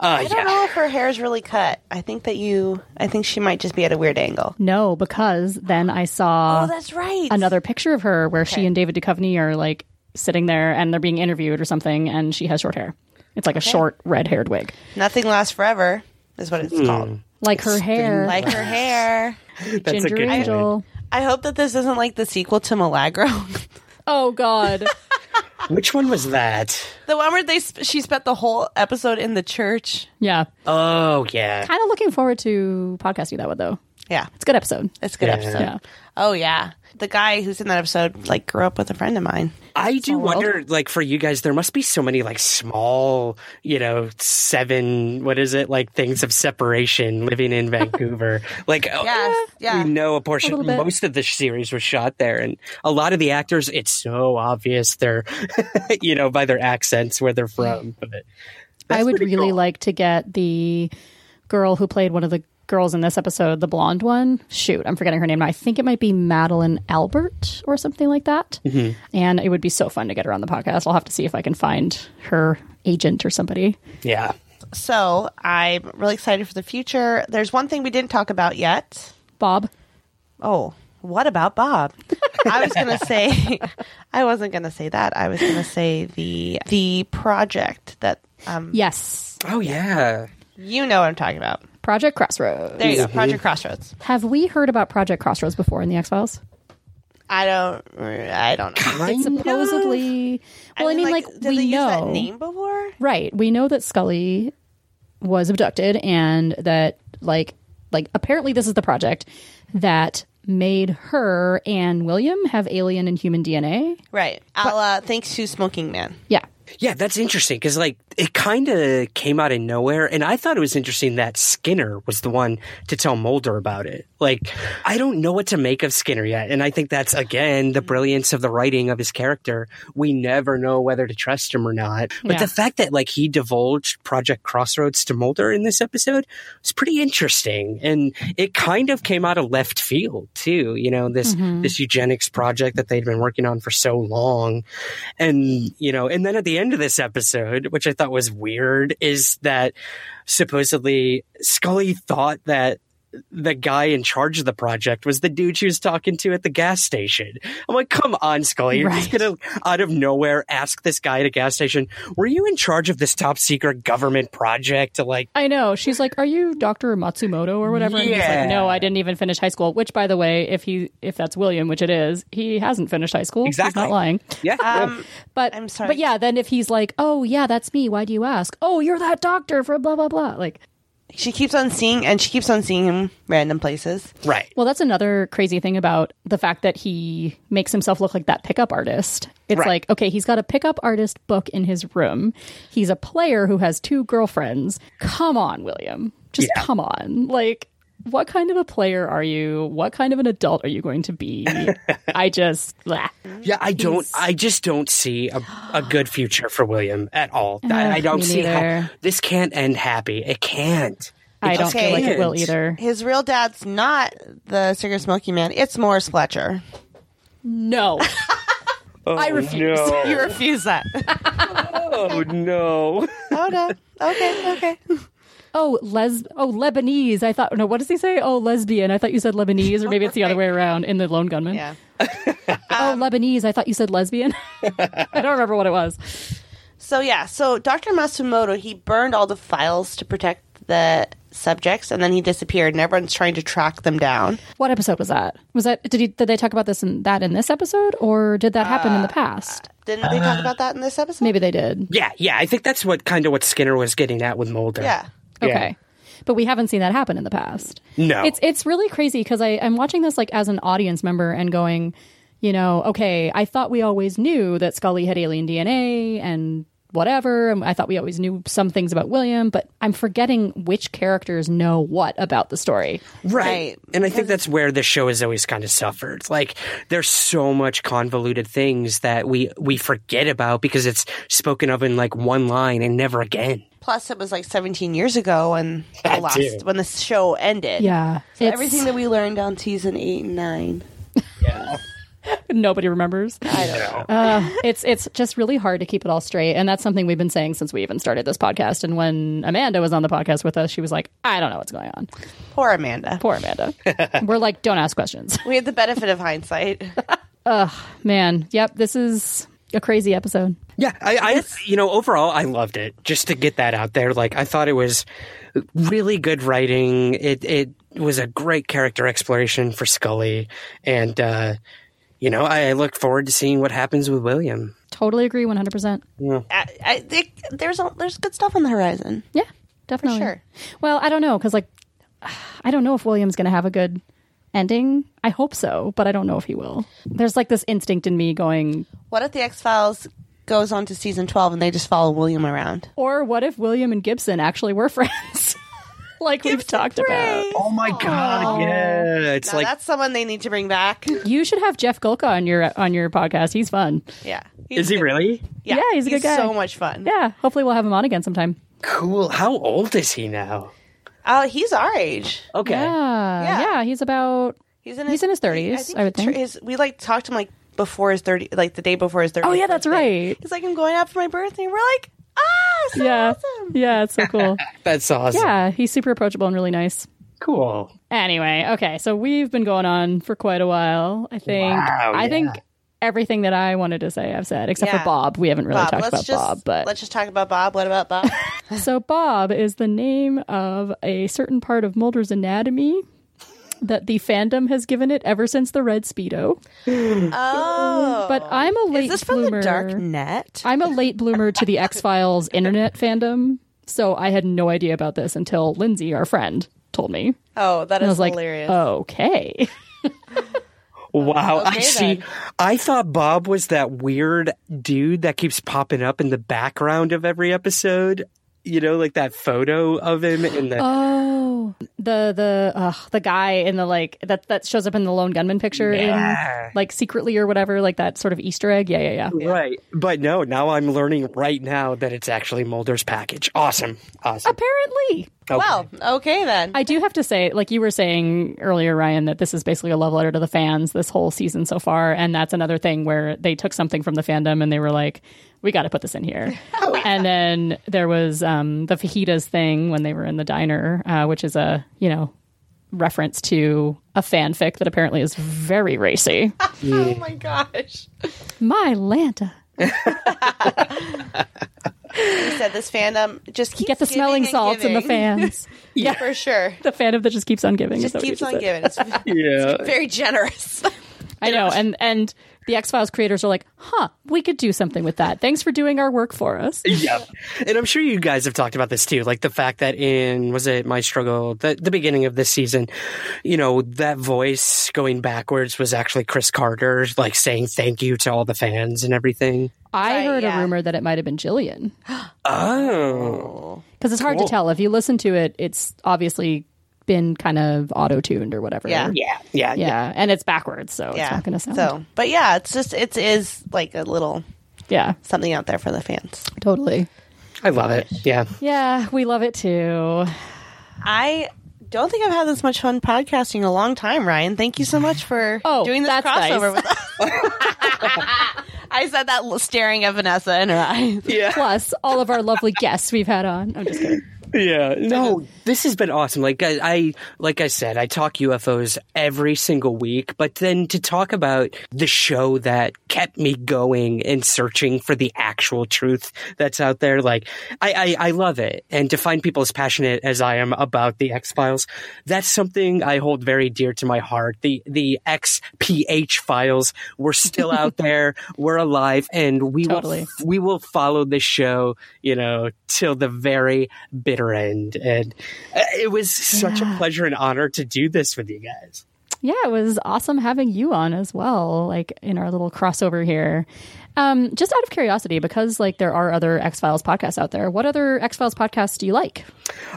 [SPEAKER 5] Uh,
[SPEAKER 6] I don't know if her hair's really cut. I think that you. I think she might just be at a weird angle.
[SPEAKER 7] No, because then I saw
[SPEAKER 6] Oh, that's right.
[SPEAKER 7] another picture of her where she and David Duchovny are like sitting there and they're being interviewed or something, and she has short hair. It's like a short red haired wig.
[SPEAKER 6] Nothing lasts forever is what it's called.
[SPEAKER 7] Like her hair.
[SPEAKER 6] Like her hair.
[SPEAKER 7] That's a Ginger good point. Angel.
[SPEAKER 6] I, I hope that this isn't like the sequel to Milagro. (laughs)
[SPEAKER 7] Oh God.
[SPEAKER 5] Which one was that?
[SPEAKER 6] the one where they sp- she spent the whole episode in the church.
[SPEAKER 7] (laughs) Yeah.
[SPEAKER 5] Oh, yeah.
[SPEAKER 7] Kind of looking forward to podcasting that one, though.
[SPEAKER 6] Yeah.
[SPEAKER 7] It's a good episode.
[SPEAKER 6] It's a good
[SPEAKER 5] Yeah.
[SPEAKER 6] episode.
[SPEAKER 7] Yeah.
[SPEAKER 6] Oh yeah. The guy who's in that episode like grew up with a friend of mine.
[SPEAKER 5] I do wonder, like, for you guys, there must be so many, like, small, you know, seven, what is it, like, things of separation living in
[SPEAKER 6] (laughs)
[SPEAKER 5] Vancouver. like, oh, eh,
[SPEAKER 6] Yes, yeah.
[SPEAKER 5] we know a
[SPEAKER 6] A
[SPEAKER 5] portion,
[SPEAKER 6] little bit.
[SPEAKER 5] most of the series was shot there. And a lot of the actors, it's so obvious they're, (laughs) you know, by their accents where they're from. But
[SPEAKER 7] I would really like to get the girl who played one of the girls in this episode, the blonde one. Shoot, I'm forgetting her name. now. I think it might be Madeline Albert or something like that.
[SPEAKER 6] Mm-hmm.
[SPEAKER 7] And it would be so fun to get her on the podcast. I'll have to see if I can find her agent or somebody.
[SPEAKER 5] yeah.
[SPEAKER 6] So I'm really excited for the future. There's one thing we didn't talk about yet.
[SPEAKER 7] Bob.
[SPEAKER 6] Oh, what about Bob? I was
[SPEAKER 7] (laughs)
[SPEAKER 6] gonna say (laughs) I wasn't gonna say that. I was gonna say the the project that um
[SPEAKER 7] Yes.
[SPEAKER 5] Oh, yeah.
[SPEAKER 6] you know what I'm talking about.
[SPEAKER 7] Project Crossroads.
[SPEAKER 6] There you go, Project Crossroads.
[SPEAKER 7] Have we heard about Project Crossroads before in the X Files?
[SPEAKER 6] I don't I don't know.
[SPEAKER 7] It's supposedly. Well, I mean, like,
[SPEAKER 6] did
[SPEAKER 7] we
[SPEAKER 6] they
[SPEAKER 7] know
[SPEAKER 6] use that name before?
[SPEAKER 7] Right. We know that Scully was abducted and that like like apparently this is the project that made her and William have alien and human DNA.
[SPEAKER 6] Right. A la thanks to Smoking Man.
[SPEAKER 7] Yeah.
[SPEAKER 5] Yeah, that's interesting because like it kind of came out of nowhere, and I thought it was interesting that Skinner was the one to tell Mulder about it. Like, I don't know what to make of Skinner yet, and I think that's again the brilliance of the writing of his character. We never know whether to trust him or not, but
[SPEAKER 7] Yeah.
[SPEAKER 5] the fact that like he divulged Project Crossroads to Mulder in this episode was pretty interesting, and it kind of came out of left field too. You know this
[SPEAKER 7] Mhm.
[SPEAKER 5] this eugenics project that they'd been working on for so long, and you know and then at the end of this episode which i thought was weird is that supposedly scully thought that the guy in charge of the project was the dude she was talking to at the gas station. I'm like, come on, Scully. You're just going to, out of nowhere, ask this guy at a gas station, were you in charge of this top secret government project to like
[SPEAKER 7] I know. She's like, "Are you Dr. Matsumoto or whatever?" And he's
[SPEAKER 5] Yeah.
[SPEAKER 7] like, "No, I didn't even finish high school." Which by the way, if he if that's William, which it is, he hasn't finished high school.
[SPEAKER 5] Exactly.
[SPEAKER 7] He's not lying.
[SPEAKER 5] Yeah.
[SPEAKER 6] Um,
[SPEAKER 7] But
[SPEAKER 6] I'm sorry.
[SPEAKER 7] But yeah, then if he's like, "Oh, yeah, that's me. Why do you ask?" "Oh, you're that doctor for blah blah blah." Like
[SPEAKER 6] She keeps on seeing and she keeps on seeing him random places.
[SPEAKER 5] right.
[SPEAKER 7] Well, that's another crazy thing about the fact that he makes himself look like that pickup artist. It's
[SPEAKER 5] Right.
[SPEAKER 7] like, okay, he's got a pickup artist book in his room. He's a player who has two girlfriends. Come on, William. Just come on. Like, what kind of a player are you? What kind of an adult are you going to be? I just, (laughs) blah.
[SPEAKER 5] Yeah, I don't. I just don't see a, a good future for William at all. I, I
[SPEAKER 7] Ugh,
[SPEAKER 5] don't
[SPEAKER 7] Uh, me
[SPEAKER 5] see how
[SPEAKER 7] neither.
[SPEAKER 5] this can't end happy. It can't. It
[SPEAKER 7] I don't
[SPEAKER 5] just
[SPEAKER 7] feel like it will
[SPEAKER 5] can't.
[SPEAKER 7] either.
[SPEAKER 6] His real dad's not the cigarette smoking man. It's Morris Fletcher.
[SPEAKER 7] No. (laughs) I refuse. (laughs)
[SPEAKER 6] You refuse that.
[SPEAKER 5] Oh no! (laughs)
[SPEAKER 6] oh no. Okay, okay.
[SPEAKER 7] Oh, les. Oh, Lebanese. I thought. No, what does he say? Oh, lesbian. I thought you said Lebanese, or maybe it's the other way around in the Lone Gunman.
[SPEAKER 6] (laughs) Yeah.
[SPEAKER 7] oh, Lebanese. I thought you said lesbian. (laughs) I don't remember what it was.
[SPEAKER 6] So yeah, so Dr. Masumoto, he burned all the files to protect the subjects and then he disappeared and everyone's trying to track them down.
[SPEAKER 7] What episode was that? Was that did he, did they talk about this in that in this episode, or did that happen in the past?
[SPEAKER 6] Didn't they talk about that in this episode?
[SPEAKER 7] Uh-huh. Maybe they did.
[SPEAKER 5] Yeah, yeah. I think that's what kind of what Skinner was getting at with Mulder.
[SPEAKER 6] Yeah.
[SPEAKER 7] Okay. But we haven't seen that happen in the past.
[SPEAKER 5] No.
[SPEAKER 7] It's it's really crazy because I I'm watching this like as an audience member and going, you know, okay, I thought we always knew that Scully had alien DNA and whatever. And I thought we always knew some things about William, but I'm forgetting which characters know what about the story.
[SPEAKER 5] Right. And I think that's where the show has always kind of suffered. Like there's so much convoluted things that we we forget about because it's spoken of in like one line and never again.
[SPEAKER 6] Plus, it was like 17 years ago when the
[SPEAKER 5] That
[SPEAKER 6] last
[SPEAKER 5] too.
[SPEAKER 6] when the show ended.
[SPEAKER 7] Yeah,
[SPEAKER 6] so
[SPEAKER 7] it's-
[SPEAKER 6] everything that we learned on season eight and nine.
[SPEAKER 7] Nobody remembers. I don't know. Uh, it's it's just really hard to keep it all straight, and that's something we've been saying since we even started this podcast. And when Amanda was on the podcast with us, she was like, "I don't know what's going on."
[SPEAKER 6] Poor Amanda.
[SPEAKER 7] Poor (laughs) Amanda. We're like, "Don't ask questions."
[SPEAKER 6] We had the benefit of
[SPEAKER 7] (laughs)
[SPEAKER 6] hindsight.
[SPEAKER 7] Ugh, man. Yep, this is a crazy episode.
[SPEAKER 5] Yeah, I, I you know, overall, I loved it. Just to get that out there, like I thought it was really good writing. It it was a great character exploration for Scully, and uh, you know, I, I look forward to seeing what happens with William.
[SPEAKER 7] Totally agree, one hundred percent.
[SPEAKER 6] I, I think there's a, there's good stuff on the horizon.
[SPEAKER 7] Yeah, definitely.
[SPEAKER 6] sure.
[SPEAKER 7] Well, I don't know because like (sighs) I don't know if William's going to have a good ending. I hope so, but I don't know if he will. There's like this instinct in me going,
[SPEAKER 6] What if the X Files goes on to season 12 and they just follow William around?
[SPEAKER 7] or what if William and Gibson actually were (laughs) friends, like we've talked about?
[SPEAKER 5] Oh my god, yeah, it's
[SPEAKER 6] Now
[SPEAKER 5] like
[SPEAKER 6] that's someone they need to bring
[SPEAKER 7] (laughs)
[SPEAKER 6] back.
[SPEAKER 7] You should have Jeff Golka on your on your podcast. He's fun.
[SPEAKER 6] yeah. He's,
[SPEAKER 5] is he really
[SPEAKER 7] Yeah, he's a good guy.
[SPEAKER 6] so much fun.
[SPEAKER 7] Yeah, hopefully we'll have him on again sometime.
[SPEAKER 5] cool? How old is he now?
[SPEAKER 6] Uh, he's our age.
[SPEAKER 5] Okay,
[SPEAKER 7] Yeah, yeah, he's about.
[SPEAKER 6] He's in his,
[SPEAKER 7] He's in his 30s, I would
[SPEAKER 6] he
[SPEAKER 7] think.
[SPEAKER 6] tur- His, we like talked to him like before his 30, like the day before his 30.
[SPEAKER 7] Oh yeah, that's right.
[SPEAKER 6] He's like, I'm going out for my birthday. We're like, ah, so
[SPEAKER 7] Yeah,
[SPEAKER 6] awesome.
[SPEAKER 7] yeah, it's so cool.
[SPEAKER 6] (laughs)
[SPEAKER 5] that's awesome.
[SPEAKER 7] Yeah, he's super approachable and really nice.
[SPEAKER 5] Cool.
[SPEAKER 7] Anyway, okay, so we've been going on for quite a while. I think
[SPEAKER 5] Wow,
[SPEAKER 7] I
[SPEAKER 5] yeah.
[SPEAKER 7] think everything that I wanted to say I've said, except
[SPEAKER 6] Yeah.
[SPEAKER 7] for Bob. We haven't really
[SPEAKER 6] Bob,
[SPEAKER 7] talked
[SPEAKER 6] let's
[SPEAKER 7] about
[SPEAKER 6] just
[SPEAKER 7] Bob, but
[SPEAKER 6] let's just talk about Bob. What about
[SPEAKER 7] (laughs)
[SPEAKER 6] Bob?
[SPEAKER 7] so Bob is the name of a certain part of Mulder's anatomy that the fandom has given it ever since the red speedo.
[SPEAKER 6] oh,
[SPEAKER 7] But I'm a late
[SPEAKER 6] is this from
[SPEAKER 7] bloomer.
[SPEAKER 6] the dark net?
[SPEAKER 7] I'm a late bloomer to the X Files internet fandom, so I had no idea about this until Lindsay, our friend, told me.
[SPEAKER 6] Oh, that
[SPEAKER 7] And I
[SPEAKER 6] is
[SPEAKER 7] was like,
[SPEAKER 6] hilarious.
[SPEAKER 7] okay.
[SPEAKER 5] Wow, I
[SPEAKER 6] okay
[SPEAKER 5] see.
[SPEAKER 6] then.
[SPEAKER 5] I thought Bob was that weird dude that keeps popping up in the background of every episode. You know, like that photo of him in the
[SPEAKER 7] Oh, the the uh, the guy in the like that that shows up in the Lone Gunman picture
[SPEAKER 5] Yeah.
[SPEAKER 7] in like secretly or whatever, like that sort of Easter egg. Yeah, yeah, yeah.
[SPEAKER 5] right. But no, now I'm learning right now that it's actually Mulder's package. Awesome,
[SPEAKER 7] (laughs)
[SPEAKER 5] awesome.
[SPEAKER 7] Apparently,
[SPEAKER 5] Okay.
[SPEAKER 6] Well, okay then.
[SPEAKER 7] I do have to say, like you were saying earlier, Ryan, that this is basically a love letter to the fans this whole season so far, and that's another thing where they took something from the fandom and they were like, "We got to put this in
[SPEAKER 6] (laughs)
[SPEAKER 7] here."
[SPEAKER 6] Oh,
[SPEAKER 7] and then there was um, the fajitas thing when they were in the diner, uh, which is a you know reference to a fanfic that apparently is very racy.
[SPEAKER 6] (laughs) oh my gosh!
[SPEAKER 7] My Lanta.
[SPEAKER 6] You said this fandom just keeps
[SPEAKER 7] Get the
[SPEAKER 6] giving
[SPEAKER 7] smelling
[SPEAKER 6] and
[SPEAKER 7] salts and the
[SPEAKER 6] giving. (laughs)
[SPEAKER 7] fans.
[SPEAKER 6] yeah, for sure.
[SPEAKER 7] the fandom that just keeps on giving. is
[SPEAKER 6] Just
[SPEAKER 7] that what you
[SPEAKER 6] keeps on
[SPEAKER 7] said?
[SPEAKER 6] giving. (laughs) It's
[SPEAKER 5] yeah.
[SPEAKER 6] very generous.
[SPEAKER 7] I know, and and the X Files creators are like, "Huh, we could do something with that. Thanks for doing our work for us."
[SPEAKER 5] Yep. And I'm sure you guys have talked about this too. Like the fact that in, was it My Struggle, the, the beginning of this season, you know, that voice going backwards was actually Chris Carter, like saying thank you to all the fans and everything.
[SPEAKER 7] I
[SPEAKER 6] Right,
[SPEAKER 7] heard
[SPEAKER 6] yeah.
[SPEAKER 7] a rumor that it might have been (gasps) Jillian
[SPEAKER 5] Oh.
[SPEAKER 7] (gasps) because it's hard to tell. If you listen to it, it's obviously been kind of auto tuned or whatever.
[SPEAKER 6] (laughs) Yeah.
[SPEAKER 5] Yeah, yeah,
[SPEAKER 7] Yeah, and it's backwards, so
[SPEAKER 6] yeah.
[SPEAKER 7] it's not going to sound.
[SPEAKER 6] So, but yeah, it's just it is like a little
[SPEAKER 7] Yeah,
[SPEAKER 6] something out there for the fans.
[SPEAKER 7] totally.
[SPEAKER 5] I love it. Yeah.
[SPEAKER 7] Yeah, we love it too.
[SPEAKER 6] I don't think I've had this much fun podcasting in a long time, Ryan. Thank you so much for
[SPEAKER 7] Oh,
[SPEAKER 6] doing this
[SPEAKER 7] that's
[SPEAKER 6] crossover
[SPEAKER 7] nice.
[SPEAKER 6] with us.
[SPEAKER 7] (laughs)
[SPEAKER 6] (laughs) I said that l- staring at Vanessa in her eyes.
[SPEAKER 7] Plus, all of our (laughs) lovely guests we've had on. I'm just kidding.
[SPEAKER 5] Yeah. (laughs) No, this has been awesome. Like I, I like I said, I talk UFOs every single week, but then to talk about the show that kept me going and searching for the actual truth that's out there, like I, I, I love it. And to find people as passionate as I am about the X Files, that's something I hold very dear to my heart. The the XPH files were still
[SPEAKER 7] (laughs)
[SPEAKER 5] out there. We're alive and we
[SPEAKER 7] Totally.
[SPEAKER 5] will we will follow this show, you know, till the very bitter end. And uh, it was such a pleasure and honor to do this with you guys.
[SPEAKER 7] Yeah, it was awesome having you on as well, like in our little crossover here. Um, just out of curiosity, because like there are other X Files podcasts out there, what other X Files podcasts do you like?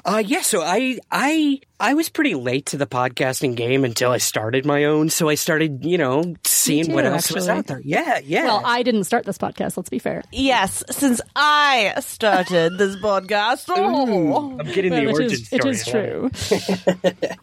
[SPEAKER 5] Uh, yeah, so I I I was pretty late to the podcasting game until I started my own. So I started, you know, seeing
[SPEAKER 7] too,
[SPEAKER 5] what else was
[SPEAKER 7] actually.
[SPEAKER 5] out there. Yeah, yeah.
[SPEAKER 7] Well, I didn't start this podcast. Let's be fair.
[SPEAKER 6] Yes, since I started this podcast. Oh.
[SPEAKER 5] I'm getting the
[SPEAKER 7] Well, which
[SPEAKER 5] origin
[SPEAKER 7] is-
[SPEAKER 5] story.
[SPEAKER 7] It is true.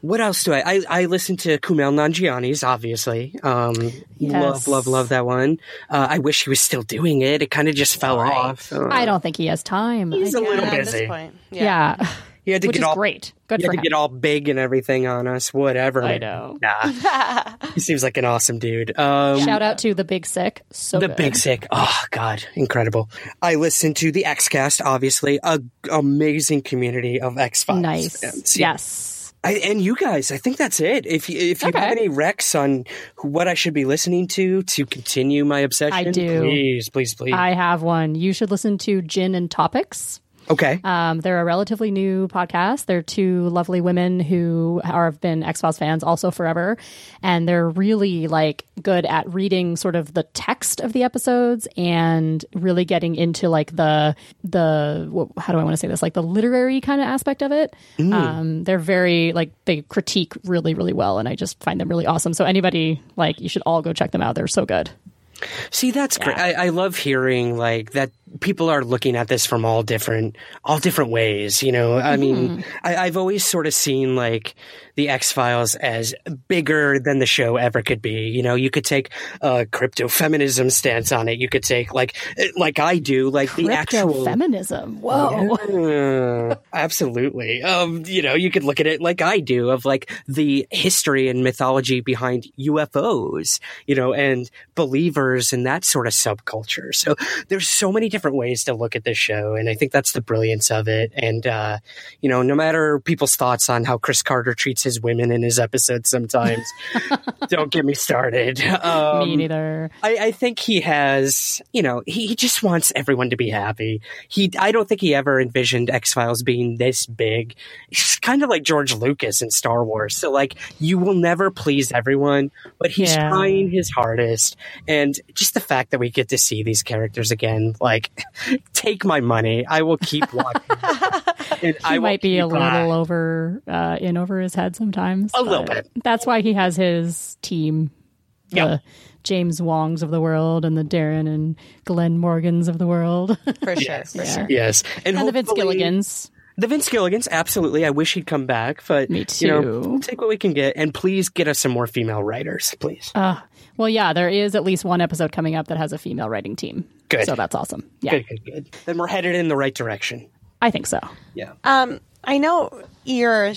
[SPEAKER 5] What else do I? I, I listen to Kumail Nanjiani's, obviously. Um,
[SPEAKER 7] Yes.
[SPEAKER 5] Love, love, love that one. Uh, I wish he was still doing it. It kind of just fell off. Uh,
[SPEAKER 7] I don't think he has time.
[SPEAKER 5] He's
[SPEAKER 7] I
[SPEAKER 5] a little
[SPEAKER 7] guess.
[SPEAKER 5] busy.
[SPEAKER 7] Yeah. (laughs)
[SPEAKER 5] He had to
[SPEAKER 7] Which
[SPEAKER 5] get
[SPEAKER 7] is
[SPEAKER 5] all
[SPEAKER 7] great. Good
[SPEAKER 5] he had
[SPEAKER 7] for
[SPEAKER 5] to
[SPEAKER 7] him.
[SPEAKER 5] get all big and everything on us. Whatever.
[SPEAKER 7] I
[SPEAKER 5] man.
[SPEAKER 7] know.
[SPEAKER 5] Nah, (laughs) he seems like an awesome dude. Um,
[SPEAKER 7] Shout out to the Big Sick. So
[SPEAKER 5] the
[SPEAKER 7] good.
[SPEAKER 5] Big Sick. Oh God, incredible! I listen to the XCast, obviously, a amazing community of X Files.
[SPEAKER 7] Nice. Yes.
[SPEAKER 5] I, and you guys, I think that's it. If you, if you
[SPEAKER 7] Okay.
[SPEAKER 5] have any recs on what I should be listening to to continue my obsession,
[SPEAKER 7] I do.
[SPEAKER 5] Please, please, please.
[SPEAKER 7] I have one. You should listen to Gin and Topics.
[SPEAKER 5] okay.
[SPEAKER 7] Um, they're a relatively new podcast. They're two lovely women who are, have been X Files fans also forever, and they're really like good at reading sort of the text of the episodes and really getting into like the the what, how do I want to say this like the literary kind of aspect of it.
[SPEAKER 5] Mm.
[SPEAKER 7] Um, they're very like they critique really really well, and I just find them really awesome. So anybody like you should all go check them out. They're so good.
[SPEAKER 5] See, that's great. I, I love hearing like that. People are looking at this from all different, all different ways. You know, I
[SPEAKER 7] Mm-hmm.
[SPEAKER 5] mean, I, I've always sort of seen like the X Files as bigger than the show ever could be. You know, you could take a crypto feminism stance on it. You could take like, eh, like I do, like the actual
[SPEAKER 7] feminism. Whoa.
[SPEAKER 5] Yeah, (laughs) absolutely. Um, you know, you could look at it like I do of like the history and mythology behind UFOs, you know, and believers and that sort of subculture. So there's so many different ways to look at this show. And I think that's the brilliance of it. And, uh, you know, no matter people's thoughts on how Chris Carter treats his women in his episodes sometimes, don't get me started. Um,
[SPEAKER 7] Me neither.
[SPEAKER 5] I, I think he has, you know, he, he just wants everyone to be happy. He, I don't think he ever envisioned X Files being this big. He's kind of like George Lucas in Star Wars. So, like, you will never please everyone, but he's
[SPEAKER 7] Yeah.
[SPEAKER 5] trying his hardest. And just the fact that we get to see these characters again, like, (laughs) take my money. I will
[SPEAKER 7] (laughs)
[SPEAKER 5] keep watching. And
[SPEAKER 7] he
[SPEAKER 5] will
[SPEAKER 7] might be a
[SPEAKER 5] keep buying.
[SPEAKER 7] little over uh, in over his head sometimes.
[SPEAKER 5] A little
[SPEAKER 7] but
[SPEAKER 5] bit.
[SPEAKER 7] That's why he has his team, the
[SPEAKER 5] Yep.
[SPEAKER 7] James Wongs of the world and the Darren and Glenn Morgans of the world, (laughs)
[SPEAKER 6] For sure, for sure.
[SPEAKER 5] Yes. And,
[SPEAKER 7] and the Vince
[SPEAKER 5] hopefully-
[SPEAKER 7] Gilligans.
[SPEAKER 5] The Vince Gilligan's, absolutely. I wish he'd come back, but
[SPEAKER 7] Me
[SPEAKER 5] you know,
[SPEAKER 7] too.
[SPEAKER 5] we'll take what we can get, and please get us some more female writers, please.
[SPEAKER 7] Well, yeah, there is at least one episode coming up that has a female writing team.
[SPEAKER 5] Good.
[SPEAKER 7] So that's awesome. Yeah,
[SPEAKER 5] Good, good, good. Then we're headed in the right direction.
[SPEAKER 7] I think so.
[SPEAKER 5] Yeah.
[SPEAKER 6] Um, I know you're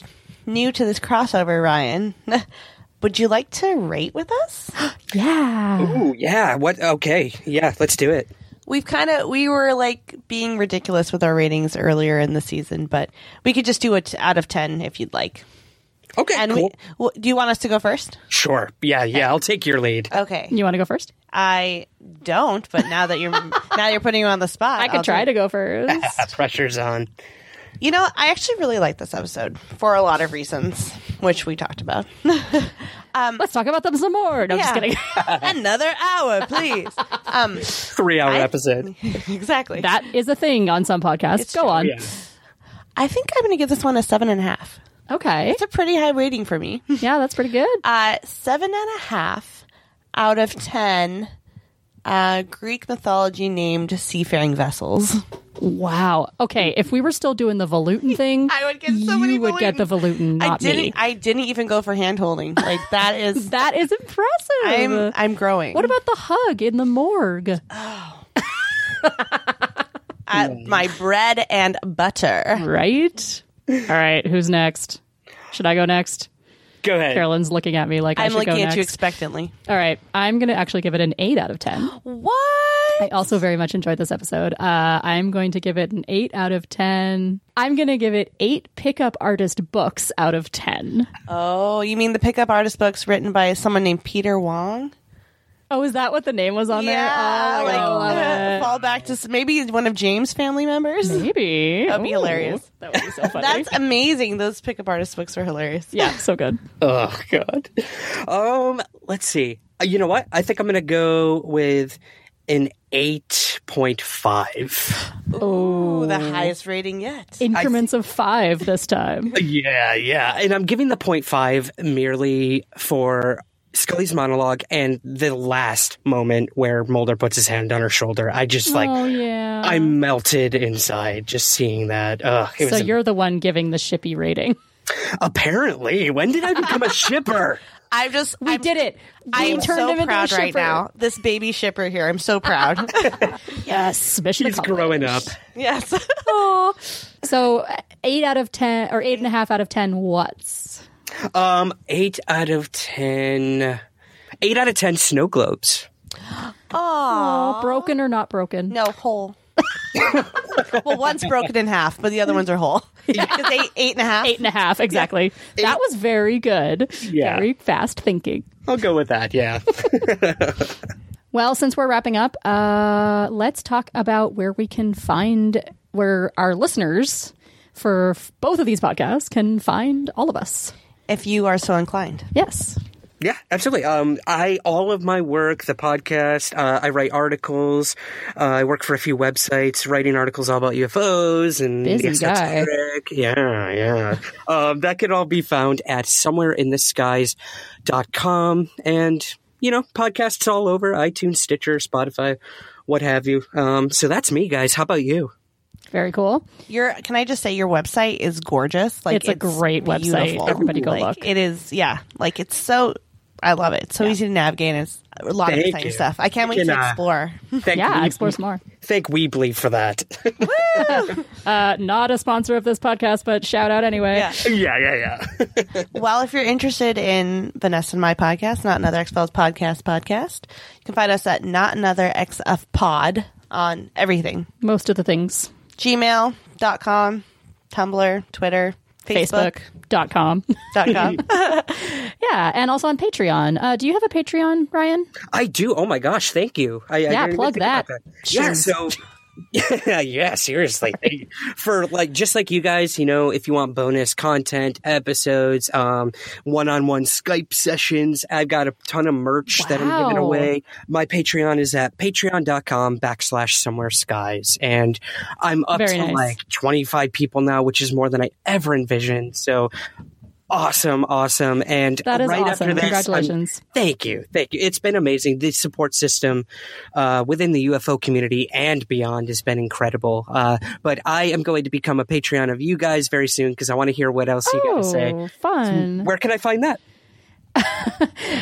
[SPEAKER 6] new to this crossover, Ryan. (laughs) Would you like to rate with us?
[SPEAKER 7] Yeah.
[SPEAKER 5] Ooh, yeah. What? Okay. Yeah. Let's do it.
[SPEAKER 6] We've kind of we were like being ridiculous with our ratings earlier in the season, but we could just do a t- out of ten if you'd like.
[SPEAKER 5] Okay.
[SPEAKER 6] And
[SPEAKER 5] cool.
[SPEAKER 6] we, well, do you want us to go first?
[SPEAKER 5] sure. Yeah. Yeah. I'll take your lead.
[SPEAKER 6] Okay,
[SPEAKER 7] You want to go first?
[SPEAKER 6] I don't. But now that you're (laughs) now you're putting you on the spot,
[SPEAKER 7] I could
[SPEAKER 6] I'll
[SPEAKER 7] try
[SPEAKER 6] do-
[SPEAKER 7] to go first.
[SPEAKER 5] (laughs) Ah, pressure's on.
[SPEAKER 6] You know, I actually really like this episode for a lot of reasons, which we talked about. (laughs)
[SPEAKER 7] Let's talk about them some more. No, I'm just
[SPEAKER 6] Yeah.
[SPEAKER 7] kidding.
[SPEAKER 6] (laughs)
[SPEAKER 7] (laughs)
[SPEAKER 6] Another hour, please. Um,
[SPEAKER 5] Three-hour episode.
[SPEAKER 6] exactly.
[SPEAKER 7] that is a thing on some podcasts. go on.
[SPEAKER 5] Yeah.
[SPEAKER 6] I think I'm going to give this one a seven and a half.
[SPEAKER 7] Okay.
[SPEAKER 6] It's a pretty high rating for
[SPEAKER 7] (laughs)
[SPEAKER 6] me.
[SPEAKER 7] Yeah, that's pretty good.
[SPEAKER 6] Uh, seven and a half out of ten. Uh, Greek mythology named seafaring vessels.
[SPEAKER 7] Wow. Okay. If we were still doing the Volutin thing,
[SPEAKER 6] (laughs) I would get so many
[SPEAKER 7] You would get the Volutin,
[SPEAKER 6] I
[SPEAKER 7] not
[SPEAKER 6] didn't.
[SPEAKER 7] me.
[SPEAKER 6] I didn't even go for hand holding. Like that is.
[SPEAKER 7] (laughs) that is impressive.
[SPEAKER 6] I'm. I'm growing.
[SPEAKER 7] what about the hug in the morgue?
[SPEAKER 6] Uh, my bread and
[SPEAKER 7] Hmm.
[SPEAKER 6] butter?
[SPEAKER 7] Right. All right. Who's next? Should I go next?
[SPEAKER 5] Go ahead.
[SPEAKER 7] Carolyn's looking at me like I
[SPEAKER 6] I'm
[SPEAKER 7] should go
[SPEAKER 6] looking at
[SPEAKER 7] next.
[SPEAKER 6] you expectantly.
[SPEAKER 7] All right. I'm going to actually give it an eight out
[SPEAKER 6] (gasps)
[SPEAKER 7] of ten.
[SPEAKER 6] What?
[SPEAKER 7] I also very much enjoyed this episode. Uh, I'm going to give it an eight out of ten. I'm going to give it eight pickup artist books out of ten.
[SPEAKER 6] Oh, you mean the pickup artist books written by someone named Peter Wong?
[SPEAKER 7] Oh, is that what the name was on
[SPEAKER 6] Yeah,
[SPEAKER 7] there?
[SPEAKER 6] like, (laughs)
[SPEAKER 7] Oh, I love it. Mm-hmm.
[SPEAKER 6] fall back to s- maybe one of James' family members.
[SPEAKER 7] Maybe
[SPEAKER 6] that'd be
[SPEAKER 7] Ooh,
[SPEAKER 6] hilarious.
[SPEAKER 7] That would be so funny.
[SPEAKER 6] That's amazing. Those pickup artist books were hilarious.
[SPEAKER 7] yeah, so good.
[SPEAKER 5] Oh God. Um, let's see. Uh, You know what? I think I'm gonna go with an eight point five.
[SPEAKER 6] Ooh, the highest rating yet.
[SPEAKER 7] (laughs) Increments of five this time.
[SPEAKER 5] Yeah, yeah. And I'm giving the point five merely for Scully's monologue and the last moment where Mulder puts his hand on her shoulder. I just like
[SPEAKER 7] oh yeah.
[SPEAKER 5] I melted inside just seeing that. Ugh, it
[SPEAKER 7] so
[SPEAKER 5] was
[SPEAKER 7] you're the one giving the shippy rating. (laughs)
[SPEAKER 5] apparently. When did I become a shipper?
[SPEAKER 6] I'm just.
[SPEAKER 7] We
[SPEAKER 6] I'm,
[SPEAKER 7] did it.
[SPEAKER 6] I
[SPEAKER 7] we
[SPEAKER 6] am
[SPEAKER 7] turned
[SPEAKER 6] so
[SPEAKER 7] him into
[SPEAKER 6] proud
[SPEAKER 7] a
[SPEAKER 6] right
[SPEAKER 7] shipper.
[SPEAKER 6] now. This baby shipper here. I'm so proud.
[SPEAKER 7] (laughs)
[SPEAKER 6] (laughs)
[SPEAKER 7] Yes, mission
[SPEAKER 5] She's growing up.
[SPEAKER 6] yes.
[SPEAKER 7] Oh. So eight out of ten, or eight and a half out of ten. What's
[SPEAKER 5] Um, eight out of ten. Eight out of ten snow globes.
[SPEAKER 6] Oh
[SPEAKER 7] broken or not broken?
[SPEAKER 6] no, whole. (laughs) well, one's broken in half, but the other ones are
[SPEAKER 7] (laughs)
[SPEAKER 6] whole. Because eight, eight and a half.
[SPEAKER 7] Eight and a half, exactly. That was very good.
[SPEAKER 5] Yeah.
[SPEAKER 7] Very fast thinking.
[SPEAKER 5] I'll go with that. Yeah. (laughs)
[SPEAKER 7] Well, since we're wrapping up, uh, let's talk about where we can find where our listeners for f- both of these podcasts can find all of us.
[SPEAKER 6] If you are so inclined.
[SPEAKER 7] Yes.
[SPEAKER 5] Yeah, absolutely. Um, I all of my work, the podcast, uh, I write articles. Uh, I work for a few websites, writing articles all about UFOs and
[SPEAKER 7] Busy
[SPEAKER 5] the
[SPEAKER 7] guy.
[SPEAKER 5] exoteric. Yeah, yeah. um, that could all be found at somewhereintheskies.com and you know podcasts all over iTunes, Stitcher, Spotify, what have you. Um, so that's me, guys. How about you?
[SPEAKER 7] Very cool.
[SPEAKER 6] Your can I just say your website is gorgeous. Like
[SPEAKER 7] It's a great website.
[SPEAKER 6] beautiful.
[SPEAKER 7] Everybody go
[SPEAKER 6] Like,
[SPEAKER 7] look.
[SPEAKER 6] It is yeah. Like it's so I love it. It's so easy to navigate and it's a lot
[SPEAKER 5] Thank
[SPEAKER 6] of exciting
[SPEAKER 5] you.
[SPEAKER 6] stuff. I can't wait
[SPEAKER 5] Can,
[SPEAKER 6] to
[SPEAKER 5] uh,
[SPEAKER 6] explore.
[SPEAKER 5] Thank
[SPEAKER 7] Yeah,
[SPEAKER 5] Weebly-
[SPEAKER 7] explore some more.
[SPEAKER 5] Thank Weebly for that. (laughs)
[SPEAKER 7] Uh, not a sponsor of this podcast, but shout out anyway.
[SPEAKER 6] Yeah.
[SPEAKER 5] yeah, yeah, yeah.
[SPEAKER 6] well, if you're interested in Vanessa and my podcast, Not Another X Files podcast podcast, you can find us at Not Another XF Pod on everything.
[SPEAKER 7] Most of the things.
[SPEAKER 6] Gmail.com, Tumblr, Twitter, Facebook.com.
[SPEAKER 7] Facebook.com. (laughs) yeah. And also on Patreon. Uh, do you have a Patreon, Ryan?
[SPEAKER 5] I do. Oh my gosh, thank you. I, I
[SPEAKER 7] Yeah,
[SPEAKER 5] didn't even
[SPEAKER 7] plug
[SPEAKER 5] think about
[SPEAKER 7] that.
[SPEAKER 5] Yeah,
[SPEAKER 7] Sure. (laughs)
[SPEAKER 5] so (laughs) yeah, yeah, seriously. Thank you. For like just like you guys, you know, if you want bonus content, episodes, um, one-on-one Skype sessions, I've got a ton of merch that I'm giving
[SPEAKER 7] Wow.
[SPEAKER 5] away. My Patreon is at patreon.com backslash somewhere skies. And I'm up
[SPEAKER 7] Very
[SPEAKER 5] to
[SPEAKER 7] nice.
[SPEAKER 5] like 25 people now, which is more than I ever envisioned. So awesome, awesome. And
[SPEAKER 7] That is
[SPEAKER 5] right
[SPEAKER 7] awesome.
[SPEAKER 5] after this, I'm-
[SPEAKER 7] Congratulations.
[SPEAKER 5] Thank you. Thank you. It's been amazing. The support system uh, within the UFO community and beyond has been incredible. Uh, but I am going to become a Patreon of you guys very soon because I want to hear what else you guys say.
[SPEAKER 7] Oh, fun.
[SPEAKER 5] Where can I find that?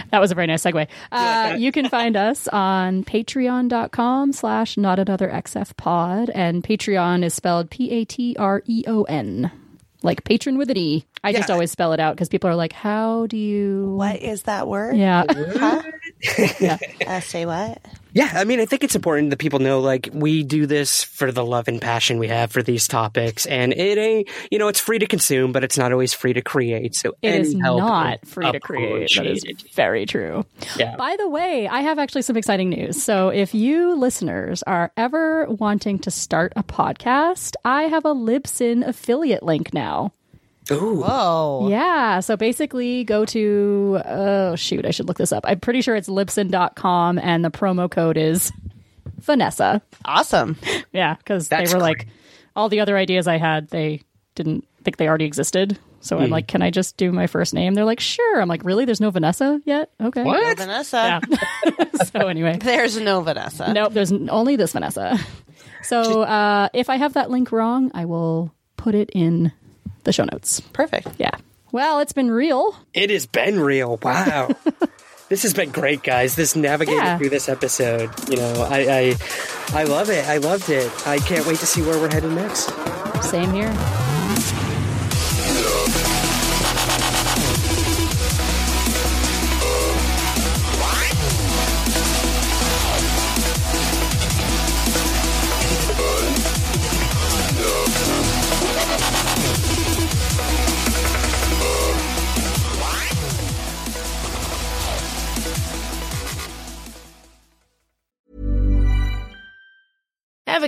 [SPEAKER 7] That was a very nice segue. Uh, you can find us on patreon.com slash not another XF pod. And Patreon is spelled P A T R E O N, like patron with an E. I just
[SPEAKER 5] Yeah.
[SPEAKER 7] always spell it out because people are like, how do you.
[SPEAKER 6] What is that word?
[SPEAKER 7] Yeah.
[SPEAKER 6] (laughs) Uh, say what?
[SPEAKER 5] Yeah, I mean, I think it's important that people know like we do this for the love and passion we have for these topics, and it ain't you know it's free to consume, but it's not always free to create. So
[SPEAKER 7] It
[SPEAKER 5] any
[SPEAKER 7] is
[SPEAKER 5] help
[SPEAKER 7] not
[SPEAKER 5] is
[SPEAKER 7] free to create. That is
[SPEAKER 5] appreciated.
[SPEAKER 7] very true.
[SPEAKER 5] Yeah.
[SPEAKER 7] By the way, I have actually some exciting news. So, if you listeners are ever wanting to start a podcast, I have a Libsyn affiliate link now.
[SPEAKER 5] Ooh,
[SPEAKER 6] Oh.
[SPEAKER 7] Yeah. So basically, go to, oh, shoot, I should look this up. I'm pretty sure it's libsyn.com and the promo code is Vanessa.
[SPEAKER 6] Awesome.
[SPEAKER 7] Yeah. Because they
[SPEAKER 5] That's
[SPEAKER 7] were like, all the other ideas I had, they didn't think they already existed. So
[SPEAKER 5] Hmm.
[SPEAKER 7] I'm like, can I just do my first name? They're like, sure. I'm like, really? There's no Vanessa yet? Okay.
[SPEAKER 6] No Vanessa.
[SPEAKER 7] (laughs) So anyway.
[SPEAKER 6] There's no Vanessa.
[SPEAKER 7] Nope, there's n- only this Vanessa. (laughs) So uh, if I have that link wrong, I will put it in the show notes.
[SPEAKER 6] Perfect.
[SPEAKER 7] Yeah. Well, it's been real.
[SPEAKER 5] It has been real. Wow. this has been great, guys. This navigating
[SPEAKER 7] Yeah.
[SPEAKER 5] through this episode. You know, I, I I love it. I loved it. I can't wait to see where we're headed next.
[SPEAKER 7] Same here.
[SPEAKER 8] Ever